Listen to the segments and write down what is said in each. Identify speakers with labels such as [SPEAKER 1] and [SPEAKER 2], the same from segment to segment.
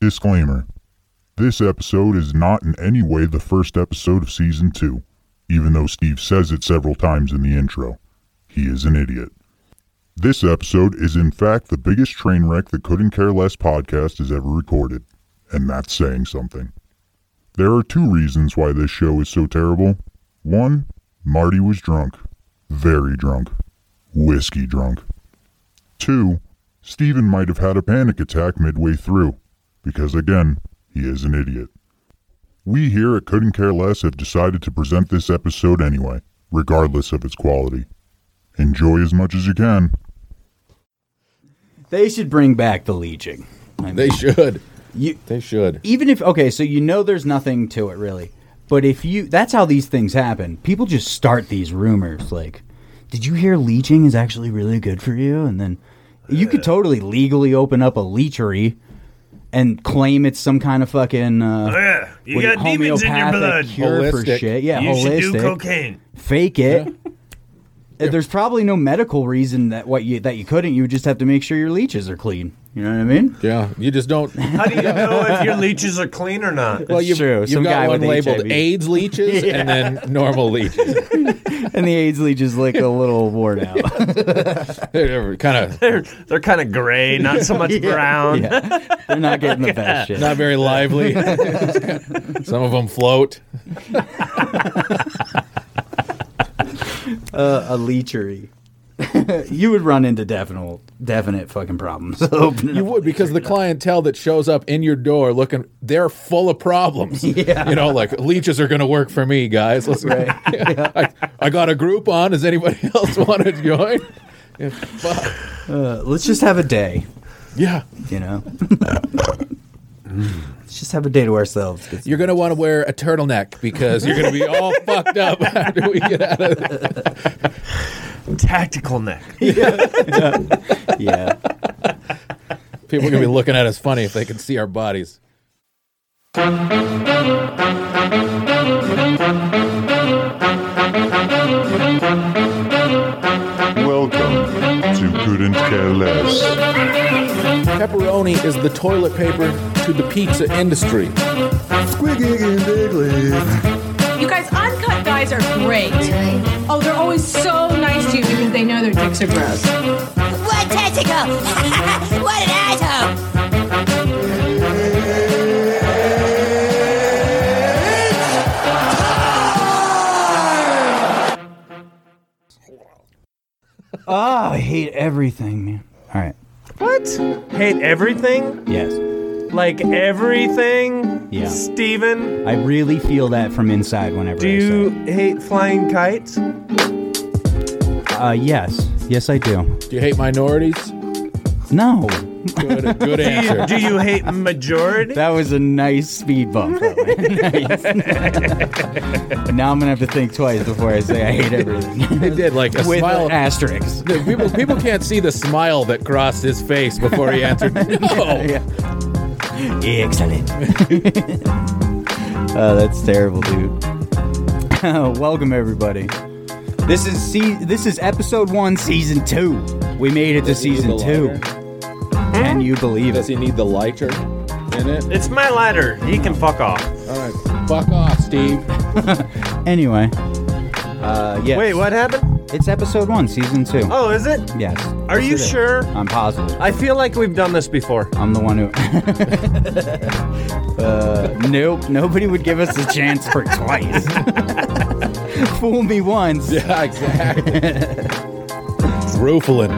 [SPEAKER 1] Disclaimer This episode is not in any way the first episode of season two, even though Steve says it several times in the intro. He is an idiot. This episode is, in fact, the biggest train wreck the Couldn't Care Less podcast has ever recorded, and that's saying something. There are two reasons why this show is so terrible. One, Marty was drunk. Very drunk. Whiskey drunk. Two, Stephen might have had a panic attack midway through, because again, he is an idiot. We here at Couldn't Care Less have decided to present this episode anyway, regardless of its quality. Enjoy as much as you can.
[SPEAKER 2] They should bring back the Legion. I mean,
[SPEAKER 3] They should.
[SPEAKER 2] you,
[SPEAKER 3] They should.
[SPEAKER 2] even if okay, so you know there's nothing to it really, but if you that's how these things happen. People just start these rumors like, "Did you hear leeching is actually really good for you?" And then you could totally legally open up a leechery and claim it's some kind of fucking uh,
[SPEAKER 4] Yeah, you
[SPEAKER 2] what do
[SPEAKER 4] got demons in your
[SPEAKER 2] homeopathic
[SPEAKER 4] blood.
[SPEAKER 2] cure for
[SPEAKER 3] Holistic.
[SPEAKER 2] shit. Yeah,
[SPEAKER 4] you
[SPEAKER 2] holistic.
[SPEAKER 4] should do cocaine.
[SPEAKER 2] fake it. Uh, There's probably no medical reason that what you that you couldn't. You would just have to make sure your leeches are clean. You know what I mean?
[SPEAKER 3] Yeah, you just don't.
[SPEAKER 4] How do you know if your leeches are clean or not?
[SPEAKER 3] Well, you've,
[SPEAKER 2] true.
[SPEAKER 3] you've
[SPEAKER 2] Some
[SPEAKER 3] got
[SPEAKER 2] guy
[SPEAKER 3] one
[SPEAKER 2] with
[SPEAKER 3] labeled
[SPEAKER 2] HIV.
[SPEAKER 3] AIDS leeches and then normal leeches.
[SPEAKER 2] And the AIDS leeches look a little worn out.
[SPEAKER 3] They're kind of
[SPEAKER 4] They're, they're kind of gray, not so much brown.
[SPEAKER 2] Yeah. They're not getting the best shit.
[SPEAKER 3] not very lively. Some of them float.
[SPEAKER 2] Uh, a leechery. you would run into definite, definite fucking problems. Opening
[SPEAKER 3] You
[SPEAKER 2] up-
[SPEAKER 3] would because the clientele that shows up in your door looking, they're full of problems. Yeah. You know, like leeches are going to work for me, guys. Let's, I, I got a group on. Does anybody else want to join? Yeah, fuck.
[SPEAKER 2] Uh, let's just have a day,
[SPEAKER 3] yeah.
[SPEAKER 2] you know. let's just have a day to ourselves.
[SPEAKER 3] You're going to want to wear a turtleneck because you're going to be all fucked up after we get out of this.
[SPEAKER 4] Tactical neck.
[SPEAKER 2] Yeah.
[SPEAKER 3] People are going to be looking at us funny if they can see our bodies.
[SPEAKER 1] Welcome to Couldn't Care Less.
[SPEAKER 3] Pepperoni is the toilet paper to the pizza industry.
[SPEAKER 5] You guys, uncut guys are great. Oh, they're always so nice to you because they know their dicks are gross.
[SPEAKER 6] One tentacle! what an asshole!
[SPEAKER 2] Oh, I hate everything, man. All right.
[SPEAKER 4] What? Hate everything?
[SPEAKER 2] Yes.
[SPEAKER 4] Like everything?
[SPEAKER 2] Yeah.
[SPEAKER 4] Steven,
[SPEAKER 2] I really feel that from inside whenever
[SPEAKER 4] do
[SPEAKER 2] I say
[SPEAKER 4] you hate flying kites?
[SPEAKER 2] it. Uh, yes. Yes, I do.
[SPEAKER 3] Do you hate minorities?
[SPEAKER 2] No.
[SPEAKER 3] Good, good answer.
[SPEAKER 4] Do you hate majority?
[SPEAKER 2] That was a nice speed bump. that one. Nice. now I'm going to have to think twice before I say I hate everything.
[SPEAKER 3] They did like a
[SPEAKER 2] With
[SPEAKER 3] smile.
[SPEAKER 2] asterisks.
[SPEAKER 3] The people, people can't see the smile that crossed his face before he answered. No.
[SPEAKER 2] Yeah. Excellent. oh, that's terrible, dude. Welcome everybody. This is se- this is episode one, season two. We made it to season two. Can you believe it?
[SPEAKER 3] he need the lighter in it?
[SPEAKER 4] It's my lighter. He can fuck off.
[SPEAKER 3] All right. Fuck off, Steve.
[SPEAKER 2] Anyway. Uh, yes.
[SPEAKER 4] Wait, what happened?
[SPEAKER 2] It's episode one, season two.
[SPEAKER 4] Oh, is it?
[SPEAKER 2] Yes.
[SPEAKER 4] Are you
[SPEAKER 2] Yes, it is.
[SPEAKER 4] sure?
[SPEAKER 2] I'm positive.
[SPEAKER 4] I feel like we've done this before.
[SPEAKER 2] I'm the one who. uh, nope. Nobody would give us a chance for twice. Fool me once.
[SPEAKER 3] Yeah, exactly. Rufalin.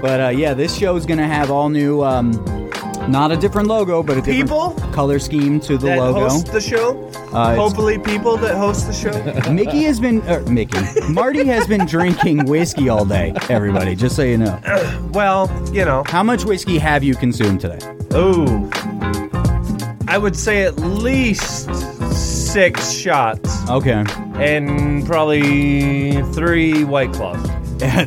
[SPEAKER 2] But uh, yeah, this show is gonna have all new, um, not a different logo, but a different
[SPEAKER 4] People?
[SPEAKER 2] color scheme to the
[SPEAKER 4] that
[SPEAKER 2] logo.
[SPEAKER 4] hosts the show?
[SPEAKER 2] Uh, it's-
[SPEAKER 4] Hopefully, people that host the show.
[SPEAKER 2] Mickey has been, er, Mickey, Marty has been drinking whiskey all day. Everybody, just so you know,
[SPEAKER 4] well, you know.
[SPEAKER 2] how much whiskey have you consumed today?
[SPEAKER 4] Oh. I would say at least six shots
[SPEAKER 2] Okay,
[SPEAKER 4] and probably three white claws.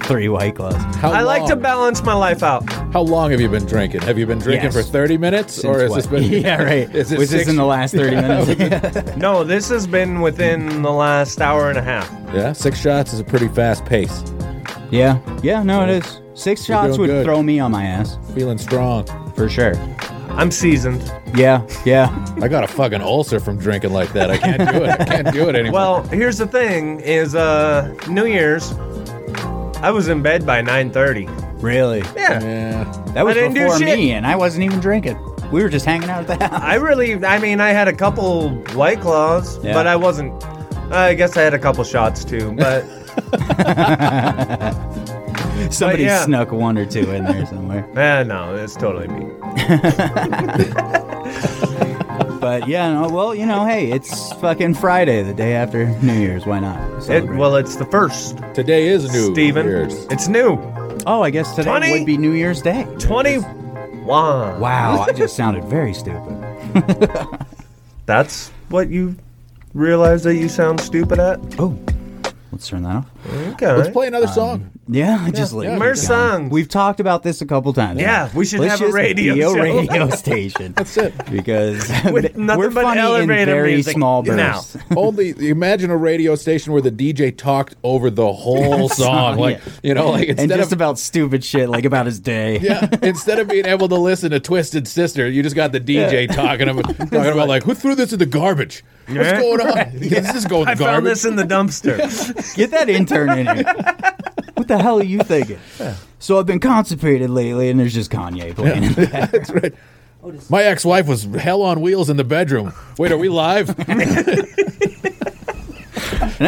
[SPEAKER 2] three white claws.
[SPEAKER 3] How
[SPEAKER 4] I like to
[SPEAKER 3] long-
[SPEAKER 4] balance my life out.
[SPEAKER 3] How long have you been drinking? Have you been drinking
[SPEAKER 2] Yes.
[SPEAKER 3] for 30 minutes or has
[SPEAKER 2] Since
[SPEAKER 3] this
[SPEAKER 2] what?
[SPEAKER 3] been
[SPEAKER 2] yeah, right.
[SPEAKER 3] Is it
[SPEAKER 2] Was this
[SPEAKER 3] six-
[SPEAKER 2] in the last thirty minutes?
[SPEAKER 4] No, this has been within the last hour and a half.
[SPEAKER 3] Yeah, six shots is a pretty fast pace.
[SPEAKER 2] yeah, yeah. No, it is. Six shots would
[SPEAKER 3] doing good.
[SPEAKER 2] throw me on my ass
[SPEAKER 3] Feeling strong.
[SPEAKER 2] for sure.
[SPEAKER 4] I'm seasoned.
[SPEAKER 2] Yeah, yeah.
[SPEAKER 3] I got a fucking ulcer from drinking like that. I can't do it. I can't do it anymore.
[SPEAKER 4] Well, here's the thing: is uh, New Year's, I was in bed by 9:30.
[SPEAKER 2] Really?
[SPEAKER 4] Yeah,
[SPEAKER 3] yeah.
[SPEAKER 2] That was
[SPEAKER 4] I didn't do
[SPEAKER 2] before
[SPEAKER 4] shit.
[SPEAKER 2] me, and I wasn't even drinking. We were just hanging out at the house.
[SPEAKER 4] I really, I mean, I had a couple white claws,
[SPEAKER 2] Yeah.
[SPEAKER 4] but I wasn't. I guess I had a couple shots too, but
[SPEAKER 2] Somebody
[SPEAKER 4] yeah.
[SPEAKER 2] snuck one or two in there somewhere.
[SPEAKER 4] eh, no, it's totally me.
[SPEAKER 2] But yeah, no, well, you know, hey, it's fucking Friday, the day after New Year's. Why not?
[SPEAKER 4] It,
[SPEAKER 2] celebrate?
[SPEAKER 4] well, it's the first,
[SPEAKER 3] Today is new.
[SPEAKER 4] Steven.
[SPEAKER 3] Year's.
[SPEAKER 4] It's new.
[SPEAKER 2] oh, I guess today
[SPEAKER 4] 20?
[SPEAKER 2] would be New Year's Day.
[SPEAKER 4] 21.
[SPEAKER 2] Wow, I just sounded very stupid.
[SPEAKER 4] That's what you realize that you sound stupid at?
[SPEAKER 2] Oh, let's turn that off.
[SPEAKER 4] Okay.
[SPEAKER 3] Let's play another song.
[SPEAKER 2] Yeah, I just like
[SPEAKER 4] Mer songs.
[SPEAKER 2] We've talked about this a couple times.
[SPEAKER 4] Yeah, we should
[SPEAKER 2] Let's
[SPEAKER 4] have a
[SPEAKER 2] just
[SPEAKER 4] radio
[SPEAKER 2] be a
[SPEAKER 4] show.
[SPEAKER 2] radio station. That's
[SPEAKER 3] it.
[SPEAKER 2] Because
[SPEAKER 4] With nothing
[SPEAKER 2] we're
[SPEAKER 4] but
[SPEAKER 2] funny in
[SPEAKER 4] elevator
[SPEAKER 2] very
[SPEAKER 4] music.
[SPEAKER 2] small
[SPEAKER 4] Now.
[SPEAKER 2] bursts.
[SPEAKER 3] Only imagine a radio station where the DJ talked over the whole song, like
[SPEAKER 2] yeah.
[SPEAKER 3] you know, like
[SPEAKER 2] and
[SPEAKER 3] instead
[SPEAKER 2] just
[SPEAKER 3] of
[SPEAKER 2] about stupid shit, like about his day.
[SPEAKER 3] yeah, instead of being able to listen to Twisted Sister, you just got the DJ talking about talking about like who threw this in the garbage? What's
[SPEAKER 4] Yeah.
[SPEAKER 3] going on? This is going
[SPEAKER 4] I
[SPEAKER 3] in the
[SPEAKER 4] found
[SPEAKER 3] garbage.
[SPEAKER 4] this in the dumpster.
[SPEAKER 2] Get that intern in here. what the hell are you thinking? So I've been constipated lately, and there's just Kanye playing. in the back.
[SPEAKER 3] My ex-wife was hell on wheels in the bedroom. Wait, are we live?
[SPEAKER 2] and I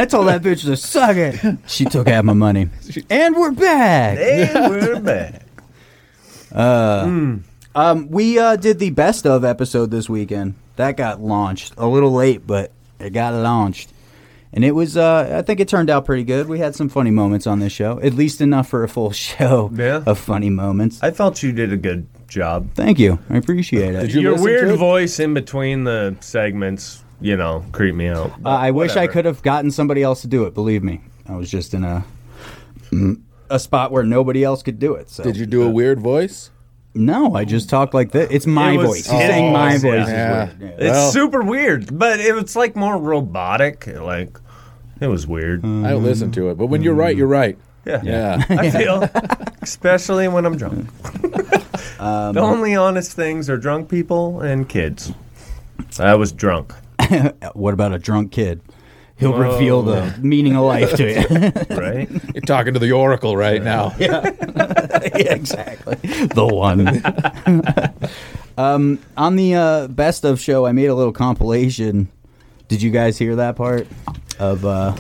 [SPEAKER 2] told that bitch to suck it. She took half my money. And we're back.
[SPEAKER 4] and we're back.
[SPEAKER 2] Um, we uh, did the best of episode this weekend. That got launched a little late, but it got launched, and it was. Uh, I think it turned out pretty good. We had some funny moments on this show, at least enough for a full show
[SPEAKER 4] Yeah.
[SPEAKER 2] of funny moments.
[SPEAKER 4] I felt you did a good job.
[SPEAKER 2] Thank you, I appreciate it.
[SPEAKER 3] Did you
[SPEAKER 4] Your
[SPEAKER 3] listen
[SPEAKER 4] weird
[SPEAKER 3] to it?
[SPEAKER 4] voice in between the segments, you know, creep me out.
[SPEAKER 2] Uh, I wish I
[SPEAKER 4] Whatever.
[SPEAKER 2] could have gotten somebody else to do it. Believe me, I was just in a a spot where nobody else could do it. So
[SPEAKER 3] Did you do a weird voice?
[SPEAKER 2] No, I just talk like this. It's my
[SPEAKER 4] It was
[SPEAKER 2] voice.
[SPEAKER 4] his
[SPEAKER 2] Saying my
[SPEAKER 4] voice,
[SPEAKER 2] voice is
[SPEAKER 3] yeah.
[SPEAKER 2] weird. Yeah.
[SPEAKER 4] It's
[SPEAKER 3] Well-
[SPEAKER 4] super weird, but it was like more robotic. Like it was weird.
[SPEAKER 3] I listened to it, but when you're right, you're right.
[SPEAKER 4] yeah.
[SPEAKER 3] Yeah.
[SPEAKER 4] I feel, especially when I'm drunk.
[SPEAKER 2] Um,
[SPEAKER 4] the only honest things are drunk people and kids. I was drunk.
[SPEAKER 2] What about a drunk kid? He'll reveal the meaning of life to you.
[SPEAKER 4] Right?
[SPEAKER 3] You're talking to the oracle right now.
[SPEAKER 2] yeah, exactly. The one. um, on the uh, best of show, I made a little compilation. Did you guys hear that part? Of uh,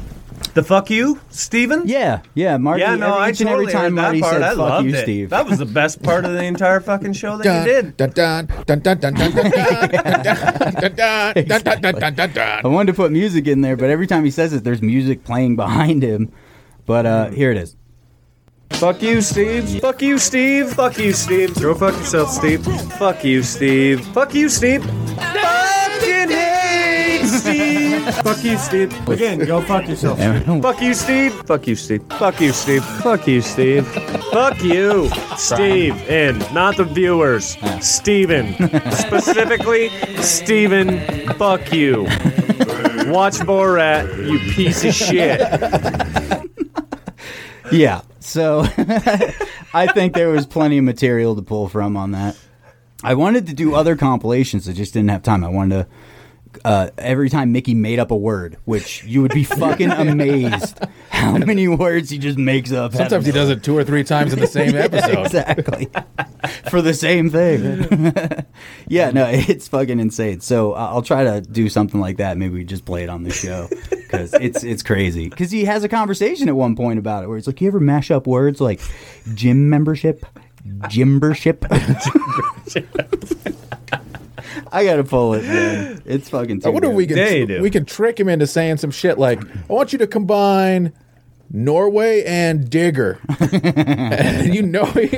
[SPEAKER 4] the fuck you, Steven?
[SPEAKER 2] yeah, yeah, Marty.
[SPEAKER 4] Yeah, no,
[SPEAKER 2] every,
[SPEAKER 4] I
[SPEAKER 2] each and every
[SPEAKER 4] totally
[SPEAKER 2] time
[SPEAKER 4] heard that
[SPEAKER 2] Marty
[SPEAKER 4] part.
[SPEAKER 2] said
[SPEAKER 4] I
[SPEAKER 2] "fuck
[SPEAKER 4] loved
[SPEAKER 2] you,
[SPEAKER 4] it.
[SPEAKER 2] Steve,"
[SPEAKER 4] That was the best part of the entire fucking show that you did.
[SPEAKER 3] Dun, dun, dun, dun, dun, dun, dun, dun, dun, dun, dun, dun, dun, dun, dun, dun,
[SPEAKER 2] I
[SPEAKER 3] dun.
[SPEAKER 2] wanted to put music in there, but every time he says it, there's music playing behind him. But uh, here it is.
[SPEAKER 4] Fuck you, Steve. Fuck you, Steve. Fuck you, Steve. Go fuck yourself, Steve. Fuck you, Steve. Fuck you, Steve. Fucking hate Steve. Fuck you, Steve. Again, go fuck yourself. Fuck you, Steve. Fuck you, Steve. Fuck you, Steve. Fuck you, Steve. Fuck you, Steve. And not the viewers. Steven. Specifically, Steven. Fuck you. Watch Borat, you piece of shit.
[SPEAKER 2] yeah. So I think there was plenty of material to pull from on that. I wanted to do other compilations, I just didn't have time. I wanted to uh, every time Mickey made up a word, which you would be fucking amazed how many words he just makes up. out of
[SPEAKER 3] Sometimes he does it two or three times in the same episode.
[SPEAKER 2] exactly for the same thing yeah no it's fucking insane so I- i'll try to do something like that maybe we just play it on the show because it's it's crazy because he has a conversation at one point about it where it's like you ever mash up words like gym membership gymbership i gotta pull it man it's fucking too
[SPEAKER 3] I wonder if
[SPEAKER 2] good.
[SPEAKER 3] we
[SPEAKER 4] Yeah, you do.
[SPEAKER 3] can we can trick him into saying some shit like, "I want you to combine Norway and Digger," and you know, he's,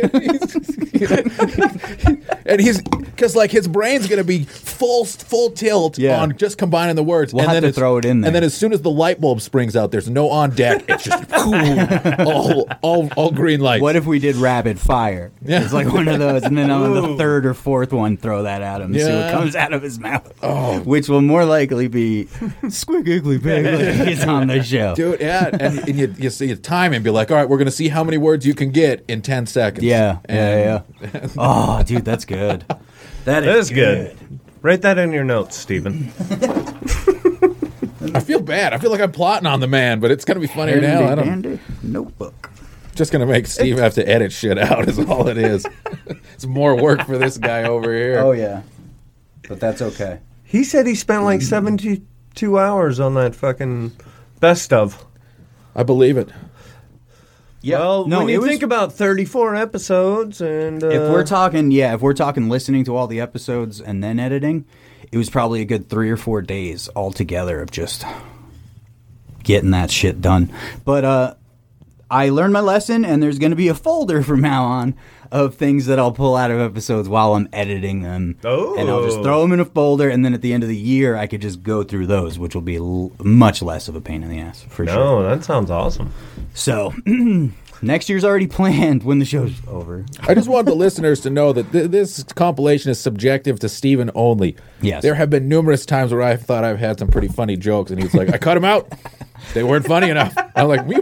[SPEAKER 3] and he's because like his brain's gonna be full full tilt
[SPEAKER 2] Yeah.
[SPEAKER 3] on just combining the words.
[SPEAKER 2] We'll have to
[SPEAKER 3] it's-
[SPEAKER 2] throw it in there.
[SPEAKER 3] And then as soon as the light bulb springs out, there's no on deck. It's just all, all all green lights.
[SPEAKER 2] What if we did rapid fire? It's like one of those, and then on the third or fourth one, throw that at him and see
[SPEAKER 3] Yeah.
[SPEAKER 2] what comes out of his mouth. Oh. Which will more likely be Squiggly Piggly is on the show.
[SPEAKER 3] Dude, yeah, and, and you, you see you time and be like, all right, we're gonna see how many words you can get in ten seconds.
[SPEAKER 2] Yeah, yeah,
[SPEAKER 3] and
[SPEAKER 2] yeah. oh, dude, that's good. That
[SPEAKER 7] That
[SPEAKER 2] is,
[SPEAKER 7] is good. Write that in your notes, Stephen.
[SPEAKER 3] I feel bad. I feel like I'm plotting on the man, but it's gonna be funnier
[SPEAKER 2] Handy
[SPEAKER 3] now. I don't,
[SPEAKER 2] dandy notebook.
[SPEAKER 3] just gonna make Steve have to edit shit out. Is all it is. it's more work for this guy over here.
[SPEAKER 2] Oh yeah, but that's okay.
[SPEAKER 7] He said he spent
[SPEAKER 2] Mm-hmm.
[SPEAKER 7] like 72 hours on that fucking best of.
[SPEAKER 3] I believe it.
[SPEAKER 2] Yeah.
[SPEAKER 7] Well,
[SPEAKER 2] no,
[SPEAKER 7] when
[SPEAKER 2] it
[SPEAKER 7] you
[SPEAKER 2] was-
[SPEAKER 7] think about 34 episodes and. Uh,
[SPEAKER 2] if we're talking, yeah, if we're talking listening to all the episodes and then editing, it was probably a good three or four days altogether of just getting that shit done. But uh, I learned my lesson, and there's going to be a folder from now on of things that I'll pull out of episodes while I'm editing them.
[SPEAKER 7] Oh.
[SPEAKER 2] And I'll just throw them in a folder, and then at the end of the year, I could just go through those, which will be l- much less of a pain in the ass for sure.
[SPEAKER 7] no, that sounds awesome.
[SPEAKER 2] So. Next year's already planned when the show's over.
[SPEAKER 3] I just want the listeners to know that th- this compilation is subjective to Steven only.
[SPEAKER 2] Yes.
[SPEAKER 3] There have been numerous times where I thought I've had some pretty funny jokes, and he's like, I cut them out. They weren't funny enough. I'm like, you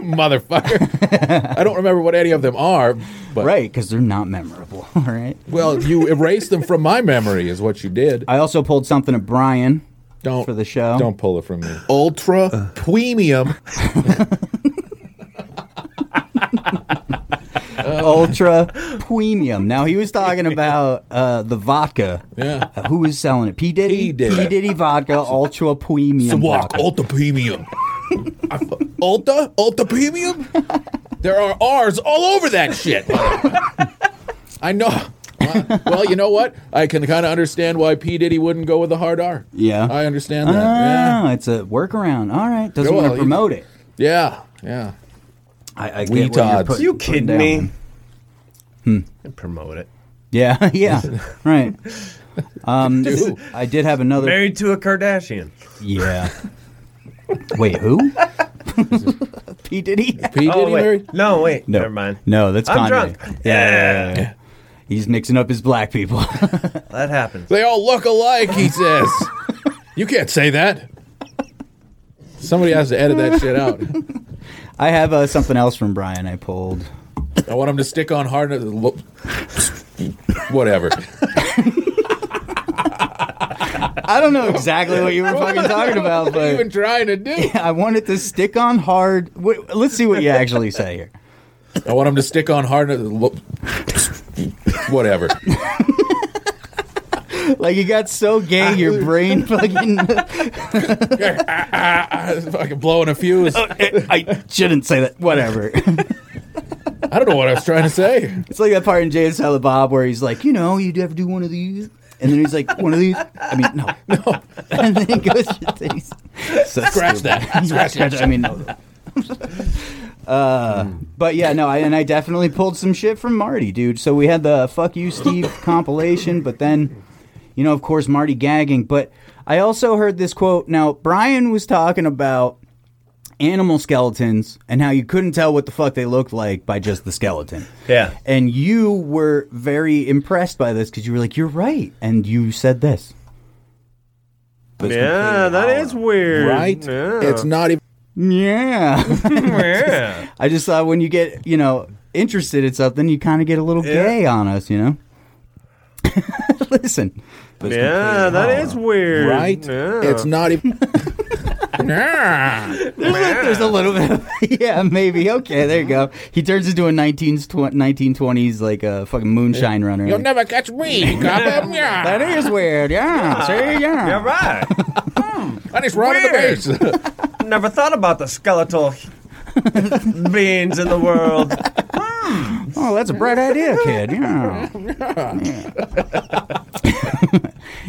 [SPEAKER 3] motherfucker. I don't remember what any of them are. But,
[SPEAKER 2] Right, because they're not memorable. All right.
[SPEAKER 3] Well, you erased them from my memory, is what you did.
[SPEAKER 2] I also pulled something of Brian.
[SPEAKER 3] Don't
[SPEAKER 2] Uh, for the show.
[SPEAKER 3] Don't pull it from me. Ultra premium.
[SPEAKER 2] Ultra premium. Now he was talking about uh, the vodka.
[SPEAKER 3] Yeah.
[SPEAKER 2] Uh, who was selling it? P Diddy.
[SPEAKER 3] P. Diddy.
[SPEAKER 2] vodka. Ultra premium.
[SPEAKER 3] Walk
[SPEAKER 2] vodka.
[SPEAKER 3] ultra premium. I fu- ultra ultra premium. There are R's all over that shit. I know. Well, you know what? I can kind of understand why P Diddy wouldn't go with a hard R.
[SPEAKER 2] Yeah.
[SPEAKER 3] I understand that.
[SPEAKER 7] Oh.
[SPEAKER 2] Ah, it's a workaround. All right. Doesn't
[SPEAKER 3] Well,
[SPEAKER 2] want to
[SPEAKER 3] you-
[SPEAKER 2] promote it.
[SPEAKER 3] yeah, yeah, yeah.
[SPEAKER 2] I, I get what
[SPEAKER 3] We
[SPEAKER 2] you're
[SPEAKER 3] Todds.
[SPEAKER 2] put-
[SPEAKER 7] You
[SPEAKER 2] putting
[SPEAKER 7] kidding
[SPEAKER 2] down.
[SPEAKER 7] me? Promote it.
[SPEAKER 2] Yeah. Yeah. right. Um, I did have another.
[SPEAKER 7] Married to a Kardashian.
[SPEAKER 2] yeah. Wait, who? P Diddy.
[SPEAKER 3] P Diddy
[SPEAKER 7] Oh,
[SPEAKER 3] married.
[SPEAKER 7] wait. No, wait. Never mind.
[SPEAKER 2] No, that's
[SPEAKER 7] I'm
[SPEAKER 2] Kanye.
[SPEAKER 7] drunk.
[SPEAKER 2] Yeah, yeah, yeah, yeah. He's mixing up his black people.
[SPEAKER 7] That happens.
[SPEAKER 3] They all look alike. He says. you can't say that. Somebody has to edit that shit out.
[SPEAKER 2] I have uh, something else from Brian I pulled.
[SPEAKER 3] I want him to stick on hard. lo- Whatever.
[SPEAKER 2] I don't know exactly what you were fucking talking about,
[SPEAKER 3] What are you even
[SPEAKER 2] but
[SPEAKER 3] trying to do?
[SPEAKER 2] I wanted to stick on hard. Wait, let's see what you actually say here.
[SPEAKER 3] I want him to stick on hard. lo- Whatever.
[SPEAKER 2] Like you got so gay, your brain fucking.
[SPEAKER 3] Fucking blowing a fuse. I
[SPEAKER 2] I shouldn't say that. Whatever.
[SPEAKER 3] don't know what I was trying to say.
[SPEAKER 2] It's like that part in Jay and Silent Bob where he's like, you know, you have to do one of these. And then he's like, one of these. I mean, no, no. And then he goes, he's so
[SPEAKER 3] Scratch
[SPEAKER 2] stupid.
[SPEAKER 3] that.
[SPEAKER 2] Scratch,
[SPEAKER 3] Scratch that.
[SPEAKER 2] I mean, no. Uh, but yeah, no, I, and I definitely pulled some shit from Marty, dude. So we had the "fuck you, Steve" compilation, but then, you know, of course, Marty gagging. But I also heard this quote. Now Brian was talking about animal skeletons and how you couldn't tell what the fuck they looked like by just the skeleton.
[SPEAKER 7] Yeah.
[SPEAKER 2] And you were very impressed by this because you were like, "You're right," and you said this. But it's
[SPEAKER 7] Yeah,
[SPEAKER 2] completely
[SPEAKER 7] that
[SPEAKER 2] hollow.
[SPEAKER 7] is weird.
[SPEAKER 3] Right?
[SPEAKER 7] Yeah.
[SPEAKER 3] It's not even.
[SPEAKER 2] Yeah.
[SPEAKER 7] yeah.
[SPEAKER 2] I just thought when you get, you know, interested in something, you kind of get a little gay on us, you know? Listen. But it's
[SPEAKER 7] Yeah,
[SPEAKER 2] completely
[SPEAKER 7] that
[SPEAKER 2] hollow.
[SPEAKER 7] is weird.
[SPEAKER 3] Right?
[SPEAKER 7] Yeah.
[SPEAKER 3] It's not even. Nah.
[SPEAKER 2] There's a little bit of, yeah, maybe. Okay, there you go. He turns into a 19s, tw- 1920s, like a fucking moonshine runner.
[SPEAKER 3] You'll
[SPEAKER 2] Like,
[SPEAKER 3] never catch me. goddamn yeah.
[SPEAKER 2] that is weird. Yeah. See, yeah.
[SPEAKER 7] Yeah, right.
[SPEAKER 3] That is right in the base.
[SPEAKER 7] Never thought about the skeletal beings in the world.
[SPEAKER 2] Oh, that's a bright idea, kid. Yeah. Yeah.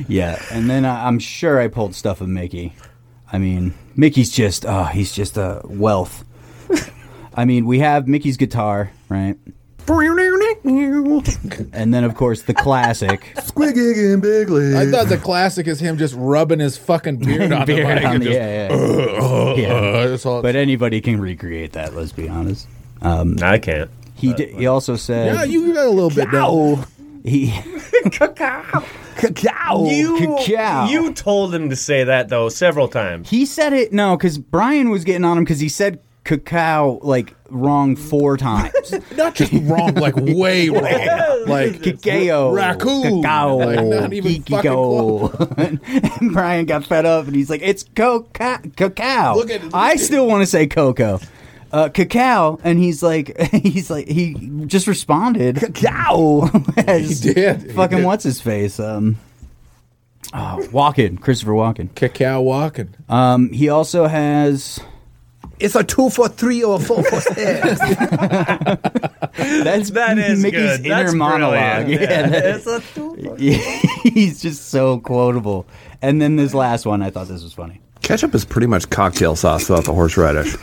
[SPEAKER 2] yeah. And then I, I'm sure I pulled stuff of Mickey. I mean, Mickey's just, oh, he's just a wealth. I mean, we have Mickey's guitar, right? and then of course the classic
[SPEAKER 7] Squiggy and Big
[SPEAKER 3] I
[SPEAKER 7] League.
[SPEAKER 3] thought the classic is him just rubbing his fucking beard on the
[SPEAKER 2] beard
[SPEAKER 3] mic
[SPEAKER 2] on
[SPEAKER 3] and
[SPEAKER 2] the-
[SPEAKER 3] just,
[SPEAKER 2] yeah, yeah.
[SPEAKER 3] uh, that's all-
[SPEAKER 2] but anybody can recreate that. Let's be honest.
[SPEAKER 7] I can't.
[SPEAKER 2] He did, he also said
[SPEAKER 3] yeah, you got a little bit. down.
[SPEAKER 2] he Oh,
[SPEAKER 7] Cacao.
[SPEAKER 2] You- Cacao.
[SPEAKER 4] You told him to say that though several times.
[SPEAKER 2] he said it no because Brian was getting on him because he said cacao like wrong four times.
[SPEAKER 3] not just wrong, like way wrong. Like
[SPEAKER 2] Cacao,
[SPEAKER 3] raccoon.
[SPEAKER 2] cacao,
[SPEAKER 3] Like, not even fucking
[SPEAKER 2] kikiko. and Brian got fed up, and he's like, "It's coca- cacao."
[SPEAKER 3] Look at-
[SPEAKER 2] I still want to say cocoa, uh, cacao, and he's like, he's like, he just responded, cacao. as
[SPEAKER 3] He did. He
[SPEAKER 2] Fucking
[SPEAKER 3] did.
[SPEAKER 2] what's his face? Um, oh, Walken, Christopher Walken.
[SPEAKER 3] cacao walking.
[SPEAKER 2] Um, he also has.
[SPEAKER 8] It's a two for three or a four for six.
[SPEAKER 2] That's
[SPEAKER 4] That is
[SPEAKER 2] Mickey's
[SPEAKER 4] good.
[SPEAKER 2] inner
[SPEAKER 4] That's
[SPEAKER 2] monologue.
[SPEAKER 4] brilliant.
[SPEAKER 2] Yeah, that- he's just so quotable. And then this last one, I thought this was funny.
[SPEAKER 8] Ketchup is pretty much cocktail sauce without the horseradish.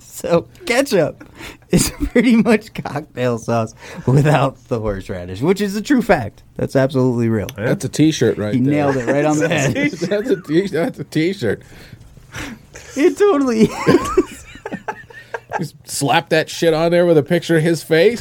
[SPEAKER 2] So ketchup is pretty much cocktail sauce without the horseradish, which is a true fact. That's absolutely real.
[SPEAKER 3] That's a T-shirt right
[SPEAKER 2] He
[SPEAKER 3] there.
[SPEAKER 2] nailed it right on the head.
[SPEAKER 3] That's a t- that's a T-shirt.
[SPEAKER 2] It totally.
[SPEAKER 3] Slap that shit on there with a picture of his face.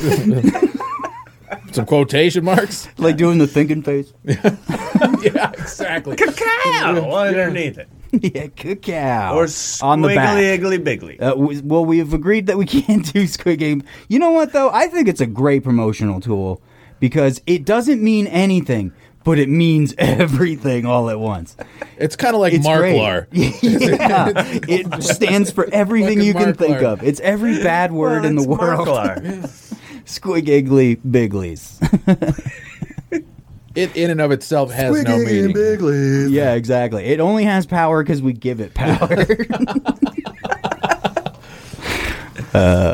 [SPEAKER 3] Some quotation marks.
[SPEAKER 2] like doing the thinking face.
[SPEAKER 3] Yeah, exactly.
[SPEAKER 4] Cacao underneath it,
[SPEAKER 2] yeah, cacao.
[SPEAKER 4] or
[SPEAKER 2] Uh, on the
[SPEAKER 4] squiggly
[SPEAKER 2] back.
[SPEAKER 4] iggly biggly.
[SPEAKER 2] Uh, we- well, we've agreed that we can't do Squid Game. You know what, though? I think it's a great promotional tool because it doesn't mean anything, but it means everything all at once.
[SPEAKER 3] It's kind of like
[SPEAKER 2] It's great.
[SPEAKER 3] Marklar.
[SPEAKER 2] yeah, it stands for everything
[SPEAKER 3] Fucking
[SPEAKER 2] you can think
[SPEAKER 3] Marklar.
[SPEAKER 2] of. It's every bad word Uh, in the
[SPEAKER 4] Well,
[SPEAKER 2] world.
[SPEAKER 4] it's Marklar.
[SPEAKER 2] Squiggly biglies.
[SPEAKER 3] It in and of itself has no
[SPEAKER 7] Squiggy and
[SPEAKER 3] meaning.
[SPEAKER 7] Big League.
[SPEAKER 2] yeah, exactly. It only has power because we give it power.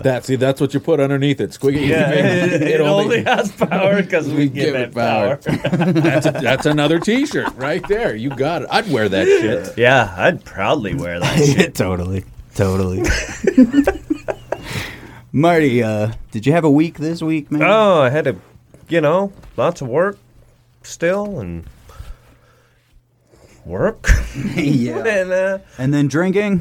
[SPEAKER 3] That see, that's what you put underneath it. Squiggy.
[SPEAKER 4] Yeah, it,
[SPEAKER 3] it,
[SPEAKER 4] it only has power because we, give, it power.
[SPEAKER 3] that's, a, that's another T-shirt right there. You got it. I'd wear that shit.
[SPEAKER 4] yeah, I'd proudly wear that shit.
[SPEAKER 2] totally, totally. Marty, uh, did you have a week this week, man?
[SPEAKER 4] Oh, I had to, you know, lots of work still and work
[SPEAKER 2] yeah.
[SPEAKER 4] and uh,
[SPEAKER 2] And then drinking,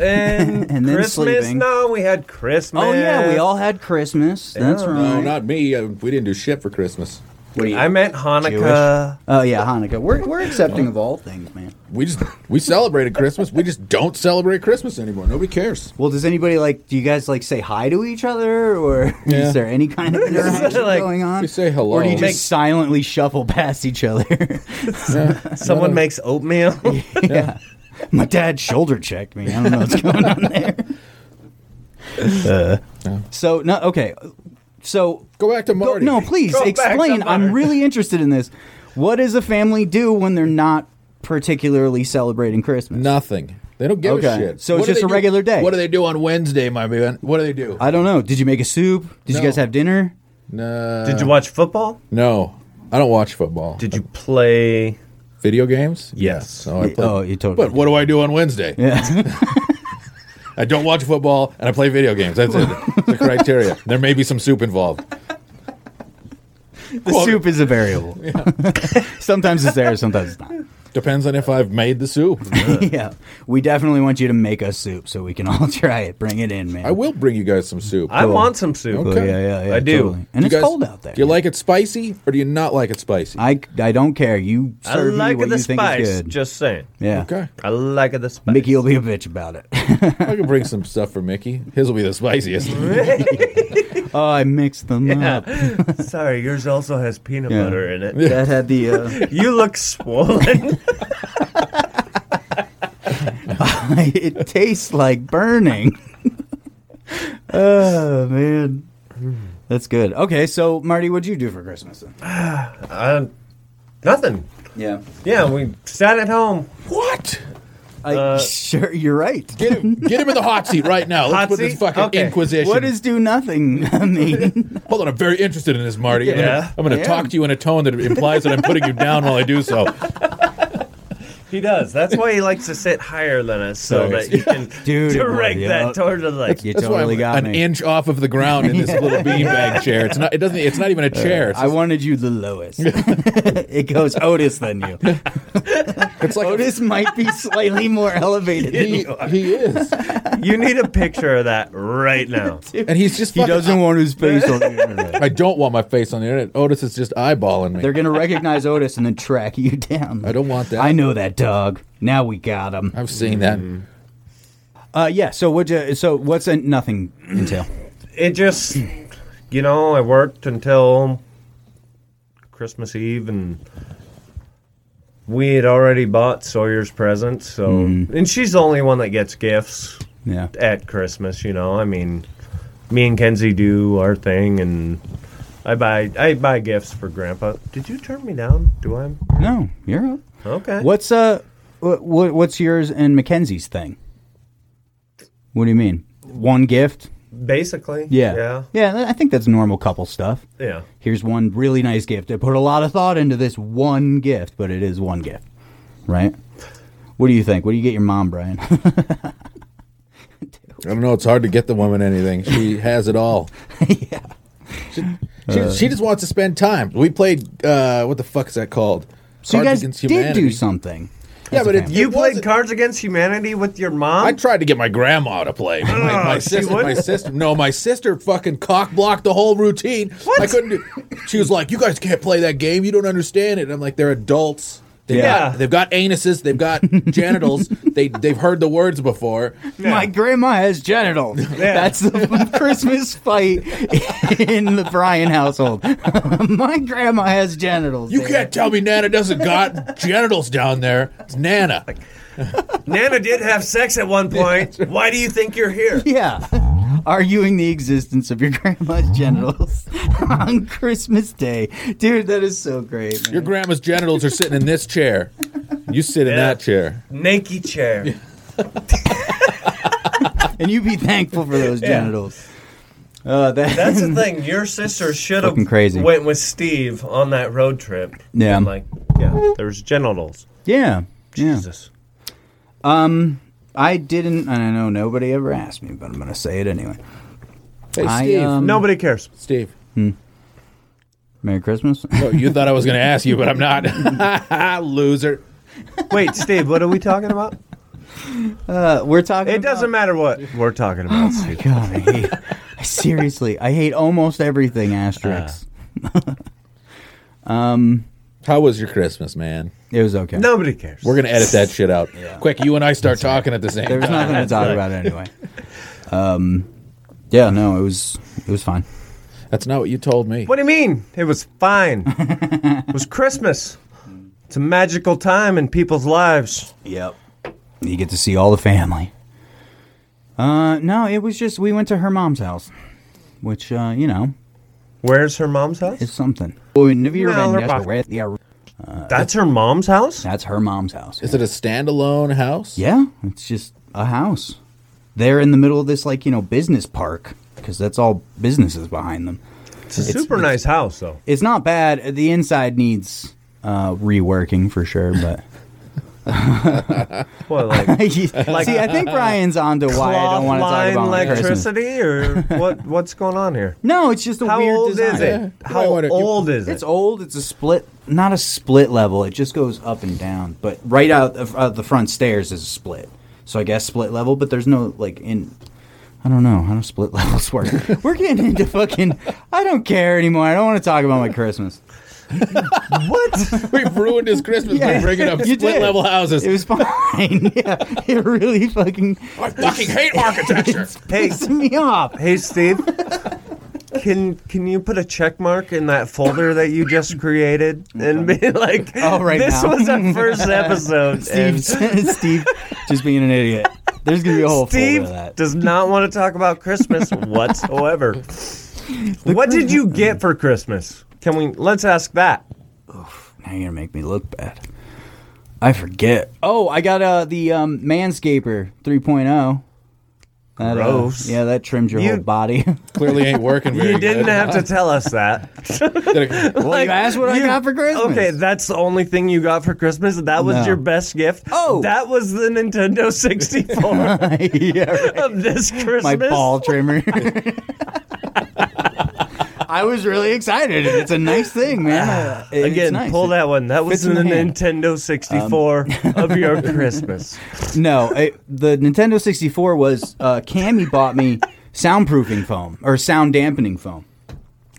[SPEAKER 4] and,
[SPEAKER 2] And then
[SPEAKER 4] Christmas.
[SPEAKER 2] sleeping.
[SPEAKER 4] No, we had Christmas.
[SPEAKER 2] Oh yeah, we all had Christmas. That's
[SPEAKER 4] Yeah.
[SPEAKER 2] right.
[SPEAKER 3] No, not me. Uh, We didn't do shit for Christmas.
[SPEAKER 2] What do you-
[SPEAKER 4] I meant Hanukkah.
[SPEAKER 2] oh yeah, Hanukkah. We're we're accepting of all things, man.
[SPEAKER 3] We just we celebrated Christmas. We just don't celebrate Christmas anymore. Nobody cares.
[SPEAKER 2] Well, does anybody like? Do you guys like say hi to each other, or
[SPEAKER 3] Yeah.
[SPEAKER 2] is there any kind of interaction
[SPEAKER 4] Like,
[SPEAKER 2] going on?
[SPEAKER 3] We say hello.
[SPEAKER 2] Or do you just
[SPEAKER 4] Make-
[SPEAKER 2] silently shuffle past each other?
[SPEAKER 4] Someone makes oatmeal.
[SPEAKER 2] yeah. My dad shoulder checked me. I don't know what's going on there.
[SPEAKER 3] Uh.
[SPEAKER 2] So no, okay. So
[SPEAKER 3] go back to
[SPEAKER 2] go,
[SPEAKER 3] Marty?
[SPEAKER 2] no, please
[SPEAKER 4] Go back to
[SPEAKER 2] explain. I'm
[SPEAKER 4] Marty.
[SPEAKER 2] really interested in this. What does a family do when they're not particularly celebrating Christmas?
[SPEAKER 3] nothing. They don't give
[SPEAKER 2] Okay.
[SPEAKER 3] a shit.
[SPEAKER 2] So it's
[SPEAKER 3] What do
[SPEAKER 2] just
[SPEAKER 3] they
[SPEAKER 2] a
[SPEAKER 3] do-
[SPEAKER 2] regular day.
[SPEAKER 3] What do they do on Wednesday, my man? What do they do?
[SPEAKER 2] I don't know. Did you make a soup? Did
[SPEAKER 3] No.
[SPEAKER 2] you guys have dinner?
[SPEAKER 3] no,
[SPEAKER 4] Did you watch football?
[SPEAKER 3] no, I don't watch football.
[SPEAKER 4] Did you play?
[SPEAKER 3] video games?
[SPEAKER 4] Yes.
[SPEAKER 3] Oh, I play.
[SPEAKER 2] Oh, you totally.
[SPEAKER 3] But what do I do on Wednesday?
[SPEAKER 2] Yeah.
[SPEAKER 3] I don't watch football and I play video games. That's it. the criteria. There may be some soup involved.
[SPEAKER 2] The soup is a variable. sometimes it's there, sometimes it's not.
[SPEAKER 3] Depends on if I've made the soup.
[SPEAKER 2] yeah, we definitely want you to make us soup so we can all try it. Bring it in, man.
[SPEAKER 3] I will bring you guys some soup.
[SPEAKER 4] I want some soup.
[SPEAKER 2] Oh,
[SPEAKER 3] Okay.
[SPEAKER 2] yeah, yeah, yeah.
[SPEAKER 4] I do.
[SPEAKER 2] totally. And
[SPEAKER 3] You
[SPEAKER 2] it's
[SPEAKER 3] guys-
[SPEAKER 2] cold out there.
[SPEAKER 3] Do you like it spicy or do you not like it spicy?
[SPEAKER 2] I, I don't care. You
[SPEAKER 4] I
[SPEAKER 2] serve me
[SPEAKER 4] like
[SPEAKER 2] what
[SPEAKER 4] the
[SPEAKER 2] you think is
[SPEAKER 4] spice.
[SPEAKER 2] good.
[SPEAKER 4] Just saying.
[SPEAKER 2] yeah.
[SPEAKER 3] okay.
[SPEAKER 4] I like the spice.
[SPEAKER 2] Mickey will be a bitch about it.
[SPEAKER 3] I can bring some stuff for Mickey. His will be the spiciest.
[SPEAKER 2] oh, I mixed them up.
[SPEAKER 4] Sorry, yours also has peanut
[SPEAKER 2] Yeah.
[SPEAKER 4] butter in it.
[SPEAKER 2] That had the. Uh,
[SPEAKER 4] You look swollen.
[SPEAKER 2] it tastes like burning. oh man, that's good. Okay, so Marty, what'd you do for Christmas? Then?
[SPEAKER 4] uh, nothing.
[SPEAKER 2] Yeah,
[SPEAKER 4] Yeah, we sat at home.
[SPEAKER 3] what?
[SPEAKER 2] I,
[SPEAKER 3] Uh,
[SPEAKER 2] sure. You're right.
[SPEAKER 3] Get him, get him in the hot seat right now. Let's
[SPEAKER 4] Hot
[SPEAKER 3] put this
[SPEAKER 4] seat?
[SPEAKER 3] fucking
[SPEAKER 4] Okay.
[SPEAKER 3] inquisition.
[SPEAKER 2] What does do nothing mean?
[SPEAKER 3] Hold on, I'm very interested in this, Marty. I'm
[SPEAKER 4] Yeah.
[SPEAKER 3] gonna, I'm gonna
[SPEAKER 2] I
[SPEAKER 3] talk
[SPEAKER 2] am.
[SPEAKER 3] to you in a tone that implies that I'm putting you down while I do so.
[SPEAKER 4] He does. That's why he likes to sit higher than us so
[SPEAKER 2] Sorry.
[SPEAKER 4] that he can
[SPEAKER 2] Dude, it
[SPEAKER 4] direct
[SPEAKER 2] would, yeah.
[SPEAKER 4] that toward the like.
[SPEAKER 2] You
[SPEAKER 3] That's why
[SPEAKER 2] totally
[SPEAKER 3] I'm
[SPEAKER 2] got
[SPEAKER 3] an
[SPEAKER 2] me.
[SPEAKER 3] inch off of the ground in this little beanbag chair. It's not. It doesn't. It's not even a chair. It's,
[SPEAKER 2] I wanted you the lowest. it goes Otis than you.
[SPEAKER 3] it's like a-
[SPEAKER 2] Otis might be slightly more elevated than
[SPEAKER 3] he,
[SPEAKER 2] you.
[SPEAKER 3] he is,
[SPEAKER 4] You need a picture of that right now.
[SPEAKER 3] and he's just.
[SPEAKER 2] He
[SPEAKER 3] fucking-
[SPEAKER 2] doesn't want his face on the internet.
[SPEAKER 3] I don't want my face on the internet. Otis is just eyeballing me.
[SPEAKER 2] They're gonna recognize Otis and then track you down.
[SPEAKER 3] I don't want that.
[SPEAKER 2] I know that dog. Now we got him.
[SPEAKER 3] I've seen that.
[SPEAKER 2] Uh, yeah. So what? You, so what's a nothing entail?
[SPEAKER 4] It just, you know, I worked until Christmas Eve, and we had already bought Sawyer's presents. So, and she's the only one that gets gifts
[SPEAKER 2] Yeah.
[SPEAKER 4] at Christmas. You know, I mean, me and Kenzie do our thing, and I buy I buy gifts for Grandpa. Did you turn me down? Do I?
[SPEAKER 2] No, you're up.
[SPEAKER 4] Okay.
[SPEAKER 2] What's uh, what, what's yours and Mackenzie's thing? What do you mean? One gift?
[SPEAKER 4] Basically.
[SPEAKER 2] Yeah.
[SPEAKER 4] Yeah.
[SPEAKER 2] Yeah. tha- I think that's normal couple stuff.
[SPEAKER 4] Yeah.
[SPEAKER 2] Here's one really nice gift. I put a lot of thought into this one gift, but it is one gift, right? What do you think? What do you get your mom, Brian?
[SPEAKER 3] I don't know. It's hard to get the woman anything. She has it all. yeah. She, she,
[SPEAKER 2] Uh,
[SPEAKER 3] she just wants to spend time. We played. Uh, what the fuck is that called?
[SPEAKER 2] so you
[SPEAKER 3] Cards
[SPEAKER 2] guys
[SPEAKER 3] Against
[SPEAKER 2] did
[SPEAKER 3] Humanity.
[SPEAKER 2] do something.
[SPEAKER 3] Yeah,
[SPEAKER 2] as a
[SPEAKER 3] but it,
[SPEAKER 2] family.
[SPEAKER 4] You
[SPEAKER 3] it
[SPEAKER 4] played
[SPEAKER 3] wasn't-
[SPEAKER 4] Cards Against Humanity with your mom?
[SPEAKER 3] I tried to get my grandma to play. My, my
[SPEAKER 4] Ah, she
[SPEAKER 3] sister, my
[SPEAKER 4] wouldn't?
[SPEAKER 3] sister. No, my sister fucking cock blocked the whole routine. I couldn't do. She was like, "You guys can't play that game. You don't understand it." And I'm like, "They're adults. They've
[SPEAKER 4] Yeah.
[SPEAKER 3] got, they've got anuses. They've got genitals. They they've heard the words before.
[SPEAKER 2] My grandma has genitals. That's the Christmas fight in the Bryan household. My grandma has genitals.
[SPEAKER 3] You
[SPEAKER 2] Dad.
[SPEAKER 3] can't tell me Nana doesn't got genitals down there. It's Nana.
[SPEAKER 4] Nana did have sex at one point. Why do you think you're here?
[SPEAKER 2] Yeah. Arguing the existence of your grandma's genitals on Christmas Day. Dude, that is so great, man.
[SPEAKER 3] Your grandma's genitals are sitting in this chair. You sit in
[SPEAKER 4] Yeah.
[SPEAKER 3] that chair.
[SPEAKER 4] Naked chair.
[SPEAKER 2] and you be thankful for those genitals. Uh, that,
[SPEAKER 4] That's the thing. Your sister should have
[SPEAKER 2] Fucking crazy.
[SPEAKER 4] went with Steve on that road trip.
[SPEAKER 2] Yeah.
[SPEAKER 4] And like, yeah, there's genitals.
[SPEAKER 2] yeah. Yeah.
[SPEAKER 4] Jesus.
[SPEAKER 2] I didn't, and I know nobody ever asked me, but I'm going to say it anyway.
[SPEAKER 3] Hey,
[SPEAKER 2] I,
[SPEAKER 3] Steve.
[SPEAKER 2] um,
[SPEAKER 4] Nobody cares.
[SPEAKER 3] Steve.
[SPEAKER 2] Merry Christmas.
[SPEAKER 3] Oh, you thought I was going to ask you, but I'm not. Loser.
[SPEAKER 4] Wait, Steve, what are we talking about?
[SPEAKER 2] Uh, we're talking
[SPEAKER 4] It doesn't matter what we're talking about, Steve.
[SPEAKER 2] Oh God, I hate, I- seriously, I hate almost everything Asterix.
[SPEAKER 3] How was your Christmas, man?
[SPEAKER 2] it was okay.
[SPEAKER 4] Nobody cares.
[SPEAKER 3] We're gonna edit that shit out. Quick, you and I start talking at the same
[SPEAKER 2] There was
[SPEAKER 3] time.
[SPEAKER 2] nothing to talk about anyway. Um, yeah, no, it was it was fine.
[SPEAKER 3] That's not what you told me.
[SPEAKER 4] what do you mean? It was fine. it was Christmas. It's a magical time in people's lives.
[SPEAKER 2] Yep. You get to see all the family. Uh, no, it was just we went to her mom's house, which uh, you know
[SPEAKER 4] Where's her mom's house?
[SPEAKER 2] is something. Well, we never
[SPEAKER 4] No,
[SPEAKER 2] been
[SPEAKER 4] they're
[SPEAKER 2] desperate.
[SPEAKER 4] both-
[SPEAKER 2] Yeah,
[SPEAKER 4] That's her mom's house?
[SPEAKER 2] that's her mom's house.
[SPEAKER 3] Is it a standalone house?
[SPEAKER 2] Yeah, it's just a house. They're in the middle of this like you know business park because that's all businesses behind them.
[SPEAKER 4] It's a super nice house, though.
[SPEAKER 2] It's not bad. The inside needs uh, reworking for sure, but
[SPEAKER 4] Well, like
[SPEAKER 2] see, I think Brian's onto why I don't
[SPEAKER 4] cloth
[SPEAKER 2] want to talk
[SPEAKER 4] line
[SPEAKER 2] about my Christmas.
[SPEAKER 4] electricity, or what? What's going on here?
[SPEAKER 2] No, it's just a
[SPEAKER 4] How
[SPEAKER 2] weird
[SPEAKER 4] old
[SPEAKER 2] design.
[SPEAKER 4] is
[SPEAKER 3] Yeah.
[SPEAKER 4] it? How
[SPEAKER 3] I wonder- you-
[SPEAKER 4] old is it?
[SPEAKER 2] It's old. It's a split, not a split level. It just goes up and down. But right out of out the front stairs is a split. So I guess split level. But there's no like in. I don't know how do split levels work. We're getting into fucking. I don't care anymore. I don't want to talk about my Christmas.
[SPEAKER 3] We've ruined his Christmas by bringing up
[SPEAKER 2] You
[SPEAKER 3] split
[SPEAKER 2] did.
[SPEAKER 3] level houses.
[SPEAKER 2] It was fine. yeah, it really fucking
[SPEAKER 3] I fucking hate architecture.
[SPEAKER 4] Hey,
[SPEAKER 2] pissed me off.
[SPEAKER 4] hey, Steve. Can can you put a check mark in that folder that you just created and be like,
[SPEAKER 2] Oh, right
[SPEAKER 4] this
[SPEAKER 2] now.
[SPEAKER 4] was our first episode,
[SPEAKER 2] Steve,
[SPEAKER 4] and
[SPEAKER 2] Steve, just being an idiot. There's gonna be a whole folder
[SPEAKER 4] Steve
[SPEAKER 2] of that.
[SPEAKER 4] does not want to talk about Christmas whatsoever. what did you get for Christmas? Can we? Let's ask that.
[SPEAKER 2] Now you're gonna make me look bad. I forget. Oh, I got uh, the um, Manscaper 3.0. That, uh,
[SPEAKER 4] Gross.
[SPEAKER 2] yeah, that trims your
[SPEAKER 4] You-
[SPEAKER 2] whole body.
[SPEAKER 3] Clearly ain't working very
[SPEAKER 4] You didn't have to tell us that.
[SPEAKER 3] have.
[SPEAKER 2] well, you asked what I
[SPEAKER 4] You-
[SPEAKER 2] got for Christmas.
[SPEAKER 4] Okay, that's the only thing you got for Christmas. That was
[SPEAKER 2] No.
[SPEAKER 4] your best gift.
[SPEAKER 2] Oh.
[SPEAKER 4] that was the Nintendo 64
[SPEAKER 2] yeah, right.
[SPEAKER 4] of this Christmas.
[SPEAKER 2] my ball trimmer. I was really excited. It's a nice thing, man. Uh, it- it's
[SPEAKER 4] Again,
[SPEAKER 2] nice.
[SPEAKER 4] pull that one. That
[SPEAKER 2] fits
[SPEAKER 4] was the,
[SPEAKER 2] in the hand. Um,
[SPEAKER 4] Nintendo 64 of your Christmas.
[SPEAKER 2] No, it, the Nintendo 64 was uh, Cammy bought me soundproofing foam or sound dampening foam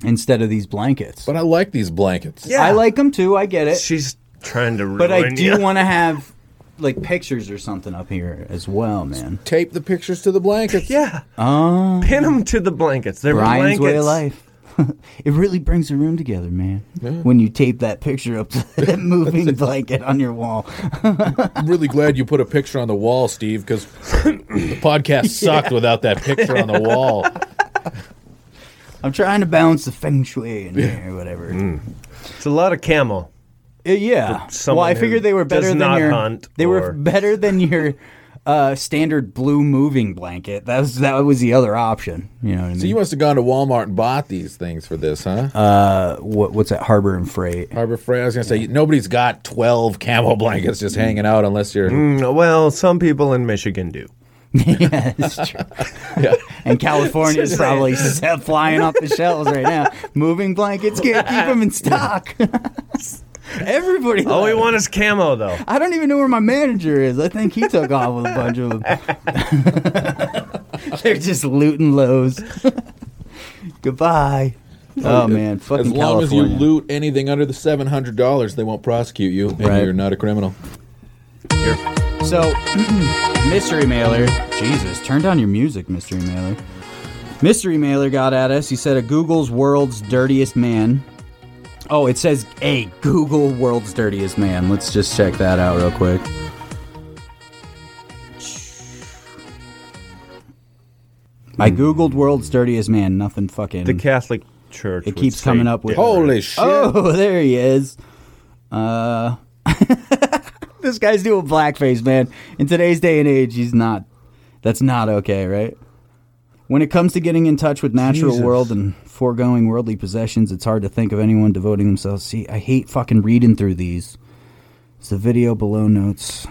[SPEAKER 2] instead of these blankets.
[SPEAKER 3] But I like these blankets.
[SPEAKER 4] Yeah.
[SPEAKER 2] I like them too. I get it,
[SPEAKER 4] She's trying to ruin
[SPEAKER 2] but I do
[SPEAKER 4] you.
[SPEAKER 2] want to have like pictures or something up here as well, man.
[SPEAKER 3] Tape the pictures to the blankets.
[SPEAKER 4] Yeah. Pin them to the blankets. They're
[SPEAKER 2] Oh. Brian's
[SPEAKER 4] blankets.
[SPEAKER 2] way of life. it really brings the room together, man. When you tape that picture up to that moving blanket on your wall.
[SPEAKER 3] I'm really glad you put a picture on the wall, Steve, because the podcast sucked without that picture on the wall.
[SPEAKER 2] I'm trying to balance the feng shui in here, whatever.
[SPEAKER 4] Mm. It's a lot of camo.
[SPEAKER 2] Uh, yeah. Well,
[SPEAKER 4] someone
[SPEAKER 2] I
[SPEAKER 4] who
[SPEAKER 2] figured they were better
[SPEAKER 4] does
[SPEAKER 2] than
[SPEAKER 4] not
[SPEAKER 2] your.
[SPEAKER 4] hunt
[SPEAKER 2] they were
[SPEAKER 4] or-
[SPEAKER 2] better than your uh, standard blue moving blanket. That was that was the other option. You know what I mean?
[SPEAKER 3] So you must have gone to Walmart and bought these things for this, huh?
[SPEAKER 2] Uh, what, what's that? Harbor and Freight.
[SPEAKER 3] Harbor Freight. I was gonna say nobody's got twelve camel blankets just
[SPEAKER 2] Mm-hmm.
[SPEAKER 3] hanging out unless you're.
[SPEAKER 4] Mm, Well, some people in Michigan do.
[SPEAKER 2] yeah, that's true. And California is
[SPEAKER 4] Just
[SPEAKER 2] probably s- flying off the shelves right now. Moving blankets can't keep them in stock. Everybody.
[SPEAKER 4] All we want is camo, though.
[SPEAKER 2] I don't even know where my manager is. I think he took off with a bunch of them. They're just looting lows. Goodbye. Oh man, fucking
[SPEAKER 3] As long
[SPEAKER 2] California.
[SPEAKER 3] as you loot anything under the seven hundred dollars, they won't prosecute you, and
[SPEAKER 2] Right.
[SPEAKER 3] you're not a criminal.
[SPEAKER 2] So, Mystery Mailer, Jesus, turn down your music, Mystery Mailer. Mystery Mailer got at us. He said, A Google's world's dirtiest man. Oh, it says a Google world's dirtiest man. Let's just check that out real quick. I googled world's dirtiest man. Nothing fucking.
[SPEAKER 4] The Catholic Church.
[SPEAKER 2] Mm. It
[SPEAKER 4] would
[SPEAKER 2] keeps
[SPEAKER 4] say
[SPEAKER 2] coming up with-
[SPEAKER 4] different.
[SPEAKER 3] Holy shit!
[SPEAKER 2] Oh, there he is. Uh, this guy's doing blackface, man. In today's day and age, he's not. That's not okay, right? When it comes to getting in touch with natural
[SPEAKER 3] Jesus.
[SPEAKER 2] world and foregoing worldly possessions, it's hard to think of anyone devoting themselves. See, I hate fucking reading through these. It's the video below notes.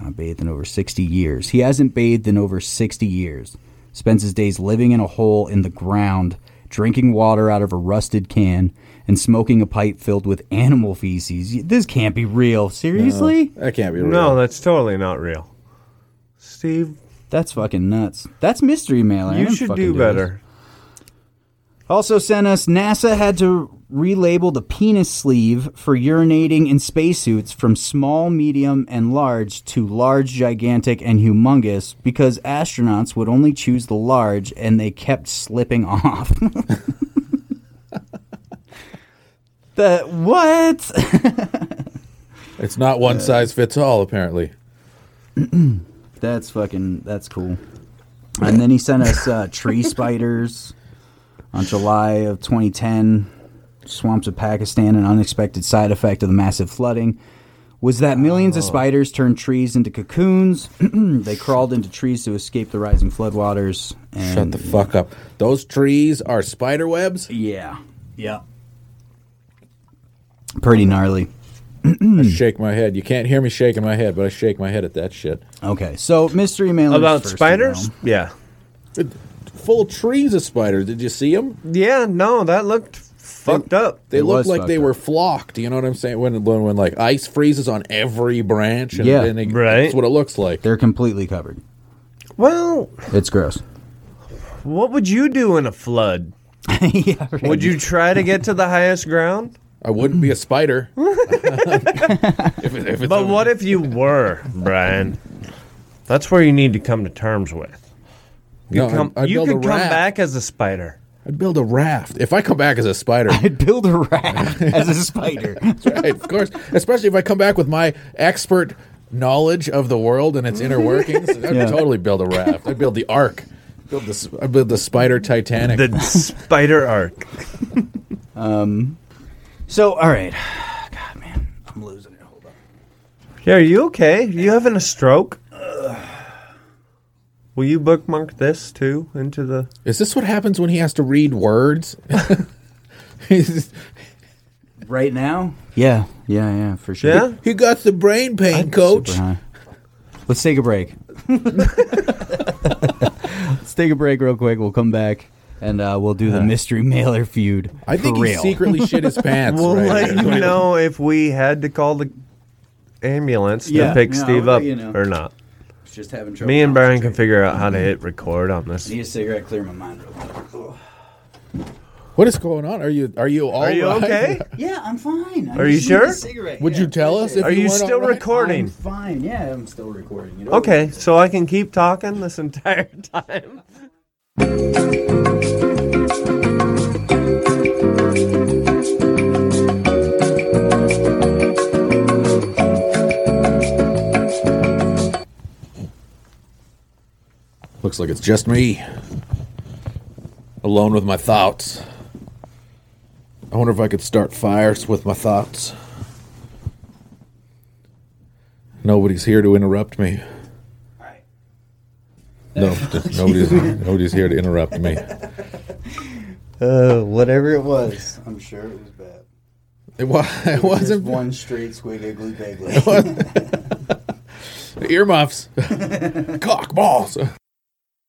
[SPEAKER 2] Not bathed in over 60 years. He hasn't bathed in over 60 years. Spends his days living in a hole in the ground, drinking water out of a rusted can, and smoking a pipe filled with animal feces. Y- This can't be real. Seriously?
[SPEAKER 3] That can't be real.
[SPEAKER 4] No, that's totally not real. Steve,
[SPEAKER 2] That's fucking nuts. That's mystery mail. I
[SPEAKER 4] you
[SPEAKER 2] didn't
[SPEAKER 4] should
[SPEAKER 2] fucking
[SPEAKER 4] do
[SPEAKER 2] this.
[SPEAKER 4] better.
[SPEAKER 2] Also sent us NASA had to relabel the penis sleeve for urinating in spacesuits from small, medium, and large to large, gigantic, and humongous because astronauts would only choose the large and they kept slipping off. the what?
[SPEAKER 3] it's not one size fits all. Apparently,
[SPEAKER 2] That's fucking. That's cool. And then he sent us uh, tree spiders on July of 2010. Swamps of Pakistan, an unexpected side effect of the massive flooding, was that millions of spiders turned trees into cocoons. they crawled into trees to escape the rising floodwaters. And
[SPEAKER 3] shut the fuck up. Those trees are spider webs.
[SPEAKER 2] Yeah. Yeah. Pretty gnarly.
[SPEAKER 3] I
[SPEAKER 2] Hmm.
[SPEAKER 3] shake my head. You can't hear me shaking my head, but I shake my head at that shit.
[SPEAKER 2] Okay, so mystery mailers
[SPEAKER 4] About
[SPEAKER 2] first,
[SPEAKER 4] spiders?
[SPEAKER 2] you know.
[SPEAKER 4] Yeah.
[SPEAKER 3] Full trees of spiders. Did you see them?
[SPEAKER 4] Yeah, no, that looked fucked up.
[SPEAKER 3] They
[SPEAKER 2] It was
[SPEAKER 3] looked like they
[SPEAKER 2] fucked
[SPEAKER 3] were
[SPEAKER 2] up.
[SPEAKER 3] flocked. You know what I'm saying? When when, when like ice freezes on every branch, and,
[SPEAKER 2] Yeah.
[SPEAKER 3] and they-
[SPEAKER 4] Right.
[SPEAKER 3] that's what it looks like.
[SPEAKER 2] They're completely covered.
[SPEAKER 4] Well,
[SPEAKER 2] It's gross.
[SPEAKER 4] what would you do in a flood?
[SPEAKER 2] yeah, right.
[SPEAKER 4] Would you try to get to the highest ground?
[SPEAKER 3] I wouldn't be a spider. if, it- if it's
[SPEAKER 4] But
[SPEAKER 3] a-
[SPEAKER 4] what if you were, Brian? That's where you need to come to terms with. You,
[SPEAKER 3] No,
[SPEAKER 4] come,
[SPEAKER 3] I'd- I'd
[SPEAKER 4] you
[SPEAKER 3] build
[SPEAKER 4] could
[SPEAKER 3] a
[SPEAKER 4] come
[SPEAKER 3] raft.
[SPEAKER 4] back as a spider.
[SPEAKER 3] I'd build a raft. If I come back as a spider,
[SPEAKER 2] I'd build a raft as a spider.
[SPEAKER 3] right, of course. Especially if I come back with my expert knowledge of the world and its inner workings, I'd
[SPEAKER 2] Yeah.
[SPEAKER 3] totally build a raft. I'd build the Ark. Build this. I'd build the spider Titanic.
[SPEAKER 4] The spider arc.
[SPEAKER 2] So, all right. God, man, I'm losing it. Hold on.
[SPEAKER 4] Yeah, are you okay? You having a stroke? Will you bookmark this too into the?
[SPEAKER 3] Is this what happens when he has to read words? He's-
[SPEAKER 2] Right now? Yeah, yeah, yeah, for sure.
[SPEAKER 4] Yeah.
[SPEAKER 3] he got the brain pain, coach.
[SPEAKER 2] Super high. Let's take a break. Let's take a break real quick. We'll come back and uh, we'll do the mystery mailer feud.
[SPEAKER 3] I think
[SPEAKER 2] for
[SPEAKER 3] he
[SPEAKER 2] real.
[SPEAKER 3] secretly shit his pants.
[SPEAKER 4] We'll
[SPEAKER 3] right
[SPEAKER 4] let
[SPEAKER 3] here.
[SPEAKER 4] you know if we had to call the ambulance
[SPEAKER 2] Yeah,
[SPEAKER 4] to pick
[SPEAKER 2] yeah,
[SPEAKER 4] Steve
[SPEAKER 2] well,
[SPEAKER 4] up
[SPEAKER 2] you know.
[SPEAKER 4] or not.
[SPEAKER 2] just having trouble.
[SPEAKER 4] Me and Brian can figure out how to hit record on this.
[SPEAKER 2] Need a cigarette. Clear my mind. real quick.
[SPEAKER 3] What is going on? Are you are you all
[SPEAKER 4] Are you
[SPEAKER 3] right?
[SPEAKER 4] okay?
[SPEAKER 2] Yeah, I'm fine. I
[SPEAKER 4] Are you
[SPEAKER 2] just need a
[SPEAKER 4] sure?
[SPEAKER 2] cigarette.
[SPEAKER 3] Would
[SPEAKER 2] Yeah,
[SPEAKER 3] you tell us if
[SPEAKER 4] Are you
[SPEAKER 3] weren't all
[SPEAKER 4] still
[SPEAKER 3] right?
[SPEAKER 2] I'm
[SPEAKER 4] recording?
[SPEAKER 2] fine. Yeah, I'm still recording. You know?
[SPEAKER 4] Okay, so I can keep talking this entire time.
[SPEAKER 3] Looks like it's just me. Alone with my thoughts. I wonder if I could start fires with my thoughts. Nobody's here to interrupt me. No, just nobody's nobody's here to interrupt me.
[SPEAKER 2] Uh, whatever it was, I'm sure it was bad.
[SPEAKER 3] It, wa- it wasn't
[SPEAKER 2] one straight squig iggly bagly.
[SPEAKER 3] earmuffs, cock balls.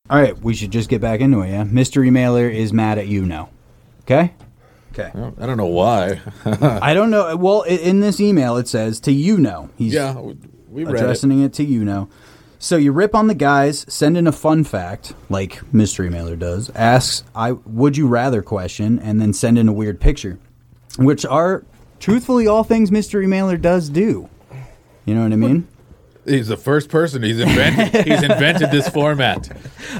[SPEAKER 2] All right, we should just get back into it. Yeah, mystery mailer is mad at you now. Okay. Okay.
[SPEAKER 3] I don't know why.
[SPEAKER 2] I don't know. Well, i- in this email, it says to you know. He's
[SPEAKER 3] Yeah, we- we read it.
[SPEAKER 2] addressing it. to you know. So you rip on the guys, send in a fun fact like mystery mailer does, asks I would you rather question, and then send in a weird picture, which are truthfully all things mystery mailer does do. You know what I mean?
[SPEAKER 3] He's the first person. He's invented. he's invented this format.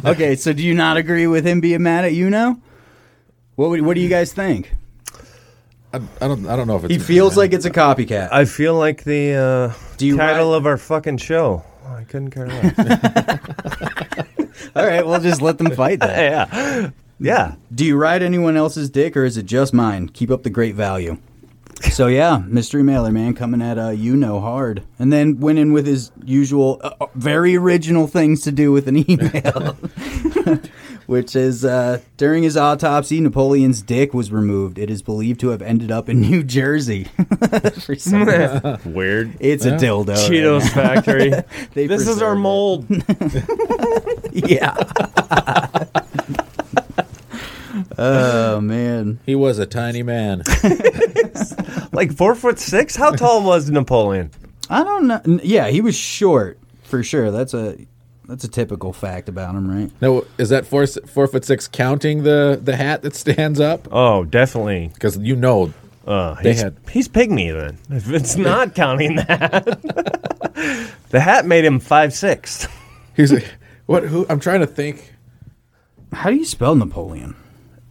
[SPEAKER 2] okay, so do you not agree with him being mad at you now? What would, what do you guys think?
[SPEAKER 3] I, I don't. I don't know if it's.
[SPEAKER 2] He feels like it's a copycat.
[SPEAKER 4] I feel like the uh,
[SPEAKER 2] Do you
[SPEAKER 4] title
[SPEAKER 2] write-
[SPEAKER 4] of our fucking show. Oh, I couldn't care less.
[SPEAKER 2] all right, we'll just let them fight that.
[SPEAKER 4] yeah, yeah.
[SPEAKER 2] Do you ride anyone else's dick or is it just mine? Keep up the great value. So yeah, mystery mailer man coming at uh, you know hard, and then went in with his usual, uh, uh, very original things to do with an email, which is uh, during his autopsy, Napoleon's dick was removed. It is believed to have ended up in New Jersey. For some reason.
[SPEAKER 4] Weird.
[SPEAKER 2] it's a dildo. right
[SPEAKER 4] Cheetos factory.
[SPEAKER 2] now. They
[SPEAKER 4] this is our
[SPEAKER 2] preserved it.
[SPEAKER 4] mold.
[SPEAKER 2] Yeah. oh man.
[SPEAKER 3] He was a tiny man.
[SPEAKER 4] like four foot six. How tall was Napoleon?
[SPEAKER 2] I don't know. N- Yeah, he was short for sure. That's a that's a typical fact about him, right?
[SPEAKER 3] no, is that four four foot six counting the the hat that stands up?
[SPEAKER 4] Oh, definitely.
[SPEAKER 3] Because you know,
[SPEAKER 4] Uh,
[SPEAKER 3] They
[SPEAKER 4] he's,
[SPEAKER 3] had-
[SPEAKER 4] he's pygmy then. If it's not counting that, the hat made him five six.
[SPEAKER 3] he's like, what? Who? I'm trying to think.
[SPEAKER 2] How do you spell Napoleon?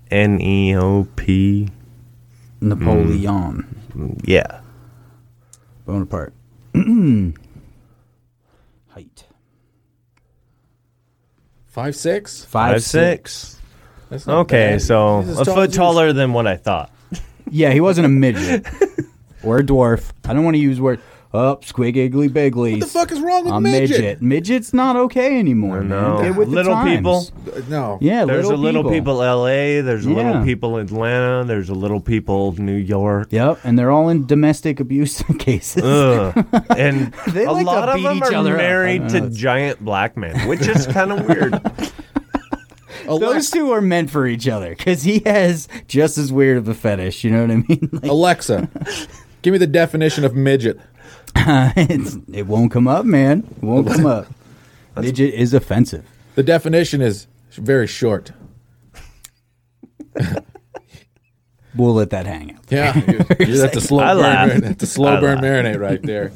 [SPEAKER 4] N e o p.
[SPEAKER 3] Hmm.
[SPEAKER 2] Napoleon
[SPEAKER 4] Yeah.
[SPEAKER 2] Bonaparte. Height
[SPEAKER 3] Five six.
[SPEAKER 2] five,
[SPEAKER 4] Five
[SPEAKER 2] six.
[SPEAKER 4] six.
[SPEAKER 3] That's not
[SPEAKER 4] Okay,
[SPEAKER 3] bad.
[SPEAKER 4] so
[SPEAKER 3] He's as
[SPEAKER 4] a
[SPEAKER 3] tall
[SPEAKER 4] foot
[SPEAKER 3] as you.
[SPEAKER 4] taller than what I thought.
[SPEAKER 2] Yeah, he wasn't a midget or a dwarf. I don't want to use word. Up, oh, squiggly biggly. What
[SPEAKER 3] the fuck is wrong with
[SPEAKER 2] a
[SPEAKER 3] midget?
[SPEAKER 2] Midget's not okay anymore.
[SPEAKER 4] No.
[SPEAKER 2] man. Get with the
[SPEAKER 4] Little
[SPEAKER 2] times.
[SPEAKER 4] people.
[SPEAKER 3] No.
[SPEAKER 2] Yeah,
[SPEAKER 4] There's a little
[SPEAKER 2] people.
[SPEAKER 4] people LA, there's a
[SPEAKER 2] Yeah.
[SPEAKER 4] little people Atlanta, there's a little people New York.
[SPEAKER 2] Yep, and they're all in domestic abuse cases.
[SPEAKER 4] Ugh. And
[SPEAKER 2] They
[SPEAKER 4] a
[SPEAKER 2] like to
[SPEAKER 4] lot of
[SPEAKER 2] beat
[SPEAKER 4] them
[SPEAKER 2] each other
[SPEAKER 4] are
[SPEAKER 2] up. I
[SPEAKER 4] married
[SPEAKER 2] know,
[SPEAKER 4] to
[SPEAKER 2] it's-
[SPEAKER 4] giant black men, which is kind of weird.
[SPEAKER 2] Those
[SPEAKER 3] Alexa,
[SPEAKER 2] two are meant for each other because he has just as weird of a fetish. You know what I mean? Like,
[SPEAKER 3] Alexa, give me the definition of midget.
[SPEAKER 2] it's, it won't come up, man. It won't come up. Midget is offensive.
[SPEAKER 3] The definition is very short.
[SPEAKER 2] We'll let that hang out.
[SPEAKER 3] Yeah, you- that's a slow
[SPEAKER 4] I
[SPEAKER 3] burn.
[SPEAKER 4] laugh.
[SPEAKER 3] marinate- That's a slow
[SPEAKER 4] I
[SPEAKER 3] burn
[SPEAKER 4] laugh.
[SPEAKER 3] marinate right there.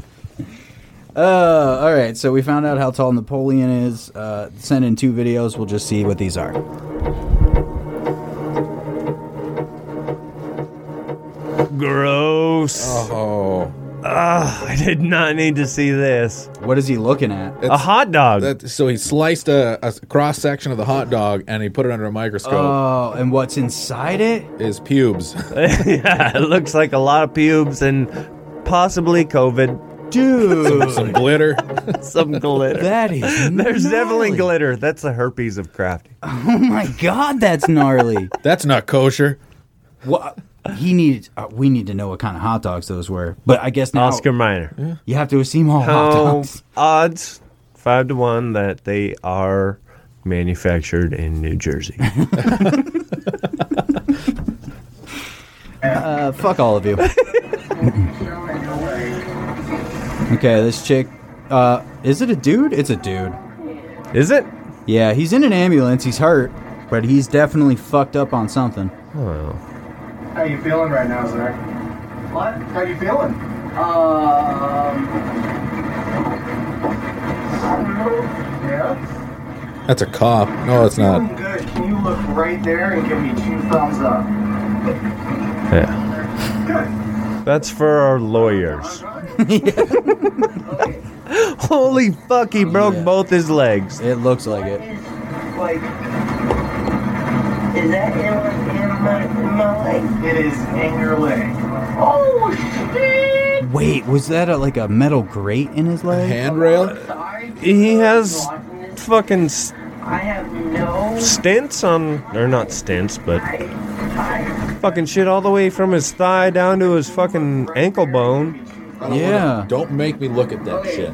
[SPEAKER 2] Uh, all right, so we found out how tall Napoleon is. Uh, send in two videos. We'll just see what these are.
[SPEAKER 4] Gross.
[SPEAKER 3] Oh,
[SPEAKER 4] Ugh, I did not need to see this.
[SPEAKER 2] What is he looking at?
[SPEAKER 4] A hot dog.
[SPEAKER 3] that, so he sliced a, a cross section of the hot dog and he put it under a microscope.
[SPEAKER 2] Oh, and what's inside it?
[SPEAKER 4] Uh.
[SPEAKER 3] His pubes.
[SPEAKER 4] yeah, it looks like a lot of pubes and possibly COVID.
[SPEAKER 2] Dude,
[SPEAKER 3] Some glitter.
[SPEAKER 4] Some glitter.
[SPEAKER 2] that is
[SPEAKER 4] There's definitely
[SPEAKER 2] gnarly.
[SPEAKER 4] glitter. That's the herpes of crafty.
[SPEAKER 2] Oh my god, that's gnarly.
[SPEAKER 3] That's not kosher.
[SPEAKER 2] Wha he needed. Uh, we need to know what kind of hot dogs those were. But I guess now
[SPEAKER 4] Oscar Minor.
[SPEAKER 2] you have to assume all hot
[SPEAKER 4] How
[SPEAKER 2] dogs.
[SPEAKER 4] odds five to one that they are manufactured in New Jersey.
[SPEAKER 2] Uh, fuck all of you. okay, this chick. Uh, is it a dude? It's a dude.
[SPEAKER 4] Is it?
[SPEAKER 2] Yeah, he's in an ambulance. He's hurt, but he's definitely fucked up on something.
[SPEAKER 9] How you feeling right now, Zach? What? How you feeling? Um. Yeah.
[SPEAKER 3] That's a cop. No, it's
[SPEAKER 9] Feeling
[SPEAKER 3] not.
[SPEAKER 9] good. Can you look right there and give me two thumbs up?
[SPEAKER 4] Yeah.
[SPEAKER 9] Good.
[SPEAKER 4] That's for our lawyers. Holy fuck, he broke
[SPEAKER 2] Yeah.
[SPEAKER 4] both his legs.
[SPEAKER 2] It looks like it.
[SPEAKER 9] Like. Is that in, in, my, leg? It is in your leg. Oh shit!
[SPEAKER 2] Wait, was that a, like a metal grate in his leg?
[SPEAKER 3] Handrail?
[SPEAKER 4] He has fucking s-
[SPEAKER 9] I have no.
[SPEAKER 4] stints on, or not stints, but
[SPEAKER 9] I,
[SPEAKER 4] fucking shit all the way from his thigh down to his fucking ankle bone.
[SPEAKER 2] Yeah.
[SPEAKER 3] Don't make me look at that shit.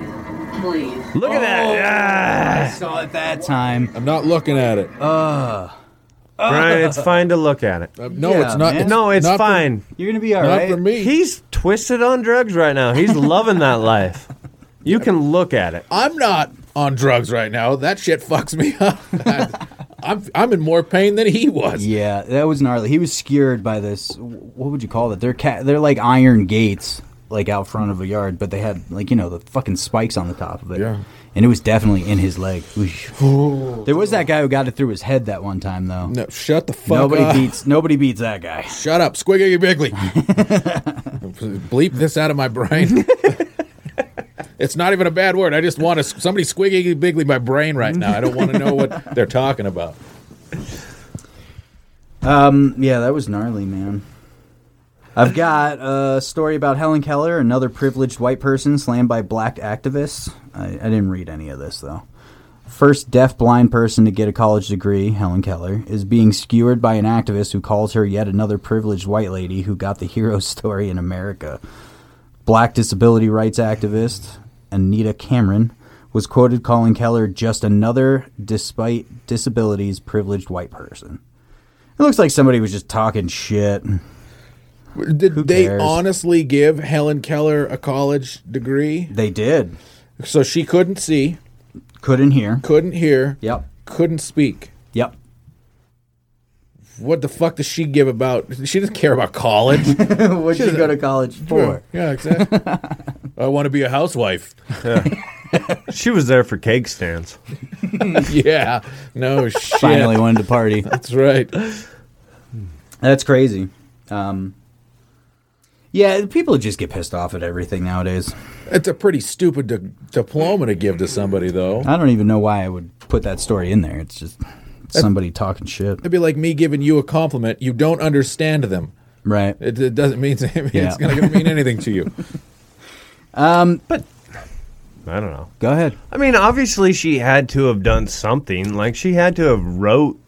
[SPEAKER 9] please.
[SPEAKER 4] Look
[SPEAKER 3] Oh,
[SPEAKER 4] at
[SPEAKER 2] I
[SPEAKER 4] that.
[SPEAKER 2] saw Oh, it that time.
[SPEAKER 3] I'm not looking at it.
[SPEAKER 4] Ah. Brian, it's fine to look at it.
[SPEAKER 3] Uh, no,
[SPEAKER 2] yeah,
[SPEAKER 3] it's not.
[SPEAKER 2] man.
[SPEAKER 4] No, it's
[SPEAKER 3] Oh. not for-
[SPEAKER 4] fine.
[SPEAKER 2] You're gonna be all
[SPEAKER 3] not
[SPEAKER 2] right.
[SPEAKER 3] for me.
[SPEAKER 4] He's twisted on drugs right now. He's loving that life. You can look at it.
[SPEAKER 3] I'm not on drugs right now. That shit fucks me up. I'm, I'm in more pain than he was.
[SPEAKER 2] Yeah, that was gnarly. He was scared by this. What would you call it? They're ca- they're like iron gates, like out front of a yard, but they had like you know the fucking spikes on the top of it.
[SPEAKER 3] Yeah.
[SPEAKER 2] And it was definitely in his leg. Oosh. There was that guy who got it through his head that one time though.
[SPEAKER 3] No, shut the fuck
[SPEAKER 2] nobody
[SPEAKER 3] up.
[SPEAKER 2] beats nobody beats that guy.
[SPEAKER 3] Shut up, Squiggy Biggly. Bleep this out of my brain. it's not even a bad word. I just want to somebody Squiggy Biggly my brain right now. I don't want to know what they're talking about.
[SPEAKER 2] Um, yeah, that was gnarly, man. I've got a story about Helen Keller, another privileged white person slammed by black activists. I, I didn't read any of this, though. First deaf blind person to get a college degree, Helen Keller, is being skewered by an activist who calls her yet another privileged white lady who got the hero story in America. Black disability rights activist Anita Cameron was quoted calling Keller just another, despite disabilities, privileged white person. It looks like somebody was just talking shit.
[SPEAKER 3] Did they
[SPEAKER 2] cares?
[SPEAKER 3] honestly give Helen Keller a college degree?
[SPEAKER 2] They did.
[SPEAKER 3] So she couldn't see,
[SPEAKER 2] Couldn't hear.
[SPEAKER 3] couldn't hear,
[SPEAKER 2] Yep.
[SPEAKER 3] couldn't speak.
[SPEAKER 2] Yep.
[SPEAKER 3] What the fuck does she give about? She doesn't care about college.
[SPEAKER 2] What'd you go to college for?
[SPEAKER 3] Yeah, exactly. I want to be a housewife.
[SPEAKER 4] She was there for cake stands.
[SPEAKER 3] yeah. No shit.
[SPEAKER 2] Finally wanted to party.
[SPEAKER 3] That's right.
[SPEAKER 2] That's crazy. Um, yeah, people just get pissed off at everything nowadays.
[SPEAKER 3] It's a pretty stupid di- diploma to give to somebody, though.
[SPEAKER 2] I don't even know why I would put that story in there. It's just somebody talking shit.
[SPEAKER 3] It'd be like me giving you a compliment. You don't understand them.
[SPEAKER 2] Right.
[SPEAKER 3] It, it doesn't mean it means
[SPEAKER 2] Yeah.
[SPEAKER 3] it's going to mean anything to you.
[SPEAKER 4] I don't know.
[SPEAKER 2] Go ahead.
[SPEAKER 4] I mean, obviously she had to have done something. Like she had to have wrote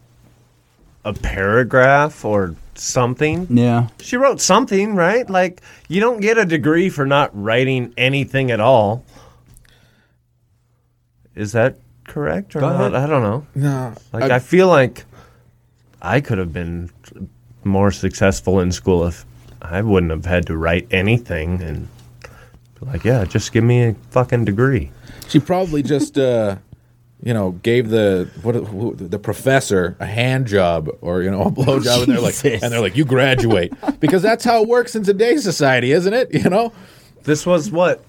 [SPEAKER 4] a paragraph or something.
[SPEAKER 2] Yeah.
[SPEAKER 4] She wrote something, right? Like you don't get a degree for not writing anything at all. Is that correct or
[SPEAKER 2] Go ahead.
[SPEAKER 4] not? I don't know.
[SPEAKER 3] No,
[SPEAKER 4] Like I, feel like I could have been more successful in school if I wouldn't have had to write anything and be like, yeah, just give me a fucking degree.
[SPEAKER 3] she probably just, uh, you know, gave the what who- the professor a hand job or you know a blow job, and they're like,
[SPEAKER 2] Jesus.
[SPEAKER 3] and they're like, you graduate because that's how it works in today's society, isn't it? You know,
[SPEAKER 4] This was what?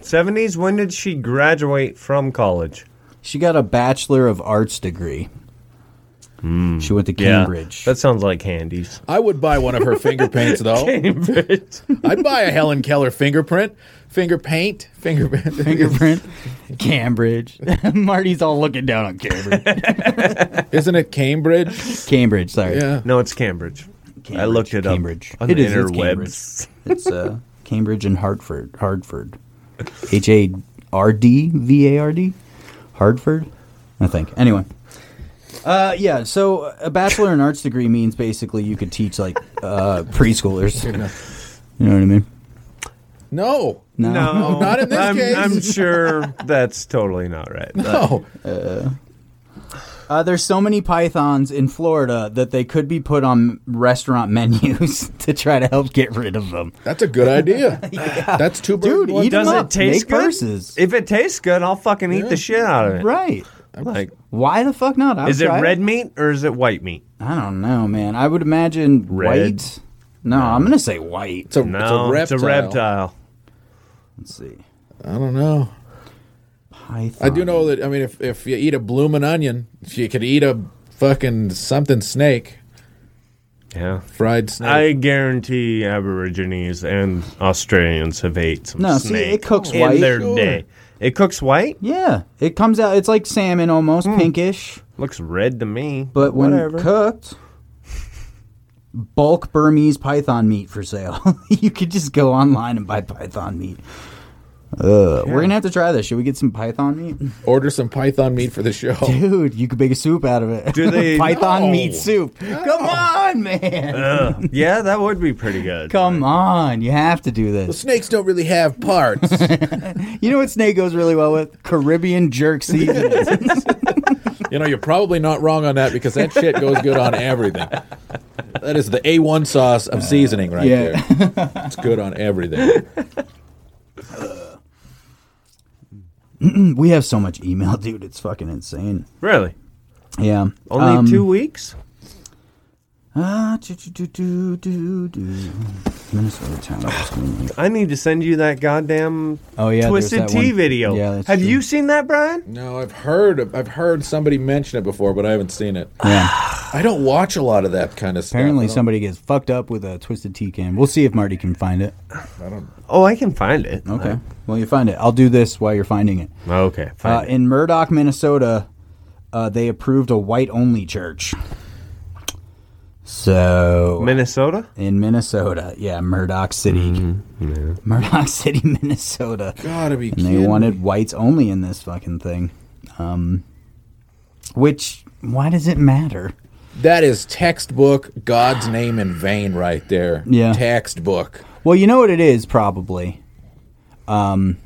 [SPEAKER 4] 70s? When did she graduate from college?
[SPEAKER 2] She got a Bachelor of Arts degree. She went to Cambridge.
[SPEAKER 4] That sounds like handies.
[SPEAKER 3] I would buy one of her finger paints though.
[SPEAKER 4] Cambridge.
[SPEAKER 3] I'd buy a Helen Keller fingerprint, finger paint, finger
[SPEAKER 2] fingerprint. Cambridge. Marty's all looking down on Cambridge.
[SPEAKER 3] Isn't it Cambridge?
[SPEAKER 2] Cambridge, sorry.
[SPEAKER 3] Yeah.
[SPEAKER 4] no, it's Cambridge. I
[SPEAKER 2] Cambridge,
[SPEAKER 4] looked it
[SPEAKER 2] Cambridge.
[SPEAKER 4] up on
[SPEAKER 2] It
[SPEAKER 4] the
[SPEAKER 2] is, it's
[SPEAKER 4] interwebs.
[SPEAKER 2] It's uh, Cambridge and Hartford. Hartford. H A R D V A R D, Hartford, I think. Anyway, uh, yeah. So a bachelor in arts degree means basically you could teach like uh, preschoolers. You know what I mean?
[SPEAKER 3] No.
[SPEAKER 4] No,
[SPEAKER 3] Not in this
[SPEAKER 4] I'm,
[SPEAKER 3] case.
[SPEAKER 4] I'm sure that's totally not right.
[SPEAKER 3] No.
[SPEAKER 2] Uh, there's so many pythons in Florida that they could be put on restaurant menus to try to help get rid of them.
[SPEAKER 3] That's a good idea. That's two birds.
[SPEAKER 2] Dude,
[SPEAKER 3] with one
[SPEAKER 2] eat 'em
[SPEAKER 4] Does
[SPEAKER 3] stone.
[SPEAKER 2] up.
[SPEAKER 4] it taste
[SPEAKER 2] Make
[SPEAKER 4] good?
[SPEAKER 2] purses.
[SPEAKER 4] If it tastes good, I'll fucking eat the shit out of it.
[SPEAKER 2] Right?
[SPEAKER 4] Like,
[SPEAKER 2] Why the fuck not? I'll
[SPEAKER 4] is it
[SPEAKER 2] try
[SPEAKER 4] red meat or is it white meat?
[SPEAKER 2] I don't know, man. I would imagine
[SPEAKER 4] Red.
[SPEAKER 2] white. No, I'm gonna say white.
[SPEAKER 3] It's a,
[SPEAKER 4] No,
[SPEAKER 3] it's a reptile.
[SPEAKER 4] reptile.
[SPEAKER 2] Let's see.
[SPEAKER 3] I don't know.
[SPEAKER 2] Python.
[SPEAKER 3] I do know that. I mean, if if you eat a bloomin' onion, if you could eat a fucking something snake,
[SPEAKER 4] Yeah.
[SPEAKER 3] fried snake.
[SPEAKER 4] I guarantee Aborigines and Australians have ate some
[SPEAKER 2] No, see,
[SPEAKER 4] snake
[SPEAKER 2] it cooks
[SPEAKER 4] in
[SPEAKER 2] white.
[SPEAKER 4] their
[SPEAKER 3] Sure.
[SPEAKER 4] day. It cooks white.
[SPEAKER 2] Yeah, it comes out. It's like salmon, almost pinkish,
[SPEAKER 4] Looks red to me.
[SPEAKER 2] but when
[SPEAKER 4] Hmm. Whatever.
[SPEAKER 2] cooked, bulk Burmese python meat for sale. you could just go online and buy python meat. Ugh, We're gonna have to try this. Should we get some python meat,
[SPEAKER 3] Order some python meat for the show.
[SPEAKER 2] dude? You could make a soup out of it.
[SPEAKER 4] Do they- Uh,
[SPEAKER 2] python
[SPEAKER 3] No.
[SPEAKER 2] meat soup? Come on, man!
[SPEAKER 4] Ugh. yeah, that would be pretty good.
[SPEAKER 2] Come on! You have to do this.
[SPEAKER 3] Snakes don't really have parts.
[SPEAKER 2] You know what snake goes really well with? Caribbean jerk seasoning.
[SPEAKER 3] you know, you're probably not wrong on that because that shit goes good on everything. That is the A1 sauce of seasoning right
[SPEAKER 2] yeah.
[SPEAKER 3] there. It's good on everything.
[SPEAKER 2] we have so much email, dude. It's fucking insane.
[SPEAKER 4] Really?
[SPEAKER 2] Yeah.
[SPEAKER 4] Only
[SPEAKER 2] Um,
[SPEAKER 4] two weeks?
[SPEAKER 2] Ah, do, do, do, do, do, do. Minnesota town. is clean.
[SPEAKER 4] I need to send you that goddamn
[SPEAKER 2] Oh, yeah, there's
[SPEAKER 4] Twisted
[SPEAKER 2] that
[SPEAKER 4] Tea
[SPEAKER 2] one.
[SPEAKER 4] video.
[SPEAKER 2] Yeah, that's
[SPEAKER 4] have
[SPEAKER 2] true.
[SPEAKER 4] you seen that, Brian?
[SPEAKER 3] No, I've heard of- I've heard somebody mention it before, but I haven't seen it.
[SPEAKER 2] Yeah.
[SPEAKER 3] I don't watch a lot of that kind of stuff.
[SPEAKER 2] Apparently,
[SPEAKER 3] I don't-
[SPEAKER 2] somebody gets fucked up with a twisted tea can. We'll see if Marty can find it.
[SPEAKER 4] Oh, I can find it. Oh,
[SPEAKER 2] Okay. Well, you find it. I'll do this while you're finding it.
[SPEAKER 4] Okay, fine.
[SPEAKER 2] Uh, in Murdoch, Minnesota, uh, they approved a white only church. So.
[SPEAKER 4] Minnesota?
[SPEAKER 2] in Minnesota. Yeah, Murdoch City. Murdoch City, Minnesota.
[SPEAKER 3] gotta be
[SPEAKER 2] And
[SPEAKER 3] kidding.
[SPEAKER 2] they wanted whites only in this fucking thing. Um, which, why does it matter?
[SPEAKER 3] That is textbook God's name in vain right there.
[SPEAKER 2] Yeah.
[SPEAKER 3] Textbook.
[SPEAKER 2] Well, you know what it is, probably. Um,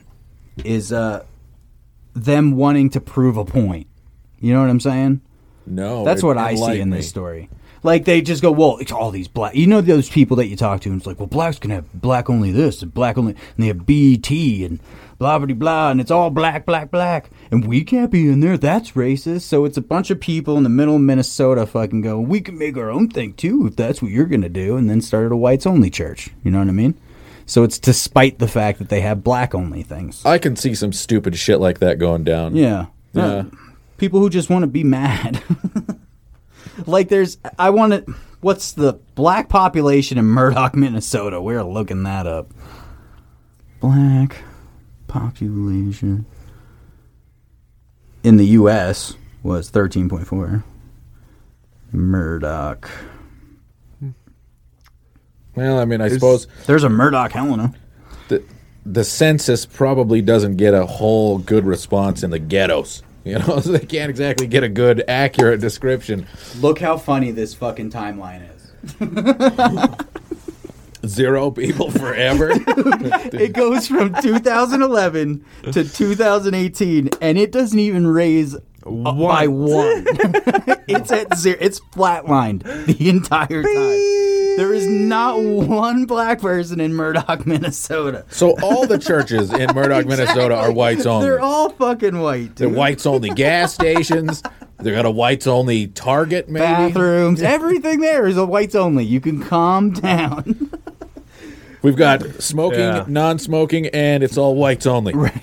[SPEAKER 2] is uh, them wanting to prove a point. You know what I'm saying?
[SPEAKER 3] No.
[SPEAKER 2] That's
[SPEAKER 3] it-
[SPEAKER 2] what I see
[SPEAKER 3] enlighten
[SPEAKER 2] in
[SPEAKER 3] me.
[SPEAKER 2] this story. Like they just go, well, it's all these black. You know those people that you talk to, and it's like, well, blacks can have black only this and black only, and they have BT and blah blah blah, and it's all black, black, black, and we can't be in there. That's racist. So it's a bunch of people in the middle of Minnesota fucking go, we can make our own thing too if that's what you're gonna do, and then started a whites only church. You know what I mean? So it's despite the fact that they have black only things.
[SPEAKER 3] I can see some stupid shit like that going down. Uh,
[SPEAKER 2] Yeah.
[SPEAKER 3] Yeah.
[SPEAKER 2] People who just want to be mad. like there's I want to what's the black population in Murdoch, Minnesota? We're looking that up. Black population in the US was 13.4. Murdoch.
[SPEAKER 3] Well, I mean, I suppose
[SPEAKER 2] There's a Murdoch, Helena.
[SPEAKER 3] the, the census probably doesn't get a whole good response in the ghettos. You know, so they can't exactly get a good, accurate description.
[SPEAKER 2] Look how funny this fucking timeline is.
[SPEAKER 3] Zero people forever.
[SPEAKER 2] It goes from 2011 to 2018, and it doesn't even raise uh, by one. it's at zero. It's flatlined the entire time. There is not one black person in Murdoch, Minnesota.
[SPEAKER 3] so all the churches in Murdoch, Minnesota are whites only.
[SPEAKER 2] They're all fucking white.
[SPEAKER 3] They're
[SPEAKER 2] Dude.
[SPEAKER 3] whites only gas stations. They got a whites only Target, maybe.
[SPEAKER 2] Bathrooms, everything there is a whites only. You can calm down.
[SPEAKER 3] We've got smoking,
[SPEAKER 4] Yeah.
[SPEAKER 3] non-smoking, and it's all whites only.
[SPEAKER 2] right,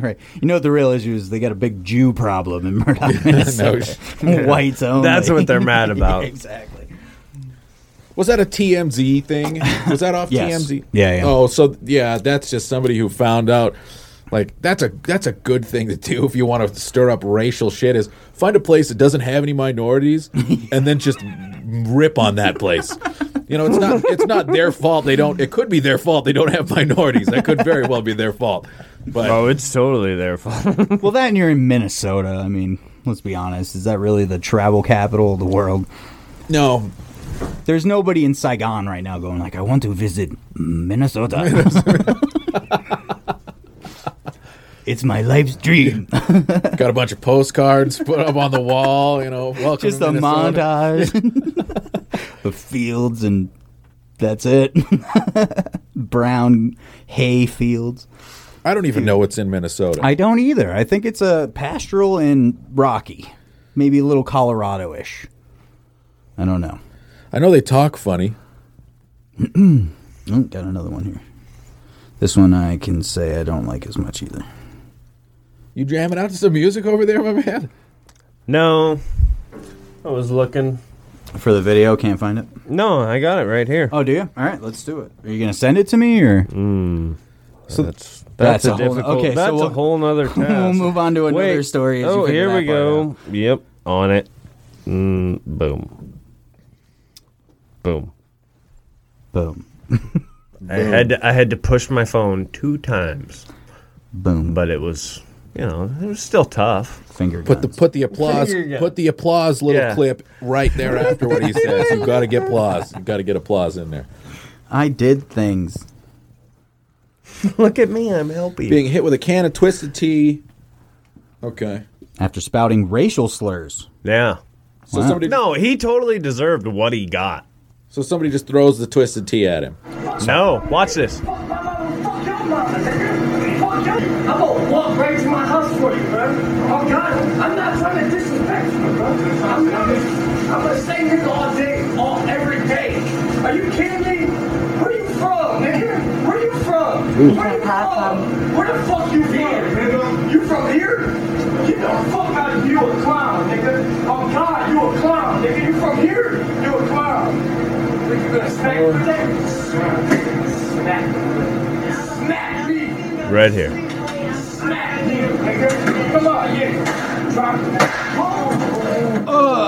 [SPEAKER 2] right. You know what the real issue is? They got a big Jew problem in Murdoch, Minnesota. whites only.
[SPEAKER 4] That's what they're mad
[SPEAKER 2] Oh, Yeah,
[SPEAKER 4] about.
[SPEAKER 2] exactly.
[SPEAKER 3] Was that a TMZ thing? Was that off
[SPEAKER 2] Yes.
[SPEAKER 3] TMZ?
[SPEAKER 2] Yeah, yeah.
[SPEAKER 3] Oh, so yeah, that's just somebody who found out. Like that's a that's a good thing to do if you want to stir up racial shit. Is find a place that doesn't have any minorities and then just rip on that place. You know, it's not it's not their fault. They don't. It could be their fault. They don't have minorities. That could very well be their fault. But
[SPEAKER 7] Oh, it's totally their fault.
[SPEAKER 2] Well, that and you're in Minnesota. I mean, let's be honest. Is that really the travel capital of the world?
[SPEAKER 3] no,
[SPEAKER 2] There's nobody in Saigon right now going like, I want to visit Minnesota. it's my life's dream.
[SPEAKER 3] got a bunch of postcards put up on the wall. You know, welcome
[SPEAKER 2] Just
[SPEAKER 3] to
[SPEAKER 2] a
[SPEAKER 3] Minnesota.
[SPEAKER 2] montage of fields and that's it. Brown hay fields.
[SPEAKER 3] I don't even know what's in Minnesota.
[SPEAKER 2] I don't either. I think it's a pastoral and rocky, maybe a little Colorado-ish. I don't know.
[SPEAKER 3] I know they talk funny.
[SPEAKER 2] Oh, got another one here. This one I can say I don't like as much either.
[SPEAKER 3] You jamming out to some music over there, my man?
[SPEAKER 4] No, I was looking.
[SPEAKER 2] For the video, can't find it.
[SPEAKER 4] No, I got it right here.
[SPEAKER 2] Oh, do you? All right, let's do it. Are you gonna send it to me or
[SPEAKER 4] So Hmm. that's
[SPEAKER 2] That's
[SPEAKER 4] that's,
[SPEAKER 2] a
[SPEAKER 4] a,
[SPEAKER 2] whole-
[SPEAKER 4] difficult.
[SPEAKER 2] okay, so
[SPEAKER 4] that's
[SPEAKER 2] we'll-
[SPEAKER 4] a whole nother task.
[SPEAKER 2] we'll move on to another
[SPEAKER 4] Wait.
[SPEAKER 2] story? As you
[SPEAKER 4] oh,
[SPEAKER 2] figure
[SPEAKER 4] here
[SPEAKER 2] that part
[SPEAKER 4] we go.
[SPEAKER 2] out.
[SPEAKER 4] Yep, on it. Mm, boom, boom.
[SPEAKER 2] Boom,
[SPEAKER 4] I had to, I had to push my phone two times,
[SPEAKER 2] boom.
[SPEAKER 4] but it was you know it was still tough.
[SPEAKER 2] Finger
[SPEAKER 3] Put the
[SPEAKER 2] guns.
[SPEAKER 3] put the applause
[SPEAKER 4] Finger gun.
[SPEAKER 3] put the applause little
[SPEAKER 4] Yeah.
[SPEAKER 3] clip right there after what he says. You've got to get applause. You've got to get applause in there.
[SPEAKER 2] I did things.
[SPEAKER 4] Look at me, I'm helping.
[SPEAKER 3] Being hit with a can of twisted tea. Okay.
[SPEAKER 2] After spouting racial slurs,
[SPEAKER 4] yeah.
[SPEAKER 3] So
[SPEAKER 2] Wow.
[SPEAKER 3] somebody
[SPEAKER 4] No, he totally deserved what he got.
[SPEAKER 3] so somebody just throws the twisted tea at him.
[SPEAKER 4] No, watch this.
[SPEAKER 9] Fuck my mother, fuck your mother, nigga. Fuck your. I'm gonna walk right to my house for you, bro. Oh God, I'm not trying to disrespect you, bro. I'm, I'm, I'm gonna stay here all day, all every day. Are you kidding me? Where you from, nigga? Where you from? Where you from? Where the fuck you from, nigga? You from here? Get the fuck out of here, you a clown, nigga. Oh God, you a clown, nigga. You from here? You a clown. Think you're gonna smack me today? Smack me. Smack me.
[SPEAKER 4] Right here.
[SPEAKER 9] Smack me, nigga. Come on, yeah. Drop it. Oh.
[SPEAKER 2] Uh,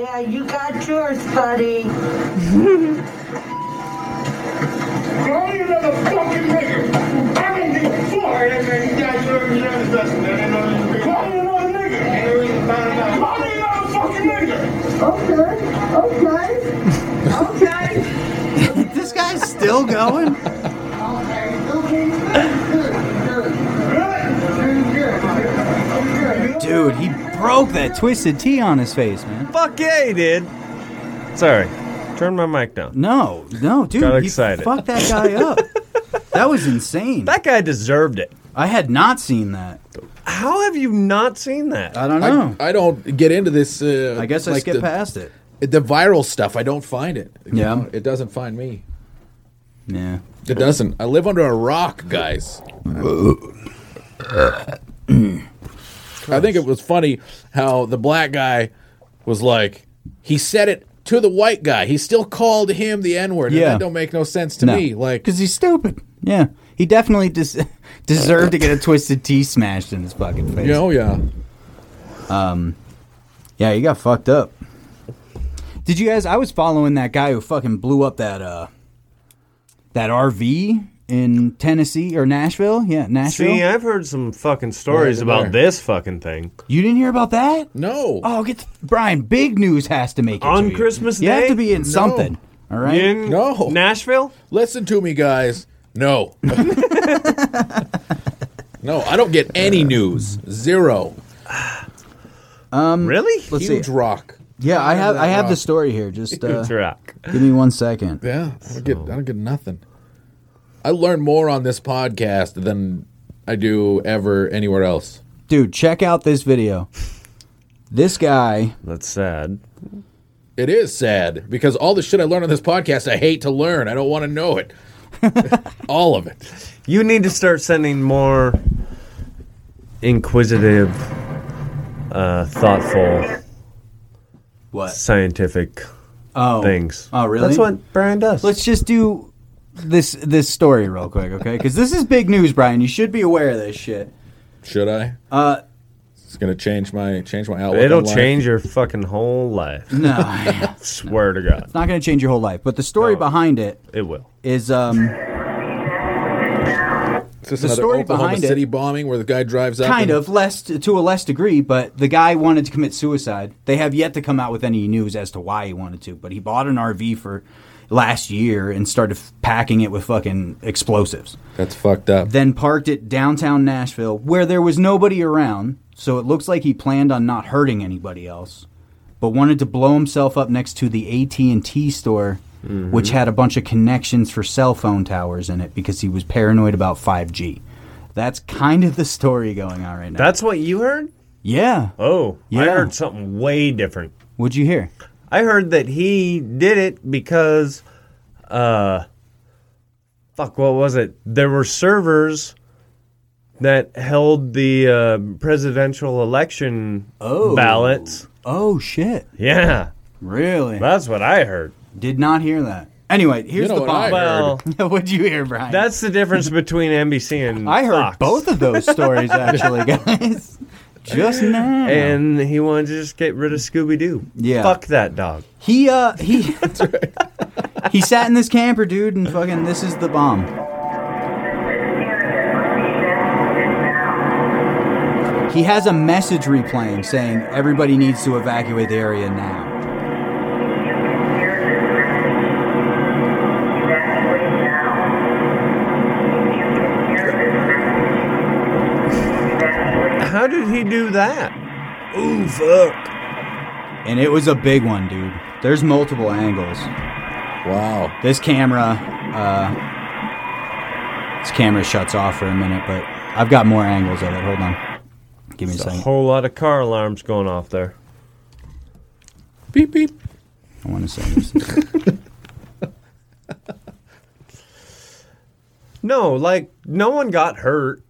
[SPEAKER 10] Yeah, you got yours, buddy.
[SPEAKER 9] Don't you another fucking nigga. I don't give a fuck. Alright, man, you got your you understand, man. Ain't no reason to Call me another nigga. Ain't no reason to find out. Call me another fucking nigga.
[SPEAKER 10] Okay, okay, okay.
[SPEAKER 2] this guy's still going.
[SPEAKER 9] Really?
[SPEAKER 2] Dude, he broke that twisted T on his face, man.
[SPEAKER 4] Fuck yeah, he did. Sorry, turn my mic down.
[SPEAKER 2] No, no, dude.
[SPEAKER 4] Got
[SPEAKER 2] he
[SPEAKER 4] excited.
[SPEAKER 2] fucked that guy up. that was insane.
[SPEAKER 4] That guy deserved it.
[SPEAKER 2] I had not seen that.
[SPEAKER 4] How have you not seen that?
[SPEAKER 2] I don't
[SPEAKER 3] I,
[SPEAKER 2] know.
[SPEAKER 3] I don't get into this. Uh,
[SPEAKER 2] I, guess I
[SPEAKER 3] like
[SPEAKER 2] skipped
[SPEAKER 3] the,
[SPEAKER 2] past it.
[SPEAKER 3] the viral stuff. I don't find it. You
[SPEAKER 2] Yeah.
[SPEAKER 3] know, it doesn't find me.
[SPEAKER 2] Yeah.
[SPEAKER 3] It doesn't. I live under a rock, guys. I think it was funny how the black guy was like, he said it to the white guy. He still called him the N word.
[SPEAKER 2] Yeah.
[SPEAKER 3] that don't make no sense to me. Like,
[SPEAKER 2] because he's stupid. Yeah, he definitely des- deserved to get a twisted T smashed in his fucking face.
[SPEAKER 3] you know, yeah.
[SPEAKER 2] Yeah, he got fucked up. Did you guys? I was following that guy who fucking blew up that uh that RV in Tennessee or Nashville. Yeah, Nashville.
[SPEAKER 4] See, I've heard some fucking stories
[SPEAKER 3] Right,
[SPEAKER 4] about
[SPEAKER 3] right.
[SPEAKER 4] this fucking thing
[SPEAKER 2] you didn't hear about that?
[SPEAKER 3] No.
[SPEAKER 2] Oh, get the- Brian. Big news has to make it to
[SPEAKER 4] on
[SPEAKER 2] you.
[SPEAKER 4] Christmas
[SPEAKER 2] You
[SPEAKER 4] Day.
[SPEAKER 2] have to be in something. All right.
[SPEAKER 4] in
[SPEAKER 3] No.
[SPEAKER 4] Nashville.
[SPEAKER 3] Listen to me, guys. No. no, I don't get any news. Zero.
[SPEAKER 4] really?
[SPEAKER 2] Um, Let's
[SPEAKER 3] Huge
[SPEAKER 2] see.
[SPEAKER 3] rock.
[SPEAKER 2] Yeah, I have I have
[SPEAKER 3] rock.
[SPEAKER 2] the story here. Just uh,
[SPEAKER 4] It's rock.
[SPEAKER 2] give me one second.
[SPEAKER 3] Yeah, I don't get I don't get nothing. I learn more on this podcast than I do ever anywhere else.
[SPEAKER 2] Dude, check out this video. This guy
[SPEAKER 4] That's sad.
[SPEAKER 3] It is sad because all the shit I learn on this podcast, I hate to learn. I don't want to know it. all of it.
[SPEAKER 4] You need to start sending more inquisitive, uh, thoughtful,
[SPEAKER 2] What?
[SPEAKER 4] scientific
[SPEAKER 2] Oh,
[SPEAKER 4] things.
[SPEAKER 2] Oh, really?
[SPEAKER 4] That's what Brian does.
[SPEAKER 2] Let's just do this this story real quick, okay? Because this is big news, Brian. You should be aware of this shit.
[SPEAKER 3] Should I?
[SPEAKER 2] Uh,
[SPEAKER 3] It's gonna change my change my outlook.
[SPEAKER 4] It'll
[SPEAKER 3] on life.
[SPEAKER 4] change your fucking whole life.
[SPEAKER 2] no, it's
[SPEAKER 4] Swear to God,
[SPEAKER 2] not going to change your whole life. But the story
[SPEAKER 4] No.
[SPEAKER 2] behind it
[SPEAKER 4] it will.
[SPEAKER 2] is um,
[SPEAKER 3] Is this
[SPEAKER 2] the
[SPEAKER 3] another
[SPEAKER 2] story
[SPEAKER 3] Oklahoma
[SPEAKER 2] behind
[SPEAKER 3] City
[SPEAKER 2] it,
[SPEAKER 3] bombing where the guy drives up?
[SPEAKER 2] kind
[SPEAKER 3] and-
[SPEAKER 2] of less to a less degree, but the guy wanted to commit suicide. They have yet to come out with any news as to why he wanted to, but he bought an RV for last year and started f- packing it with fucking explosives.
[SPEAKER 3] That's fucked up.
[SPEAKER 2] Then parked it downtown Nashville where there was nobody around, so it looks like he planned on not hurting anybody else, but wanted to blow himself up next to the AT&T store. Which had a bunch of connections for cell phone towers in it because he was paranoid about 5G. That's kind of the story going on right now.
[SPEAKER 4] That's what you heard?
[SPEAKER 2] Yeah.
[SPEAKER 4] Oh, I
[SPEAKER 2] Yeah.
[SPEAKER 4] heard something way different.
[SPEAKER 2] What'd you hear?
[SPEAKER 4] I heard that he did it because, uh, fuck, what was it? There were servers that held the uh, presidential election
[SPEAKER 2] Oh.
[SPEAKER 4] ballots.
[SPEAKER 2] Oh shit.
[SPEAKER 4] Yeah,
[SPEAKER 2] Really?
[SPEAKER 4] that's what I heard.
[SPEAKER 2] Did not hear that. Anyway, here's
[SPEAKER 3] know
[SPEAKER 2] the
[SPEAKER 3] what I
[SPEAKER 2] bomb.
[SPEAKER 4] Well,
[SPEAKER 2] What'd you hear, Brian?
[SPEAKER 4] that's the difference between NBC and
[SPEAKER 2] I heard
[SPEAKER 4] Fox.
[SPEAKER 2] both of those stories actually, guys. Just now.
[SPEAKER 4] And he wanted to just get rid of Scooby Doo.
[SPEAKER 2] Yeah.
[SPEAKER 4] Fuck that dog.
[SPEAKER 2] he uh he He sat in this camper, dude, and fucking this is the bomb. He has a message replaying saying everybody needs to evacuate the area now.
[SPEAKER 4] How did he do that? Ooh, fuck.
[SPEAKER 2] And it was a big one, dude. There's multiple angles.
[SPEAKER 3] Wow.
[SPEAKER 2] this camera uh this camera shuts off for a minute but i've got more angles of it hold on give me a
[SPEAKER 4] It's a
[SPEAKER 2] second
[SPEAKER 4] whole lot of car alarms going off there.
[SPEAKER 3] Beep beep.
[SPEAKER 2] i want to say this
[SPEAKER 4] No, like no one got hurt.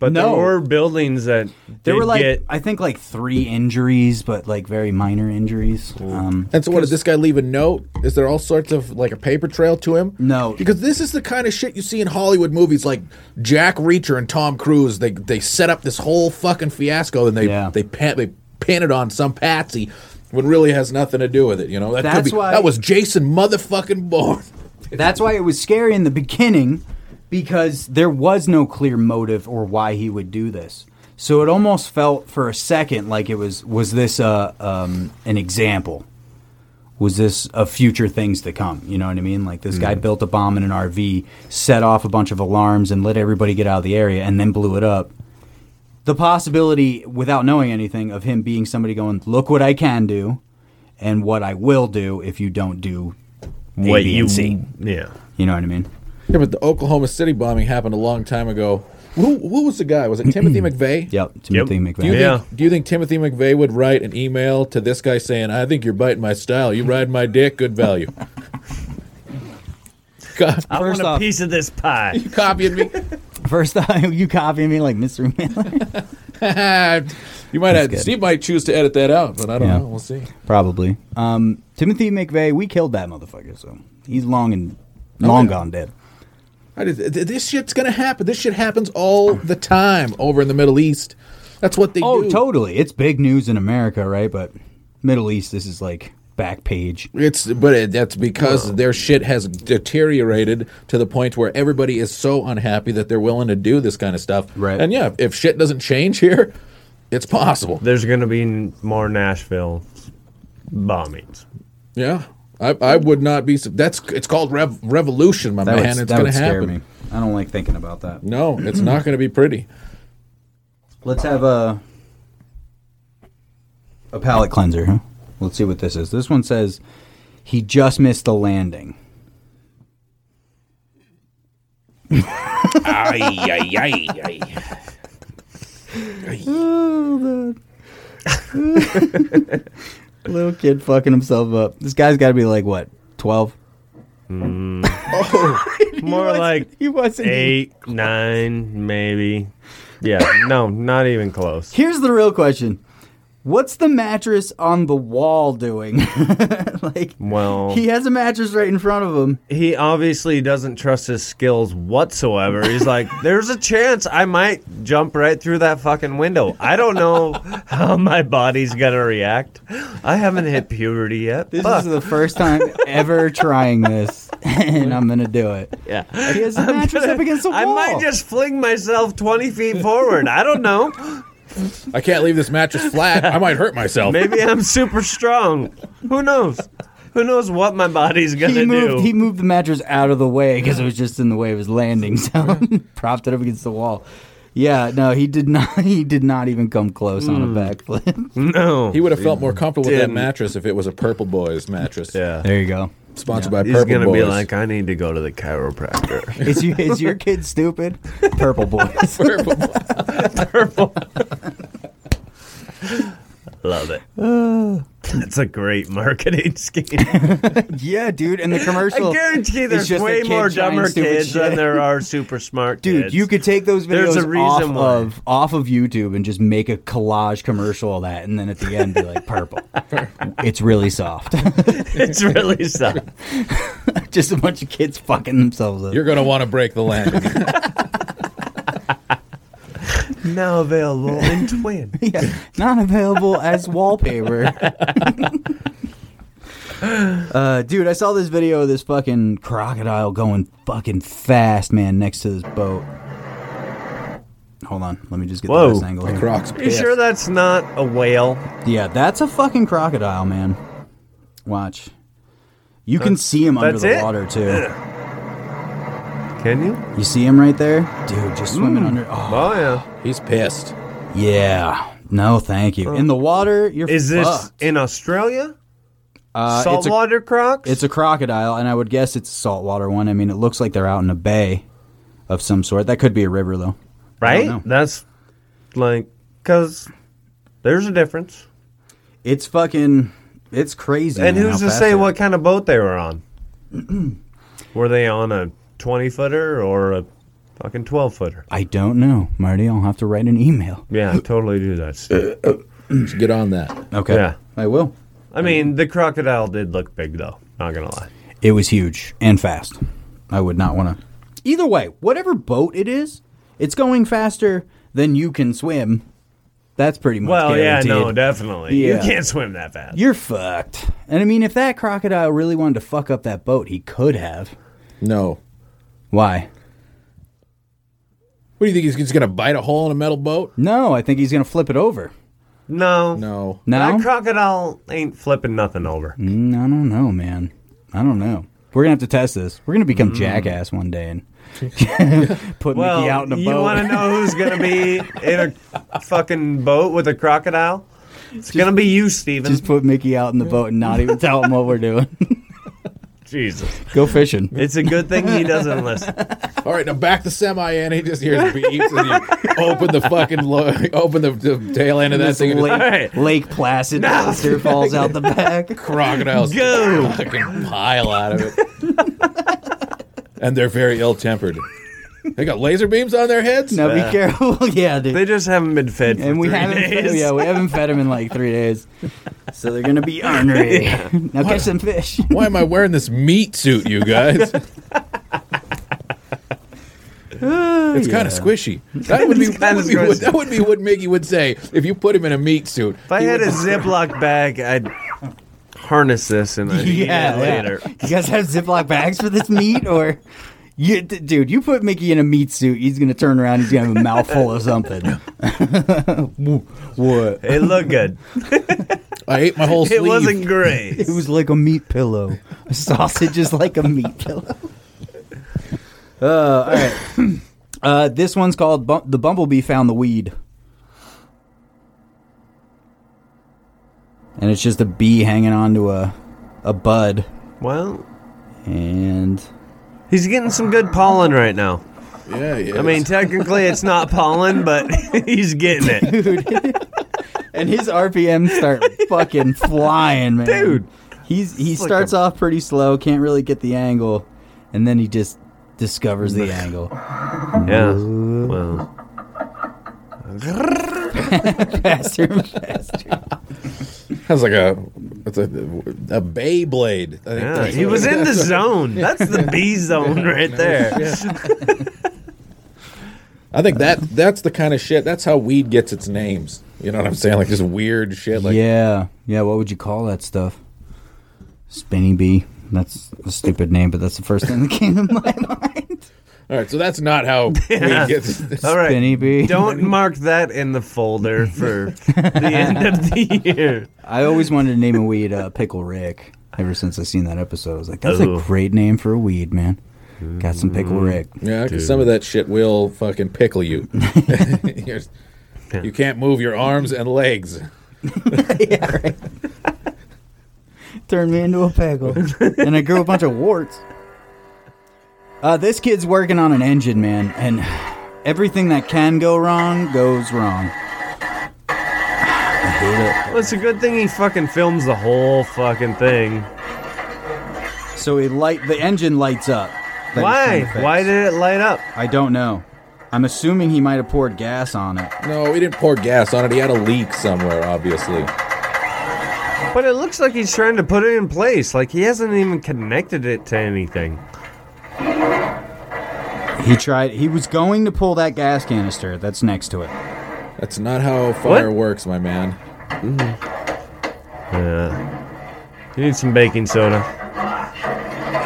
[SPEAKER 4] But
[SPEAKER 2] No.
[SPEAKER 4] there were buildings that
[SPEAKER 2] there
[SPEAKER 4] did
[SPEAKER 2] were like
[SPEAKER 4] get,
[SPEAKER 2] i think like three injuries but like very minor injuries um
[SPEAKER 3] And so, what did this guy leave a note? Is there all sorts of like a paper trail to him?
[SPEAKER 2] No.
[SPEAKER 3] because this is the kind of shit you see in Hollywood movies, like Jack Reacher and Tom Cruise. They they set up this whole fucking fiasco, and they
[SPEAKER 2] Yeah.
[SPEAKER 3] they pan, they pin it on some patsy when really has nothing to do with it. You know, that
[SPEAKER 2] That's
[SPEAKER 3] could be,
[SPEAKER 2] why-
[SPEAKER 3] that was Jason motherfucking Bourne.
[SPEAKER 2] that's why it was scary in the beginning because there was no clear motive or why he would do this so it almost felt for a second like it was was this uh, um, an example was this of future things to come you know what i mean like this
[SPEAKER 4] Hmm.
[SPEAKER 2] guy built a bomb in an rv set off a bunch of alarms and let everybody get out of the area and then blew it up the possibility without knowing anything of him being somebody going look what i can do and what i will do if you don't do A,
[SPEAKER 4] what
[SPEAKER 2] B,
[SPEAKER 4] you
[SPEAKER 2] and C.
[SPEAKER 4] Yeah.
[SPEAKER 2] you know what i mean
[SPEAKER 3] Yeah, but the Oklahoma City bombing happened a long time ago. Who who was the guy? Was it Timothy McVeigh?
[SPEAKER 2] Yep, Timothy
[SPEAKER 4] Yep.
[SPEAKER 2] McVeigh.
[SPEAKER 3] Do you,
[SPEAKER 4] Yeah.
[SPEAKER 3] think, do you think Timothy McVeigh would write an email to this guy saying, "I think you're biting my style. You ride my dick, good value." God,
[SPEAKER 4] I
[SPEAKER 2] First
[SPEAKER 4] want a
[SPEAKER 2] off-
[SPEAKER 4] piece of this pie.
[SPEAKER 3] you copying me?
[SPEAKER 2] First time you copying me like Mr. Miller?
[SPEAKER 3] you might have,
[SPEAKER 2] good.
[SPEAKER 3] Steve might choose to edit that out, but I don't
[SPEAKER 2] Yeah.
[SPEAKER 3] know. We'll see.
[SPEAKER 2] Probably. Um, Timothy McVeigh, we killed that motherfucker, so he's long and long
[SPEAKER 3] yeah.
[SPEAKER 2] gone dead.
[SPEAKER 3] I just- th- this shit's gonna happen. This shit happens all the time over in the Middle East. That's what they
[SPEAKER 2] Oh,
[SPEAKER 3] do.
[SPEAKER 2] totally. It's big news in America, right? But Middle East, this is like back page.
[SPEAKER 3] It's but it, that's because their shit has deteriorated to the point where everybody is so unhappy that they're willing to do this kind of stuff.
[SPEAKER 2] Right.
[SPEAKER 3] And yeah, if shit doesn't change here, it's possible.
[SPEAKER 4] There's going to be n- more Nashville bombings.
[SPEAKER 3] Yeah. I, I would not be. su- That's it's called rev, revolution, my
[SPEAKER 2] That
[SPEAKER 3] man.
[SPEAKER 2] would, that
[SPEAKER 3] it's going to
[SPEAKER 2] would scare
[SPEAKER 3] happen.
[SPEAKER 2] me. I don't like thinking about that.
[SPEAKER 3] No, it's not going to be pretty.
[SPEAKER 2] Let's have a a palate cleanser. Huh? Let's see what this is. This one says he just missed the landing. Oh, ay, ay, ay, ay. Little kid fucking himself up. This guy's got to be like what, twelve?
[SPEAKER 4] More like
[SPEAKER 2] He wasn't.
[SPEAKER 4] eight, nine, maybe. Yeah, no, not even close.
[SPEAKER 2] Here's the real question: What's the mattress on the wall doing? like,
[SPEAKER 4] Well,
[SPEAKER 2] He
[SPEAKER 4] he,
[SPEAKER 2] has a mattress right in front of him.
[SPEAKER 4] obviously doesn't trust his skills whatsoever. He's like, there's a chance I might jump right through that fucking window. I don't know how my body's going to react. I haven't hit puberty yet.
[SPEAKER 2] This
[SPEAKER 4] Fuck.
[SPEAKER 2] is the first time ever trying this and I'm gonna do it. Yeah, he has his
[SPEAKER 4] I'm
[SPEAKER 2] mattress
[SPEAKER 4] gonna-
[SPEAKER 2] up against the wall.
[SPEAKER 4] I might just fling myself 20 feet forward. I don't know.
[SPEAKER 3] I can't leave this mattress flat. I might hurt myself.
[SPEAKER 4] Maybe I'm super strong. Who knows? Who knows what my body's going
[SPEAKER 2] he
[SPEAKER 4] to
[SPEAKER 2] moved,
[SPEAKER 4] do?
[SPEAKER 2] he moved the mattress out of the way because it was just in the way of his landing zone. Propped it up against the wall. Yeah, no, he did not. He did not even come close on a
[SPEAKER 4] Hmm.
[SPEAKER 2] backflip.
[SPEAKER 4] No.
[SPEAKER 3] He would have felt more comfortable with that
[SPEAKER 4] Didn't.
[SPEAKER 3] mattress if it was a Purple Boys mattress.
[SPEAKER 4] Yeah.
[SPEAKER 2] There you go.
[SPEAKER 3] Sponsored by
[SPEAKER 4] He's
[SPEAKER 3] Purple
[SPEAKER 4] going to
[SPEAKER 3] Boys.
[SPEAKER 4] be like, I need to go to the chiropractor.
[SPEAKER 2] Is you is your kid stupid? Purple boys.
[SPEAKER 3] Purple Boys.
[SPEAKER 4] Love it.
[SPEAKER 2] Uh.
[SPEAKER 4] That's a great marketing scheme.
[SPEAKER 2] yeah, dude. And the commercial.
[SPEAKER 4] I guarantee
[SPEAKER 2] is
[SPEAKER 4] there's
[SPEAKER 2] just a
[SPEAKER 4] way
[SPEAKER 2] kid
[SPEAKER 4] more
[SPEAKER 2] trying
[SPEAKER 4] dumber
[SPEAKER 2] stupid
[SPEAKER 4] kids
[SPEAKER 2] shit.
[SPEAKER 4] than there are super smart
[SPEAKER 2] Dude,
[SPEAKER 4] kids.
[SPEAKER 2] you could take those videos
[SPEAKER 4] There's a
[SPEAKER 2] off
[SPEAKER 4] reason why.
[SPEAKER 2] of off of YouTube and just make a collage commercial of that, and then at the end be like, "Purple, it's really soft."
[SPEAKER 4] It's really something.
[SPEAKER 2] just a bunch of kids fucking themselves up.
[SPEAKER 3] You're going to want to break the landing.
[SPEAKER 4] Now available in twin.
[SPEAKER 2] yeah, not available as wallpaper. uh, dude, I saw this video of this fucking crocodile going fucking fast, man, next to this boat. Hold on, let me just get
[SPEAKER 4] Whoa.
[SPEAKER 2] the best angle here.
[SPEAKER 3] Crocs.
[SPEAKER 4] You
[SPEAKER 3] pissed.
[SPEAKER 4] sure that's not a whale?
[SPEAKER 2] yeah, that's a fucking crocodile, man. Watch. You can see him under
[SPEAKER 4] that's
[SPEAKER 2] the
[SPEAKER 4] it?
[SPEAKER 2] water too.
[SPEAKER 4] Can you?
[SPEAKER 2] You see him right there, dude, just swimming under. Oh,
[SPEAKER 4] Oh yeah.
[SPEAKER 3] He's pissed.
[SPEAKER 2] yeah. No, thank you. In the water, you're
[SPEAKER 4] Is this
[SPEAKER 2] fucked.
[SPEAKER 4] in Australia?
[SPEAKER 2] Uh, it's a-
[SPEAKER 4] Saltwater crocs?
[SPEAKER 2] It's a crocodile, and I would guess it's a saltwater one. I mean, it looks like they're out in a bay of some sort. That could be a river, though. I
[SPEAKER 4] right?
[SPEAKER 2] don't know.
[SPEAKER 4] That's like because there's a difference.
[SPEAKER 2] It's fucking, it's crazy.
[SPEAKER 4] And
[SPEAKER 2] man,
[SPEAKER 4] who's
[SPEAKER 2] how
[SPEAKER 4] to
[SPEAKER 2] fast
[SPEAKER 4] say
[SPEAKER 2] it-
[SPEAKER 4] what kind of boat they were on? were they on a twenty footer or a fucking twelve footer?
[SPEAKER 2] I don't know, Marty. I'll have to write an email.
[SPEAKER 4] Yeah, I totally do that. Steve.
[SPEAKER 3] Let's Get on that.
[SPEAKER 2] Okay,
[SPEAKER 4] Yeah.
[SPEAKER 2] I will.
[SPEAKER 4] I mean, the crocodile did look big though. Not gonna lie.
[SPEAKER 2] It was huge and fast. I would not want to. Either way, whatever boat it is, it's going faster than you can swim. That's pretty much.
[SPEAKER 4] Well, yeah, no,
[SPEAKER 2] guaranteed.
[SPEAKER 4] definitely.
[SPEAKER 2] Yeah.
[SPEAKER 4] You can't swim that fast.
[SPEAKER 2] You're fucked. And I mean, if that crocodile really wanted to fuck up that boat, he could have.
[SPEAKER 3] No.
[SPEAKER 2] Why?
[SPEAKER 3] What do you think? He's just going to bite a hole in a metal boat?
[SPEAKER 2] No, I think he's gonna flip it over.
[SPEAKER 4] No,
[SPEAKER 3] No.
[SPEAKER 2] No,
[SPEAKER 4] That crocodile ain't flipping nothing over.
[SPEAKER 2] Mm, I don't know, man. I don't know. We're gonna have to test this. We're gonna become jackass one day and put
[SPEAKER 4] Mm. Well,
[SPEAKER 2] Mickey out in a
[SPEAKER 4] you
[SPEAKER 2] boat.
[SPEAKER 4] want to know who's gonna be in a fucking boat with a crocodile? It's gonna be you, Steven.
[SPEAKER 2] Just put Mickey out in the boat and not even tell him what we're doing.
[SPEAKER 4] Jesus,
[SPEAKER 2] Go fishing.
[SPEAKER 4] it's a good thing he doesn't listen.
[SPEAKER 3] All right, now back the semi in. He just hears beeps and you open the fucking, lo- open the, the tail end of that
[SPEAKER 2] This
[SPEAKER 3] thing. and
[SPEAKER 2] Lake,
[SPEAKER 3] just-
[SPEAKER 4] Alright.
[SPEAKER 2] Lake Placid monster falls out the back.
[SPEAKER 3] crocodiles
[SPEAKER 4] Go.
[SPEAKER 3] fucking pile out of it. and they're very ill tempered. They got laser beams on their heads?
[SPEAKER 2] Now be careful. yeah, dude.
[SPEAKER 4] They just haven't been fed. For
[SPEAKER 2] and we
[SPEAKER 4] three
[SPEAKER 2] haven't,
[SPEAKER 4] days.
[SPEAKER 2] yeah, we haven't fed him in like three days, so they're gonna be ornery. now catch some fish.
[SPEAKER 3] Why am I wearing this meat suit, you guys? it's kind of squishy. That would be,
[SPEAKER 4] It's
[SPEAKER 3] that
[SPEAKER 4] kinda
[SPEAKER 3] would be, what,
[SPEAKER 4] squishy.
[SPEAKER 3] that would be what Mickey would say if you put him in a meat suit.
[SPEAKER 4] If I had a Ziploc bag, I'd harness this and I'd eat it later.
[SPEAKER 2] You guys have Ziploc bags for this meat, or you, d- dude? You put Mickey in a meat suit, he's gonna turn around, he's gonna have a mouthful of something. what?
[SPEAKER 4] It looked good.
[SPEAKER 3] I ate my whole
[SPEAKER 4] It
[SPEAKER 3] sleeve.
[SPEAKER 4] wasn't great.
[SPEAKER 2] It was like a meat pillow. A sausage is like a meat pillow. Uh, all right. Uh, this one's called Bum- "The Bumblebee Found the Weed," and it's just a bee hanging onto a a bud,
[SPEAKER 4] Well,
[SPEAKER 2] and
[SPEAKER 4] he's getting some good pollen right now.
[SPEAKER 3] Yeah, yeah.
[SPEAKER 4] I mean, technically it's not pollen, but he's getting it.
[SPEAKER 2] and his RPMs start fucking flying, man.
[SPEAKER 4] Dude.
[SPEAKER 2] he's he
[SPEAKER 4] It's like
[SPEAKER 2] starts
[SPEAKER 4] a-
[SPEAKER 2] off pretty slow, can't really get the angle, and then he just discovers the angle.
[SPEAKER 4] Yeah. Well,
[SPEAKER 2] Faster and faster.
[SPEAKER 3] sounds like a, it's a, a bay blade. I think
[SPEAKER 4] yeah.
[SPEAKER 3] that's
[SPEAKER 4] he
[SPEAKER 3] what
[SPEAKER 4] was
[SPEAKER 3] it
[SPEAKER 4] in
[SPEAKER 3] is.
[SPEAKER 4] the zone. That's the B zone right there.
[SPEAKER 3] I think that that's the kind of shit. That's how weed gets its names. You know what I'm saying? Like just weird shit. Like
[SPEAKER 2] yeah, yeah. What would you call that stuff? Spinny bee, That's a stupid name, but that's the first thing that came to mind.
[SPEAKER 3] All right, so that's not how we get.
[SPEAKER 4] All right.
[SPEAKER 2] Spinny bee.
[SPEAKER 4] Don't mark that in the folder for the end of the year.
[SPEAKER 2] I always wanted to name a weed uh, Pickle Rick. Ever since I seen that episode, I was like, "That's
[SPEAKER 4] Ooh.
[SPEAKER 2] a great name for a weed, man." Got some
[SPEAKER 4] Mm.
[SPEAKER 2] Pickle Rick.
[SPEAKER 3] Yeah, because some of that shit will fucking pickle you. You're- you can't move your arms and legs.
[SPEAKER 2] Turned me into a pickle, and I grew a bunch of warts. Uh, this kid's working on an engine, man, and everything that can go wrong goes wrong.
[SPEAKER 4] Well, it's a good thing he fucking films the whole fucking thing.
[SPEAKER 2] So he light the engine lights up. that he's trying
[SPEAKER 4] Why?
[SPEAKER 2] to fix.
[SPEAKER 4] Why did it light up?
[SPEAKER 2] I don't know. I'm assuming he might have poured gas on it.
[SPEAKER 3] No, he didn't pour gas on it. He had a leak somewhere, obviously.
[SPEAKER 4] But it looks like he's trying to put it in place. Like he hasn't even connected it to anything.
[SPEAKER 2] He tried. He was going to pull that gas canister that's next to it.
[SPEAKER 3] That's not how fire works, my man.
[SPEAKER 4] Yeah. Uh, You need some baking soda.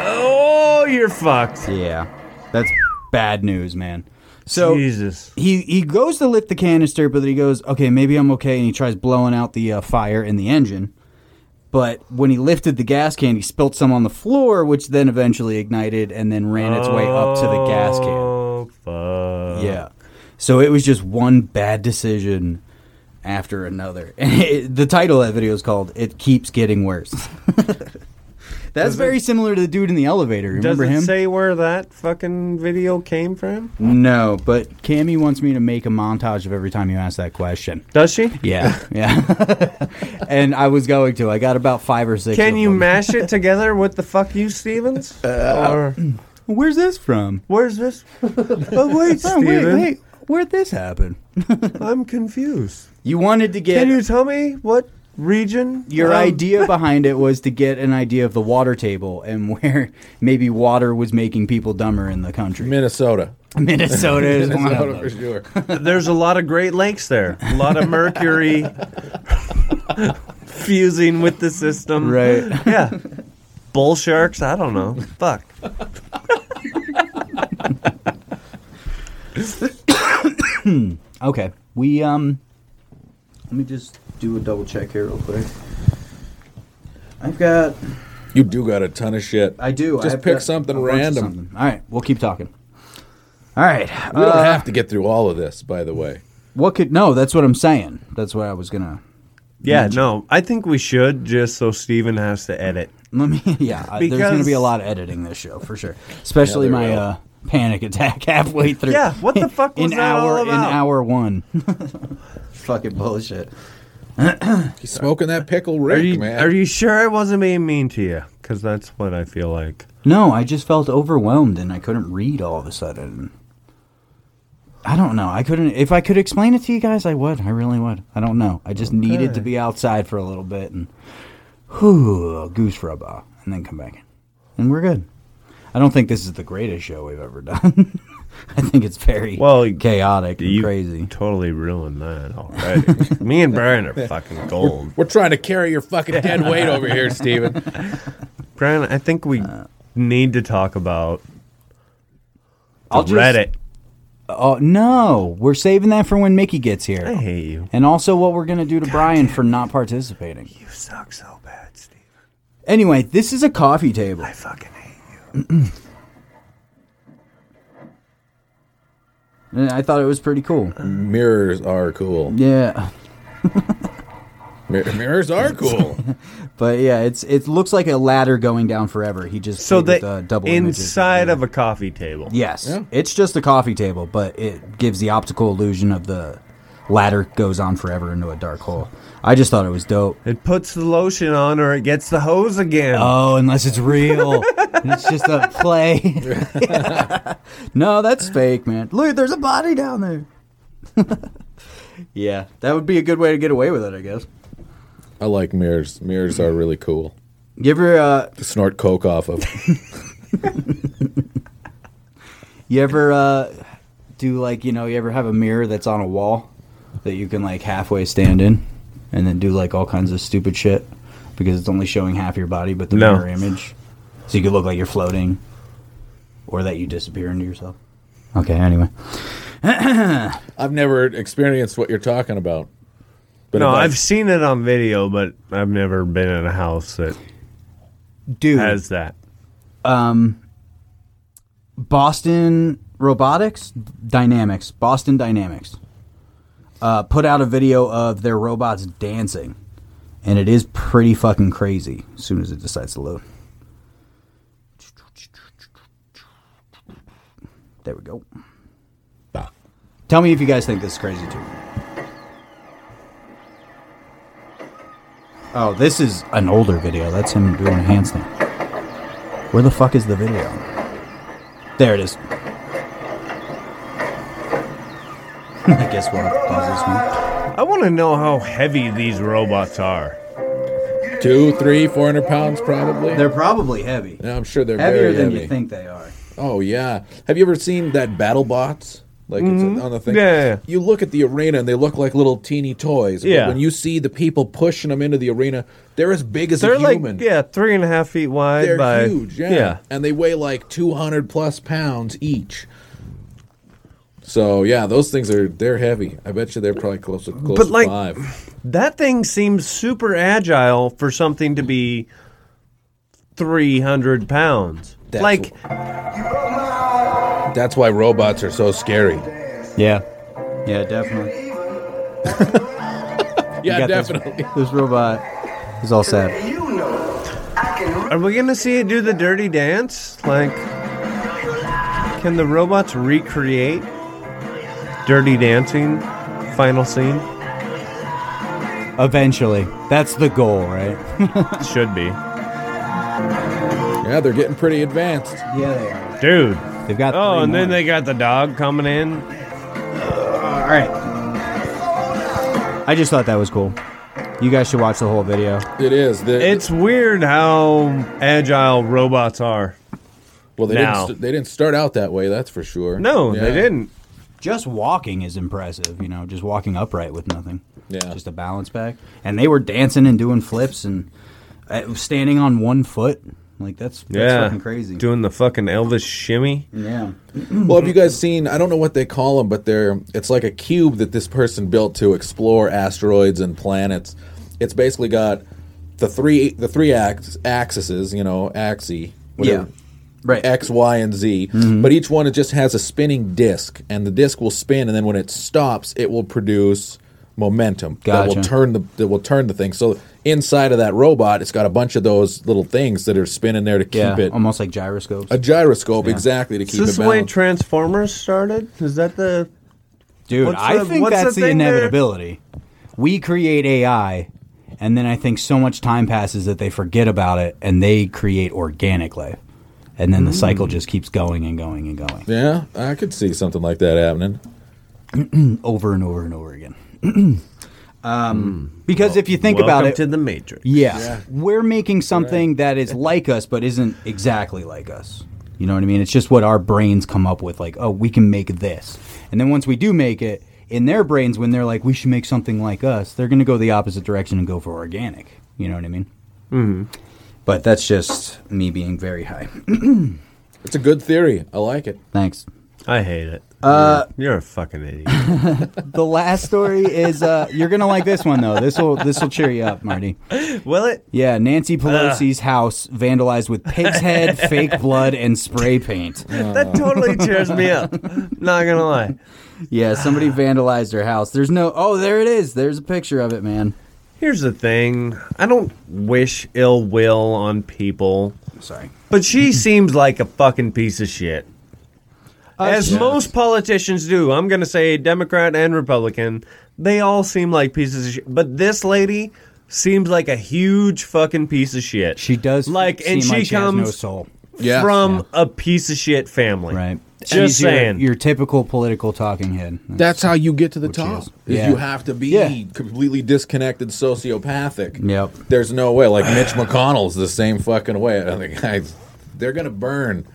[SPEAKER 4] Oh, you're fucked.
[SPEAKER 2] Yeah, that's bad news, man. So
[SPEAKER 4] Jesus.
[SPEAKER 2] he he goes to lift the canister, but he goes, okay, maybe I'm okay, and he tries blowing out the uh, fire in the engine. But when he lifted the gas can, he spilt some on the floor, which then eventually ignited and then ran its way up to the gas can.
[SPEAKER 4] Oh, fuck.
[SPEAKER 2] Yeah. So it was just one bad decision after another. And it, the title of that video is called "It Keeps Getting Worse." That's very similar to the dude in the elevator.
[SPEAKER 4] Does
[SPEAKER 2] Remember
[SPEAKER 4] it
[SPEAKER 2] him?
[SPEAKER 4] say where that fucking video came from?
[SPEAKER 2] No, but Cammy wants me to make a montage of every time you ask that question.
[SPEAKER 4] Does she?
[SPEAKER 2] Yeah, yeah. and I was going to. I got about five or six.
[SPEAKER 4] Can
[SPEAKER 2] of
[SPEAKER 4] you
[SPEAKER 2] them.
[SPEAKER 4] mash it together with the fuck you, Stevens? or
[SPEAKER 2] Where's this from?
[SPEAKER 4] where's this?
[SPEAKER 2] Oh wait,
[SPEAKER 4] Steven.
[SPEAKER 2] wait, wait. Where'd this happen?
[SPEAKER 4] I'm confused.
[SPEAKER 2] You wanted to get
[SPEAKER 4] Can you tell me what region?
[SPEAKER 2] your
[SPEAKER 4] um,
[SPEAKER 2] idea behind it was to get an idea of the water table and where maybe water was making people dumber in the country.
[SPEAKER 3] Minnesota.
[SPEAKER 2] Minnesota is one
[SPEAKER 3] Minnesota
[SPEAKER 2] of
[SPEAKER 3] for
[SPEAKER 2] them.
[SPEAKER 3] sure.
[SPEAKER 4] There's a lot of Great Lakes there. A lot of mercury fusing with the system.
[SPEAKER 2] Right.
[SPEAKER 4] Yeah. Bull sharks. I don't know. Fuck.
[SPEAKER 2] Okay. We um let me just do a double check here real quick. I've got
[SPEAKER 3] You do got a ton of shit.
[SPEAKER 2] I do. I
[SPEAKER 3] Just
[SPEAKER 2] have
[SPEAKER 3] pick
[SPEAKER 2] got
[SPEAKER 3] something
[SPEAKER 2] a bunch of
[SPEAKER 3] random.
[SPEAKER 2] something. All right, we'll keep talking. All right.
[SPEAKER 3] We don't
[SPEAKER 2] uh,
[SPEAKER 3] have to get through all of this, by the way.
[SPEAKER 2] what could no? That's what I'm saying. That's what I was gonna.
[SPEAKER 4] Yeah, no. I think we should just so Steven has to edit.
[SPEAKER 2] Let me. Yeah, I- there's gonna
[SPEAKER 4] Because-
[SPEAKER 2] be a lot of editing this show for sure, especially
[SPEAKER 3] Yeah, there
[SPEAKER 2] my
[SPEAKER 3] will.
[SPEAKER 2] uh, panic attack halfway through.
[SPEAKER 4] Yeah, what the fuck was
[SPEAKER 2] in
[SPEAKER 4] that all
[SPEAKER 2] hour in
[SPEAKER 4] about?
[SPEAKER 2] hour one? Fucking bullshit.
[SPEAKER 3] He's smoking that pickle Rick,
[SPEAKER 4] are you
[SPEAKER 3] man.
[SPEAKER 4] are you sure I wasn't being mean to you? Because that's what I feel like.
[SPEAKER 2] No, I just felt overwhelmed and I couldn't read all of a sudden. I don't know. I couldn't. If I could explain it to you guys, I would. I really would. I don't know. I just needed to be outside for a little bit and whew, goose rub off and then come back in. And we're good. I don't think this is the greatest show we've ever done. I think it's very
[SPEAKER 4] Well,
[SPEAKER 2] chaotic and
[SPEAKER 4] You
[SPEAKER 2] crazy.
[SPEAKER 4] totally ruined that already. Me and Brian are fucking gold.
[SPEAKER 3] We're trying to carry your fucking dead weight over here, Steven.
[SPEAKER 4] Brian, I think we
[SPEAKER 2] Uh.
[SPEAKER 4] need to talk about
[SPEAKER 2] I'll just-
[SPEAKER 4] Reddit.
[SPEAKER 2] Oh, no. We're saving that for when Mickey gets here.
[SPEAKER 4] I hate you.
[SPEAKER 2] And also what we're going to do to Brian for not participating.
[SPEAKER 4] You suck so bad, Steve.
[SPEAKER 2] Anyway, this is a coffee table.
[SPEAKER 4] I fucking hate you.
[SPEAKER 2] And I thought it was pretty cool.
[SPEAKER 3] Mirrors are cool.
[SPEAKER 2] Yeah,
[SPEAKER 3] Mir- mirrors are cool.
[SPEAKER 2] but yeah, it's it looks like a ladder going down forever. He just
[SPEAKER 4] So
[SPEAKER 2] did
[SPEAKER 4] the
[SPEAKER 2] with, uh, double images.
[SPEAKER 4] inside of a coffee table.
[SPEAKER 2] yes,
[SPEAKER 3] Yeah.
[SPEAKER 2] it's just a coffee table, but it gives the optical illusion of the ladder goes on forever into a dark hole. I just thought it was dope.
[SPEAKER 4] It puts the lotion on or it gets the hose again.
[SPEAKER 3] Uh,
[SPEAKER 2] Oh, unless it's real, it's just a play. no, that's fake, man. Look, there's a body down there. yeah, that would be a good way to get away with it, I guess.
[SPEAKER 3] I like mirrors. Mirrors are really cool.
[SPEAKER 2] You ever uh,
[SPEAKER 3] To snort coke off of.
[SPEAKER 2] You ever uh, do like you know? You ever have a mirror that's on a wall that you can like halfway stand in, and then do like all kinds of stupid shit because it's only showing half your body, but the
[SPEAKER 4] No.
[SPEAKER 2] mirror image. so you could look like you're floating, or that you disappear into yourself. Okay. Anyway,
[SPEAKER 3] I've never experienced what you're talking about.
[SPEAKER 4] no,
[SPEAKER 3] if I-
[SPEAKER 4] I've seen it on video, but I've never been in a house that
[SPEAKER 2] dude.
[SPEAKER 4] has that.
[SPEAKER 2] um, Boston Robotics Dynamics, Boston Dynamics, uh, put out a video of their robots dancing, and it is pretty fucking crazy. As soon as it decides to load, there we go. Tell me if you guys think this is crazy too. Oh, this is an older video. That's him doing a handstand. Where the fuck is the video? There it is. I guess we'll have to pause this one.
[SPEAKER 4] I want to know how heavy these robots are.
[SPEAKER 3] two, three, four hundred pounds probably.
[SPEAKER 2] They're probably heavy.
[SPEAKER 3] Yeah, I'm sure they're
[SPEAKER 2] Heavier
[SPEAKER 3] very
[SPEAKER 2] than
[SPEAKER 3] heavy.
[SPEAKER 2] you think they are.
[SPEAKER 3] Oh yeah. Have you ever seen that battle bots? Like it's on the thing.
[SPEAKER 4] Mm-hmm. Yeah, yeah, yeah.
[SPEAKER 3] You look at the arena and they look like little teeny toys. But
[SPEAKER 4] Yeah.
[SPEAKER 3] When you see the people pushing them into the arena, they're as big as
[SPEAKER 4] They're
[SPEAKER 3] a
[SPEAKER 4] like
[SPEAKER 3] human.
[SPEAKER 4] yeah, three and a half feet wide.
[SPEAKER 3] They're
[SPEAKER 4] by,
[SPEAKER 3] huge. Yeah. And they weigh like two hundred plus pounds each. So yeah, those things are they're heavy. I bet you they're probably close to close
[SPEAKER 4] But,
[SPEAKER 3] to
[SPEAKER 4] like-
[SPEAKER 3] five.
[SPEAKER 4] that thing seems super agile for something to be three hundred pounds.
[SPEAKER 3] That's
[SPEAKER 4] like
[SPEAKER 3] That's why robots are so scary.
[SPEAKER 2] Yeah. Yeah, definitely.
[SPEAKER 3] Yeah,
[SPEAKER 2] got this.
[SPEAKER 3] definitely.
[SPEAKER 2] This robot is all sad.
[SPEAKER 4] Are we gonna see it do the dirty dance? Like, can the robots recreate dirty dancing final scene?
[SPEAKER 2] Eventually. That's the goal, right?
[SPEAKER 4] Should be,
[SPEAKER 3] Yeah, they're getting pretty advanced.
[SPEAKER 2] Yeah, they are.
[SPEAKER 4] dude.
[SPEAKER 2] They've got
[SPEAKER 4] Oh,
[SPEAKER 2] three
[SPEAKER 4] and then
[SPEAKER 2] more.
[SPEAKER 4] they got the dog coming in.
[SPEAKER 2] All right. I just thought that was cool. You guys should watch the whole video.
[SPEAKER 3] It is. They're-
[SPEAKER 4] It's weird how agile robots are.
[SPEAKER 3] well, they
[SPEAKER 4] now.
[SPEAKER 3] didn't. St- they didn't start out that way. That's for sure.
[SPEAKER 4] No,
[SPEAKER 3] Yeah.
[SPEAKER 4] they didn't.
[SPEAKER 2] Just walking is impressive, you know, just walking upright with nothing.
[SPEAKER 3] Yeah.
[SPEAKER 2] Just a balance back. And they were dancing and doing flips and uh, standing on one foot. Like, that's, that's
[SPEAKER 4] yeah,
[SPEAKER 2] fucking crazy.
[SPEAKER 4] Doing the fucking Elvis shimmy.
[SPEAKER 2] yeah.
[SPEAKER 3] Well, have you guys seen? I don't know what they call them, but they're it's like a cube that this person built to explore asteroids and planets. It's basically got the three the three ax, axes, you know, axis, whatever,
[SPEAKER 2] Yeah. Right.
[SPEAKER 3] X, Y, and Z.
[SPEAKER 2] Mm-hmm.
[SPEAKER 3] But each one it just has a spinning disc, and the disc will spin, and then when it stops, it will produce momentum that will
[SPEAKER 2] Gotcha.
[SPEAKER 3] turn the that will turn the thing. So inside of that robot, it's got a bunch of those little things that are spinning there to keep
[SPEAKER 2] yeah. Um,
[SPEAKER 3] it.
[SPEAKER 2] Almost like gyroscopes.
[SPEAKER 3] a
[SPEAKER 4] Uh,
[SPEAKER 3] gyroscope, exactly, to keep
[SPEAKER 4] Is this
[SPEAKER 3] it
[SPEAKER 4] the way
[SPEAKER 3] balanced.
[SPEAKER 4] Transformers started? Is that the
[SPEAKER 2] Dude,
[SPEAKER 4] What's
[SPEAKER 2] I
[SPEAKER 4] the-
[SPEAKER 2] think
[SPEAKER 4] what's the
[SPEAKER 2] that's the,
[SPEAKER 4] thing there?
[SPEAKER 2] inevitability. We create AI, and then I think so much time passes that they forget about it and they create organic life. And then the cycle
[SPEAKER 4] Mm.
[SPEAKER 2] just keeps going and going and going
[SPEAKER 3] Yeah, I could see something like that happening.
[SPEAKER 2] over and over and over again. um, because if you think about
[SPEAKER 4] Hmm. Welcome
[SPEAKER 2] it,
[SPEAKER 4] to the Matrix?
[SPEAKER 2] Yeah. We're making something that is like us but isn't exactly like us. You know what I mean? It's just what our brains come up with like, oh, we can make this. And then once we do make it, in their brains when they're like we should make something like us, they're going to go the opposite direction and go for organic. You know what I mean? Mhm.
[SPEAKER 4] Mm-hmm.
[SPEAKER 2] But that's just me being very high.
[SPEAKER 3] It's a good theory. I like it.
[SPEAKER 2] Thanks.
[SPEAKER 4] I hate it. Uh, you're a fucking idiot.
[SPEAKER 2] The last story is uh, you're gonna like this one though. This will this will cheer you up, Marty.
[SPEAKER 4] Will it?
[SPEAKER 2] Yeah, Nancy Pelosi's house vandalized with pig's head, fake blood, and spray paint.
[SPEAKER 4] That totally cheers me up. Not gonna lie.
[SPEAKER 2] Yeah, somebody vandalized her house. There's no. Oh, there it is. There's a picture of it, man.
[SPEAKER 4] Here's the thing. I don't wish ill will on people,
[SPEAKER 2] Sorry.
[SPEAKER 4] but she seems like a fucking piece of shit. As
[SPEAKER 2] she-
[SPEAKER 4] most politicians do, I'm going to say Democrat and Republican, they all seem like pieces of shit. But this lady seems like a huge fucking piece of shit.
[SPEAKER 2] She does
[SPEAKER 4] like,
[SPEAKER 2] seem
[SPEAKER 4] and she
[SPEAKER 2] like she has
[SPEAKER 4] comes
[SPEAKER 2] no soul.
[SPEAKER 3] Yeah.
[SPEAKER 4] from a piece of shit family,
[SPEAKER 2] Right.
[SPEAKER 4] Just
[SPEAKER 2] She's your-
[SPEAKER 4] saying.
[SPEAKER 2] your, typical political talking head.
[SPEAKER 3] That's how you get to the
[SPEAKER 2] top,
[SPEAKER 3] top.
[SPEAKER 2] is
[SPEAKER 3] Is
[SPEAKER 2] Yeah.
[SPEAKER 3] You have to be
[SPEAKER 2] Yeah.
[SPEAKER 3] completely disconnected, sociopathic.
[SPEAKER 2] Yep.
[SPEAKER 3] There's no way. Like Mitch McConnell's the same fucking way. I think I, they're gonna burn.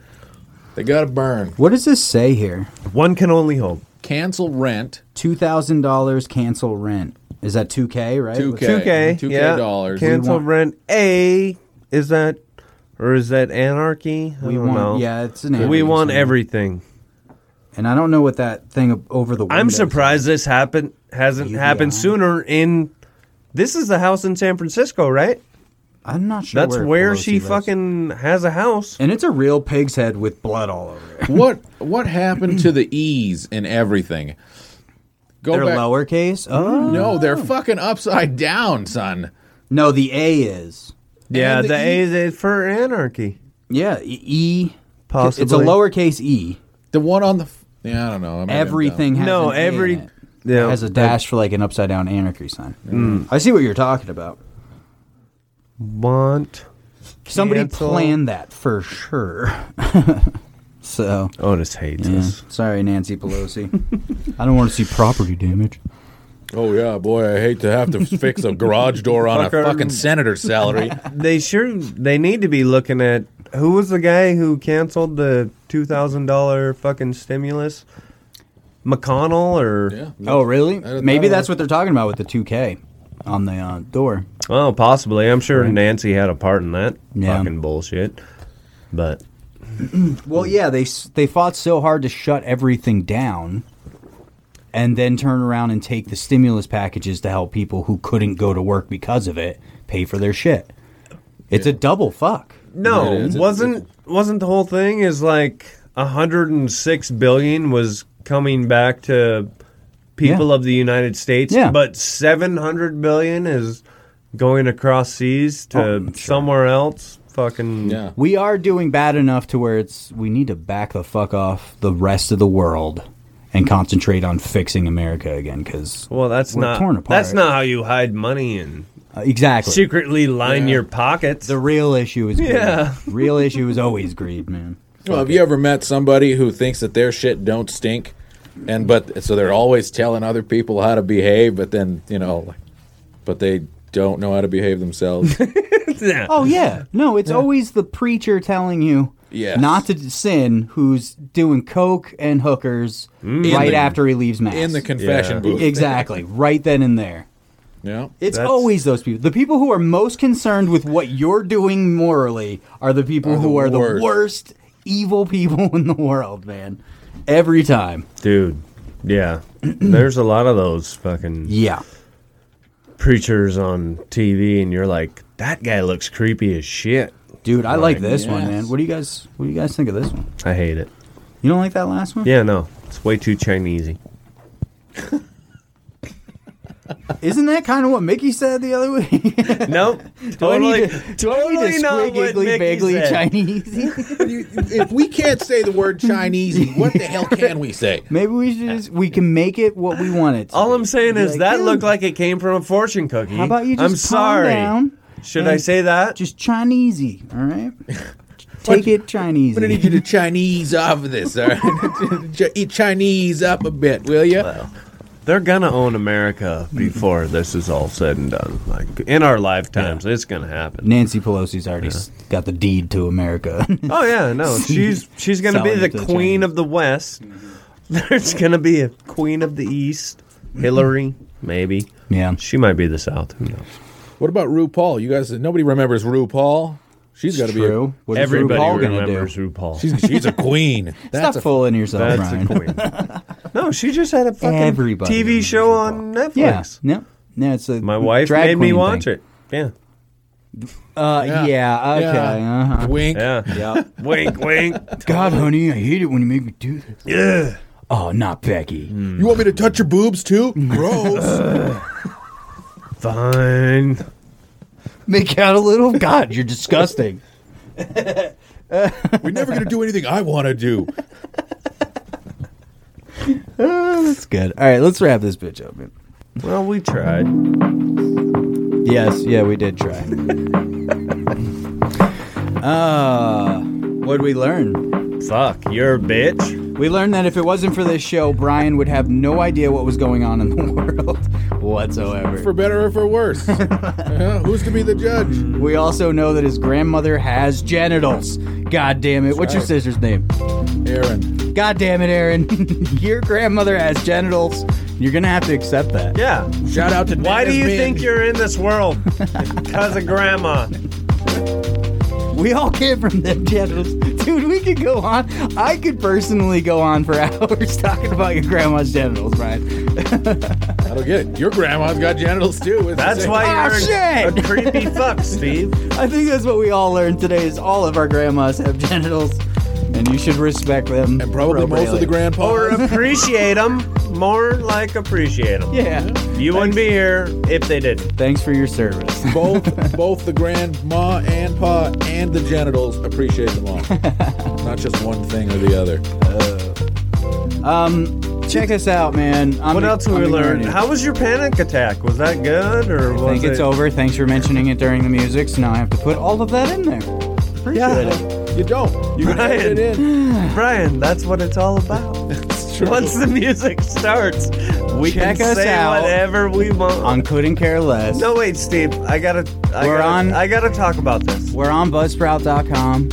[SPEAKER 3] They gotta burn.
[SPEAKER 2] What does this say here?
[SPEAKER 4] One can only hope.
[SPEAKER 3] Cancel rent.
[SPEAKER 2] Two thousand dollars cancel rent. Is that two k? Right.
[SPEAKER 3] Two
[SPEAKER 2] What's-
[SPEAKER 3] k.
[SPEAKER 4] Two K,
[SPEAKER 3] Two k
[SPEAKER 4] yeah.
[SPEAKER 3] dollars.
[SPEAKER 4] Cancel
[SPEAKER 2] want-
[SPEAKER 4] rent A. Is that or is that anarchy? I
[SPEAKER 2] We
[SPEAKER 4] don't
[SPEAKER 2] want-
[SPEAKER 4] know.
[SPEAKER 2] yeah, it's an
[SPEAKER 4] We
[SPEAKER 2] anarchy
[SPEAKER 4] want
[SPEAKER 2] song.
[SPEAKER 4] everything.
[SPEAKER 2] And I don't know what that thing ab- over the.
[SPEAKER 4] I'm
[SPEAKER 2] windows-
[SPEAKER 4] surprised this happened hasn't happened sooner. In this is the house in San Francisco, right?
[SPEAKER 2] I'm not sure.
[SPEAKER 4] That's
[SPEAKER 2] where,
[SPEAKER 4] where
[SPEAKER 2] Pelosi
[SPEAKER 4] she
[SPEAKER 2] lives.
[SPEAKER 4] fucking has a house.
[SPEAKER 2] And it's a real pig's head with blood all over it.
[SPEAKER 3] what what happened to the E's in everything? Go
[SPEAKER 2] They're
[SPEAKER 3] back-
[SPEAKER 2] lowercase. Oh
[SPEAKER 3] No, they're fucking upside down, son.
[SPEAKER 2] no, the A is.
[SPEAKER 4] Yeah,
[SPEAKER 3] And
[SPEAKER 4] the,
[SPEAKER 2] E
[SPEAKER 3] the
[SPEAKER 4] A is it for anarchy.
[SPEAKER 2] Yeah, e- E. It's a
[SPEAKER 4] Possibly.
[SPEAKER 2] lowercase E.
[SPEAKER 3] The one on the f- yeah, I don't know. I might have been
[SPEAKER 2] Everything
[SPEAKER 3] dumb.
[SPEAKER 2] has
[SPEAKER 4] No,
[SPEAKER 2] an A in
[SPEAKER 4] every-
[SPEAKER 2] it.
[SPEAKER 4] Yeah,
[SPEAKER 2] has a dash for like an upside down anarchy sign. I see what you're talking about.
[SPEAKER 4] want.
[SPEAKER 2] Somebody
[SPEAKER 4] Cancel.
[SPEAKER 2] planned that for sure. so
[SPEAKER 4] Otis oh, hates
[SPEAKER 2] yeah.
[SPEAKER 4] us.
[SPEAKER 2] sorry, Nancy Pelosi. I don't want to see property damage.
[SPEAKER 3] Oh yeah, boy, I hate to have to fix a garage door on a
[SPEAKER 4] Fucker.
[SPEAKER 3] fucking senator's salary.
[SPEAKER 4] They sure they need to be looking at who was the guy who canceled the two thousand dollar fucking stimulus. McConnell or
[SPEAKER 3] Yeah.
[SPEAKER 2] Oh, really?
[SPEAKER 3] I don't
[SPEAKER 2] Maybe
[SPEAKER 3] know.
[SPEAKER 2] that's what they're talking about with the 2K on the uh, door.
[SPEAKER 4] oh, possibly. I'm sure Nancy had a part in that
[SPEAKER 2] Yeah.
[SPEAKER 4] fucking bullshit. But
[SPEAKER 2] Well, yeah, they s- they fought so hard to shut everything down, and then turn around and take the stimulus packages to help people who couldn't go to work because of it pay for their shit. It's a double fuck.
[SPEAKER 4] No,
[SPEAKER 3] It is. It-
[SPEAKER 4] wasn't wasn't the whole thing is like 106 billion was coming back to people
[SPEAKER 2] Yeah.
[SPEAKER 4] of the United States,
[SPEAKER 2] Yeah.
[SPEAKER 4] but 700 billion is going across seas to
[SPEAKER 2] Oh, I'm sure.
[SPEAKER 4] somewhere else. Fucking
[SPEAKER 3] Yeah.
[SPEAKER 2] We are doing bad enough to where it's we need to back the fuck off the rest of the world and concentrate on fixing America again because
[SPEAKER 4] Well, that's
[SPEAKER 2] We're
[SPEAKER 4] not
[SPEAKER 2] torn apart.
[SPEAKER 4] that's not how you hide money and
[SPEAKER 2] uh, exactly
[SPEAKER 4] secretly line your pockets.
[SPEAKER 2] the real issue is greed.
[SPEAKER 4] Yeah.
[SPEAKER 2] real issue is always greed, man.
[SPEAKER 3] Well, have you ever met somebody who thinks that their shit don't stink, and but so they're always telling other people how to behave, but then you know, like, but they don't know how to behave themselves.
[SPEAKER 4] Yeah.
[SPEAKER 2] Oh yeah, no, it's always the preacher telling you
[SPEAKER 3] Yes.
[SPEAKER 2] not to sin, who's doing coke and hookers right
[SPEAKER 3] Mm. the-
[SPEAKER 2] after he leaves mass
[SPEAKER 3] in the confession
[SPEAKER 4] Yeah.
[SPEAKER 3] booth.
[SPEAKER 2] exactly right then and there.
[SPEAKER 3] Yeah.
[SPEAKER 2] It's
[SPEAKER 4] That's-
[SPEAKER 2] always those people. The people who are most concerned with what you're doing morally are the people
[SPEAKER 3] the
[SPEAKER 2] who are the
[SPEAKER 3] worst.
[SPEAKER 2] worst evil people in the world, man. Every time.
[SPEAKER 4] Dude, yeah. There's a lot of those fucking
[SPEAKER 2] Yeah.
[SPEAKER 4] preachers on TV and you're like, that guy looks creepy as shit.
[SPEAKER 2] Dude, I like this one,
[SPEAKER 3] yes.
[SPEAKER 2] man. What do you guys what do you guys think of this one?
[SPEAKER 4] I hate it.
[SPEAKER 2] You don't like that last one?
[SPEAKER 4] Yeah, no, it's way too Chinesey.
[SPEAKER 2] Isn't that kind of what Mickey said the other week?
[SPEAKER 4] Nope,
[SPEAKER 2] Do I
[SPEAKER 4] totally,
[SPEAKER 2] need to, do I need
[SPEAKER 4] totally
[SPEAKER 2] to
[SPEAKER 4] not
[SPEAKER 2] squiggly,
[SPEAKER 4] what Mickey
[SPEAKER 2] biggly
[SPEAKER 4] said.
[SPEAKER 2] Chinese?
[SPEAKER 3] You- if we can't say the word Chinese, what the hell can we say?
[SPEAKER 2] Maybe we should just we can make it what we want it. to
[SPEAKER 4] All
[SPEAKER 2] be.
[SPEAKER 4] I'm saying
[SPEAKER 2] Be
[SPEAKER 4] is that
[SPEAKER 2] dude,
[SPEAKER 4] looked like it came from a fortune cookie.
[SPEAKER 2] How about you just
[SPEAKER 4] I'm
[SPEAKER 2] calm
[SPEAKER 4] sorry.
[SPEAKER 2] down
[SPEAKER 4] Should
[SPEAKER 2] and
[SPEAKER 4] I say that?
[SPEAKER 2] just Chinesey, all right? Take it Chinesey.
[SPEAKER 3] I'm gonna need you to Chinese off of this. All right? Ch- Eat Chinese up a bit, will you?
[SPEAKER 4] They're gonna own America before this is all said and done. Like in our lifetimes, it's gonna happen.
[SPEAKER 2] Nancy Pelosi's already s got the deed to America.
[SPEAKER 4] Oh yeah, no, she's she's gonna be
[SPEAKER 2] Selling
[SPEAKER 4] the
[SPEAKER 2] it to the Mm-hmm.
[SPEAKER 4] queen
[SPEAKER 2] Chinese.
[SPEAKER 4] of the West. There's gonna be a queen of the East. Hillary, maybe.
[SPEAKER 2] yeah.
[SPEAKER 4] She might be the South. Who knows?
[SPEAKER 3] What about RuPaul? You guys, nobody remembers RuPaul. She's got to be. A,
[SPEAKER 2] True. What is
[SPEAKER 4] Everybody
[SPEAKER 2] RuPaul gonna
[SPEAKER 4] remembers
[SPEAKER 2] do?
[SPEAKER 4] RuPaul.
[SPEAKER 3] she's, she's a queen. That's
[SPEAKER 2] Stop
[SPEAKER 3] a
[SPEAKER 2] fooling yourself,
[SPEAKER 4] That's
[SPEAKER 2] Brian.
[SPEAKER 4] a queen. no, she just had a fucking
[SPEAKER 2] Everybody
[SPEAKER 4] TV
[SPEAKER 2] remembers
[SPEAKER 4] show
[SPEAKER 2] RuPaul.
[SPEAKER 4] on Netflix.
[SPEAKER 2] Yeah. No. No, it's a
[SPEAKER 4] My wife
[SPEAKER 2] drag
[SPEAKER 4] made me
[SPEAKER 2] queen
[SPEAKER 4] watch
[SPEAKER 2] thing.
[SPEAKER 4] it. Yeah.
[SPEAKER 2] Uh, yeah. Okay. Uh-huh.
[SPEAKER 3] Wink.
[SPEAKER 4] Yeah.
[SPEAKER 2] Yeah.
[SPEAKER 4] wink, wink.
[SPEAKER 2] God, honey, I hate it when you make me do this. Yeah. Oh, not Becky.
[SPEAKER 3] You want me to touch your boobs too? Gross.
[SPEAKER 4] Fine.
[SPEAKER 2] Make out a little. God, you're disgusting.
[SPEAKER 3] We're never gonna do anything I want to do.
[SPEAKER 2] That's good. All right, let's wrap this bitch up, man.
[SPEAKER 4] Well, we tried.
[SPEAKER 2] Yes. Yeah, we did try. uh, what'd we learn?
[SPEAKER 4] Fuck, you're a bitch.
[SPEAKER 2] We learned that if it wasn't for this show, Brian would have no idea what was going on in the world whatsoever.
[SPEAKER 3] For better or for worse. Yeah, who's to be the judge?
[SPEAKER 2] we also know that his grandmother has genitals. God damn it. What's your
[SPEAKER 3] right.
[SPEAKER 2] sister's name?
[SPEAKER 3] Aaron.
[SPEAKER 2] God damn it, Aaron. your grandmother has genitals. You're going to have to accept that.
[SPEAKER 4] Yeah.
[SPEAKER 3] Shout out to.
[SPEAKER 4] Why do
[SPEAKER 3] Dennis
[SPEAKER 4] you
[SPEAKER 3] Mann.
[SPEAKER 4] think you're in this world? Because of grandma.
[SPEAKER 2] We all came from them genitals. Dude, we could go on. I could personally go on for hours talking about your grandma's genitals, Brian.
[SPEAKER 3] I don't get it. Your grandma's got genitals too. It's
[SPEAKER 2] That's
[SPEAKER 3] the same.
[SPEAKER 2] why Ah,
[SPEAKER 4] Oh,
[SPEAKER 2] you're a- shit! a
[SPEAKER 4] creepy fuck, Steve.
[SPEAKER 2] I think that's what we all learned today is all of our grandmas have genitals. And you should respect them. And
[SPEAKER 3] Probably most of the grandpa.
[SPEAKER 4] Or appreciate them more like appreciate them.
[SPEAKER 2] Yeah.
[SPEAKER 4] You wouldn't be here if they didn't.
[SPEAKER 2] Thanks for your service.
[SPEAKER 3] both both the grandma and pa and the genitals appreciate them all. Not just one thing or the other.
[SPEAKER 2] Um, check us out, man. I'm
[SPEAKER 4] What
[SPEAKER 2] a-
[SPEAKER 4] else did
[SPEAKER 2] I'm
[SPEAKER 4] we
[SPEAKER 2] a
[SPEAKER 4] learn?
[SPEAKER 2] granny.
[SPEAKER 4] How was your panic attack? Was that good
[SPEAKER 2] I
[SPEAKER 4] or was
[SPEAKER 2] think it's
[SPEAKER 4] it-
[SPEAKER 2] over. Thanks for mentioning it during the music. So now I have to put all of that in there. Appreciate it.
[SPEAKER 3] You don't. You can
[SPEAKER 4] Brian.
[SPEAKER 3] edit it in.
[SPEAKER 4] Brian, that's what it's all about. Once the music starts, we
[SPEAKER 2] Check
[SPEAKER 4] can
[SPEAKER 2] us
[SPEAKER 4] say
[SPEAKER 2] out
[SPEAKER 4] whatever we want.
[SPEAKER 2] On Couldn't Care Less.
[SPEAKER 4] no, wait, Steve. I gotta. I
[SPEAKER 2] We're
[SPEAKER 4] gotta,
[SPEAKER 2] on-
[SPEAKER 4] I gotta talk about this.
[SPEAKER 2] We're on buzzsprout.com.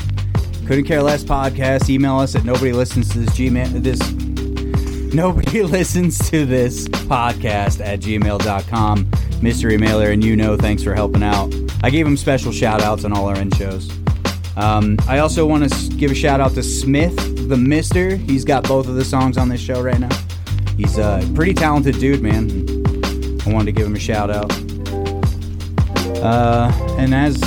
[SPEAKER 2] Couldn't care less podcast. Email us at nobody listens to this gmail this nobody listens to this podcast at gmail.com. Mystery mailer and you know thanks for helping out. I gave him special shout outs on all our end shows. Um, I also want to s- give a shout out to Smith the Mister. He's got both of the songs on this show right now. He's a pretty talented dude, man. I wanted to give him a shout out. Uh, and as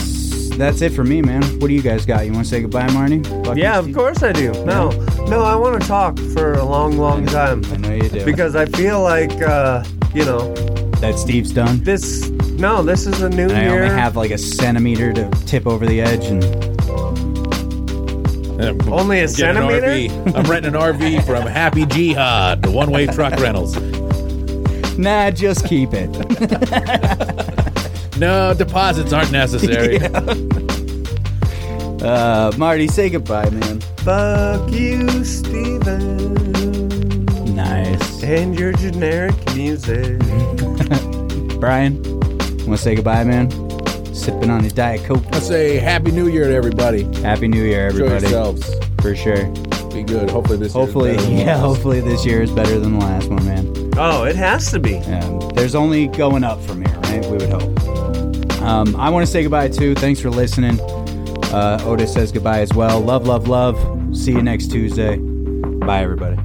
[SPEAKER 2] that's it for me, man. What do you guys got? You want to say goodbye, Marnie? Fuck
[SPEAKER 4] Yeah,
[SPEAKER 2] you,
[SPEAKER 4] of
[SPEAKER 2] Steve.
[SPEAKER 4] course I do. No, no, I want to talk for a long, long time
[SPEAKER 2] I know you do.
[SPEAKER 4] because I feel like uh, you know
[SPEAKER 2] that Steve's done.
[SPEAKER 4] this. No, this is a new
[SPEAKER 2] And I
[SPEAKER 4] year.
[SPEAKER 2] only have like a centimeter to tip over the edge, and
[SPEAKER 3] And
[SPEAKER 4] Only a
[SPEAKER 3] get an
[SPEAKER 4] centimeter?
[SPEAKER 3] RV. I'm renting an RV from Happy Jihad, the one-way truck rentals.
[SPEAKER 2] nah, just keep it.
[SPEAKER 3] No deposits aren't necessary.
[SPEAKER 2] Uh, Marty, say goodbye, man.
[SPEAKER 4] Fuck you, Steven.
[SPEAKER 2] Nice.
[SPEAKER 4] And your generic music.
[SPEAKER 2] Brian, want to say goodbye, man? Sipping on his diet coke.
[SPEAKER 3] I say Happy New Year to everybody.
[SPEAKER 2] Happy New Year,
[SPEAKER 3] Enjoy
[SPEAKER 2] everybody.
[SPEAKER 3] yourselves.
[SPEAKER 2] For sure.
[SPEAKER 3] Be good. Hopefully this. year's
[SPEAKER 2] Hopefully,
[SPEAKER 3] better than
[SPEAKER 2] yeah.
[SPEAKER 3] last.
[SPEAKER 2] Hopefully, this year is better than the last one, man.
[SPEAKER 4] Oh, it has to be.
[SPEAKER 2] Um, there's only going up from here, right? We would hope. Um, I want to say goodbye too. Thanks for listening. Uh, Otis says goodbye as well. Love, love, love. See you next Tuesday. Bye, everybody.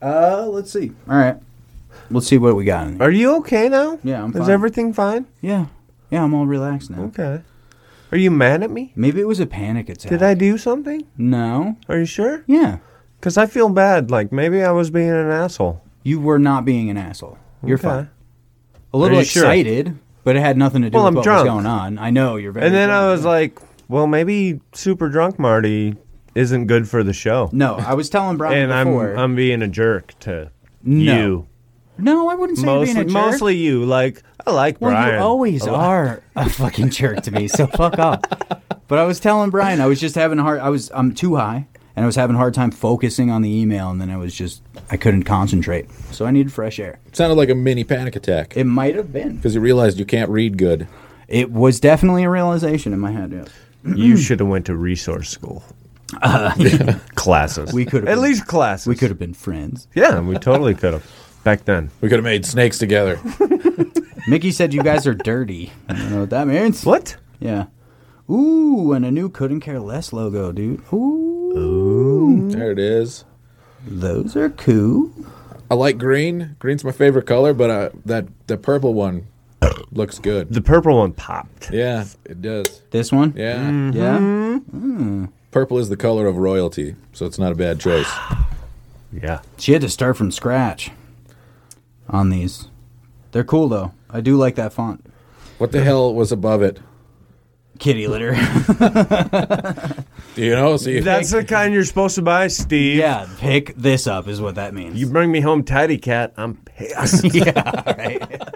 [SPEAKER 2] Uh, let's see. All right, let's see what we got in here.
[SPEAKER 4] Are you okay now?
[SPEAKER 2] Yeah, I'm
[SPEAKER 4] Is
[SPEAKER 2] fine.
[SPEAKER 4] everything fine?
[SPEAKER 2] Yeah, yeah. I'm all relaxed now.
[SPEAKER 4] Okay. Are you mad at me?
[SPEAKER 2] Maybe it was a panic attack.
[SPEAKER 4] Did I do something?
[SPEAKER 2] No.
[SPEAKER 4] Are you sure?
[SPEAKER 2] Yeah,
[SPEAKER 4] Because I feel bad. Like maybe I was being an asshole.
[SPEAKER 2] you were not being an asshole. You're
[SPEAKER 4] Okay.
[SPEAKER 2] fine. A
[SPEAKER 4] Are
[SPEAKER 2] little
[SPEAKER 4] you sure?
[SPEAKER 2] excited, but it had nothing to do
[SPEAKER 4] Well,
[SPEAKER 2] with
[SPEAKER 4] I'm
[SPEAKER 2] what
[SPEAKER 4] drunk.
[SPEAKER 2] was going on. I know you're very.
[SPEAKER 4] and then I
[SPEAKER 2] drunk.
[SPEAKER 4] was like, well, maybe super drunk Marty isn't good for the show.
[SPEAKER 2] No, I was telling Brian
[SPEAKER 4] And I'm
[SPEAKER 2] before.
[SPEAKER 4] I'm being a jerk to
[SPEAKER 2] No.
[SPEAKER 4] you.
[SPEAKER 2] no, I wouldn't say
[SPEAKER 4] Mostly
[SPEAKER 2] you're being a jerk.
[SPEAKER 4] mostly you. Like I like
[SPEAKER 2] Well,
[SPEAKER 4] Brian.
[SPEAKER 2] you always
[SPEAKER 4] a lot.
[SPEAKER 2] are a fucking jerk to me, so fuck off. But I was telling Brian, I was just having a hard. I was I'm too high, and I was having a hard time focusing on the email, and then I was just I couldn't concentrate, so I needed fresh air.
[SPEAKER 3] Sounded like a mini panic attack
[SPEAKER 2] It might have been.
[SPEAKER 3] because you realized you can't read good.
[SPEAKER 2] It was definitely a realization in my head. Yeah.
[SPEAKER 4] You should have went to resource school. classes.
[SPEAKER 2] Uh. We could have
[SPEAKER 4] at
[SPEAKER 2] been-
[SPEAKER 4] least classes.
[SPEAKER 2] We could have been friends.
[SPEAKER 4] Yeah, we totally could have back then.
[SPEAKER 3] We could have made snakes together.
[SPEAKER 2] Mickey said you guys are dirty. I don't know what that means.
[SPEAKER 4] What?
[SPEAKER 2] Yeah. Ooh, and a new couldn't care less logo, dude. Ooh,
[SPEAKER 3] there it is.
[SPEAKER 2] those are cool.
[SPEAKER 3] I like green. Green's my favorite color, but uh, that the purple one looks good.
[SPEAKER 4] The purple one popped.
[SPEAKER 3] Yeah, it does.
[SPEAKER 2] This one,
[SPEAKER 3] Yeah,
[SPEAKER 2] Mm.
[SPEAKER 4] Mm-hmm.
[SPEAKER 2] yeah.
[SPEAKER 3] purple is the color of royalty, so it's not a bad choice.
[SPEAKER 4] Yeah.
[SPEAKER 2] She had to start from scratch on these. They're cool though. I do like that font.
[SPEAKER 3] What the hell was above it?
[SPEAKER 2] Kitty litter.
[SPEAKER 3] Do you know? See,
[SPEAKER 4] That's the kind you're supposed to buy, Steve.
[SPEAKER 2] yeah, pick this up is what that means.
[SPEAKER 4] You bring me home tidy cat, I'm pissed.
[SPEAKER 2] yeah, right.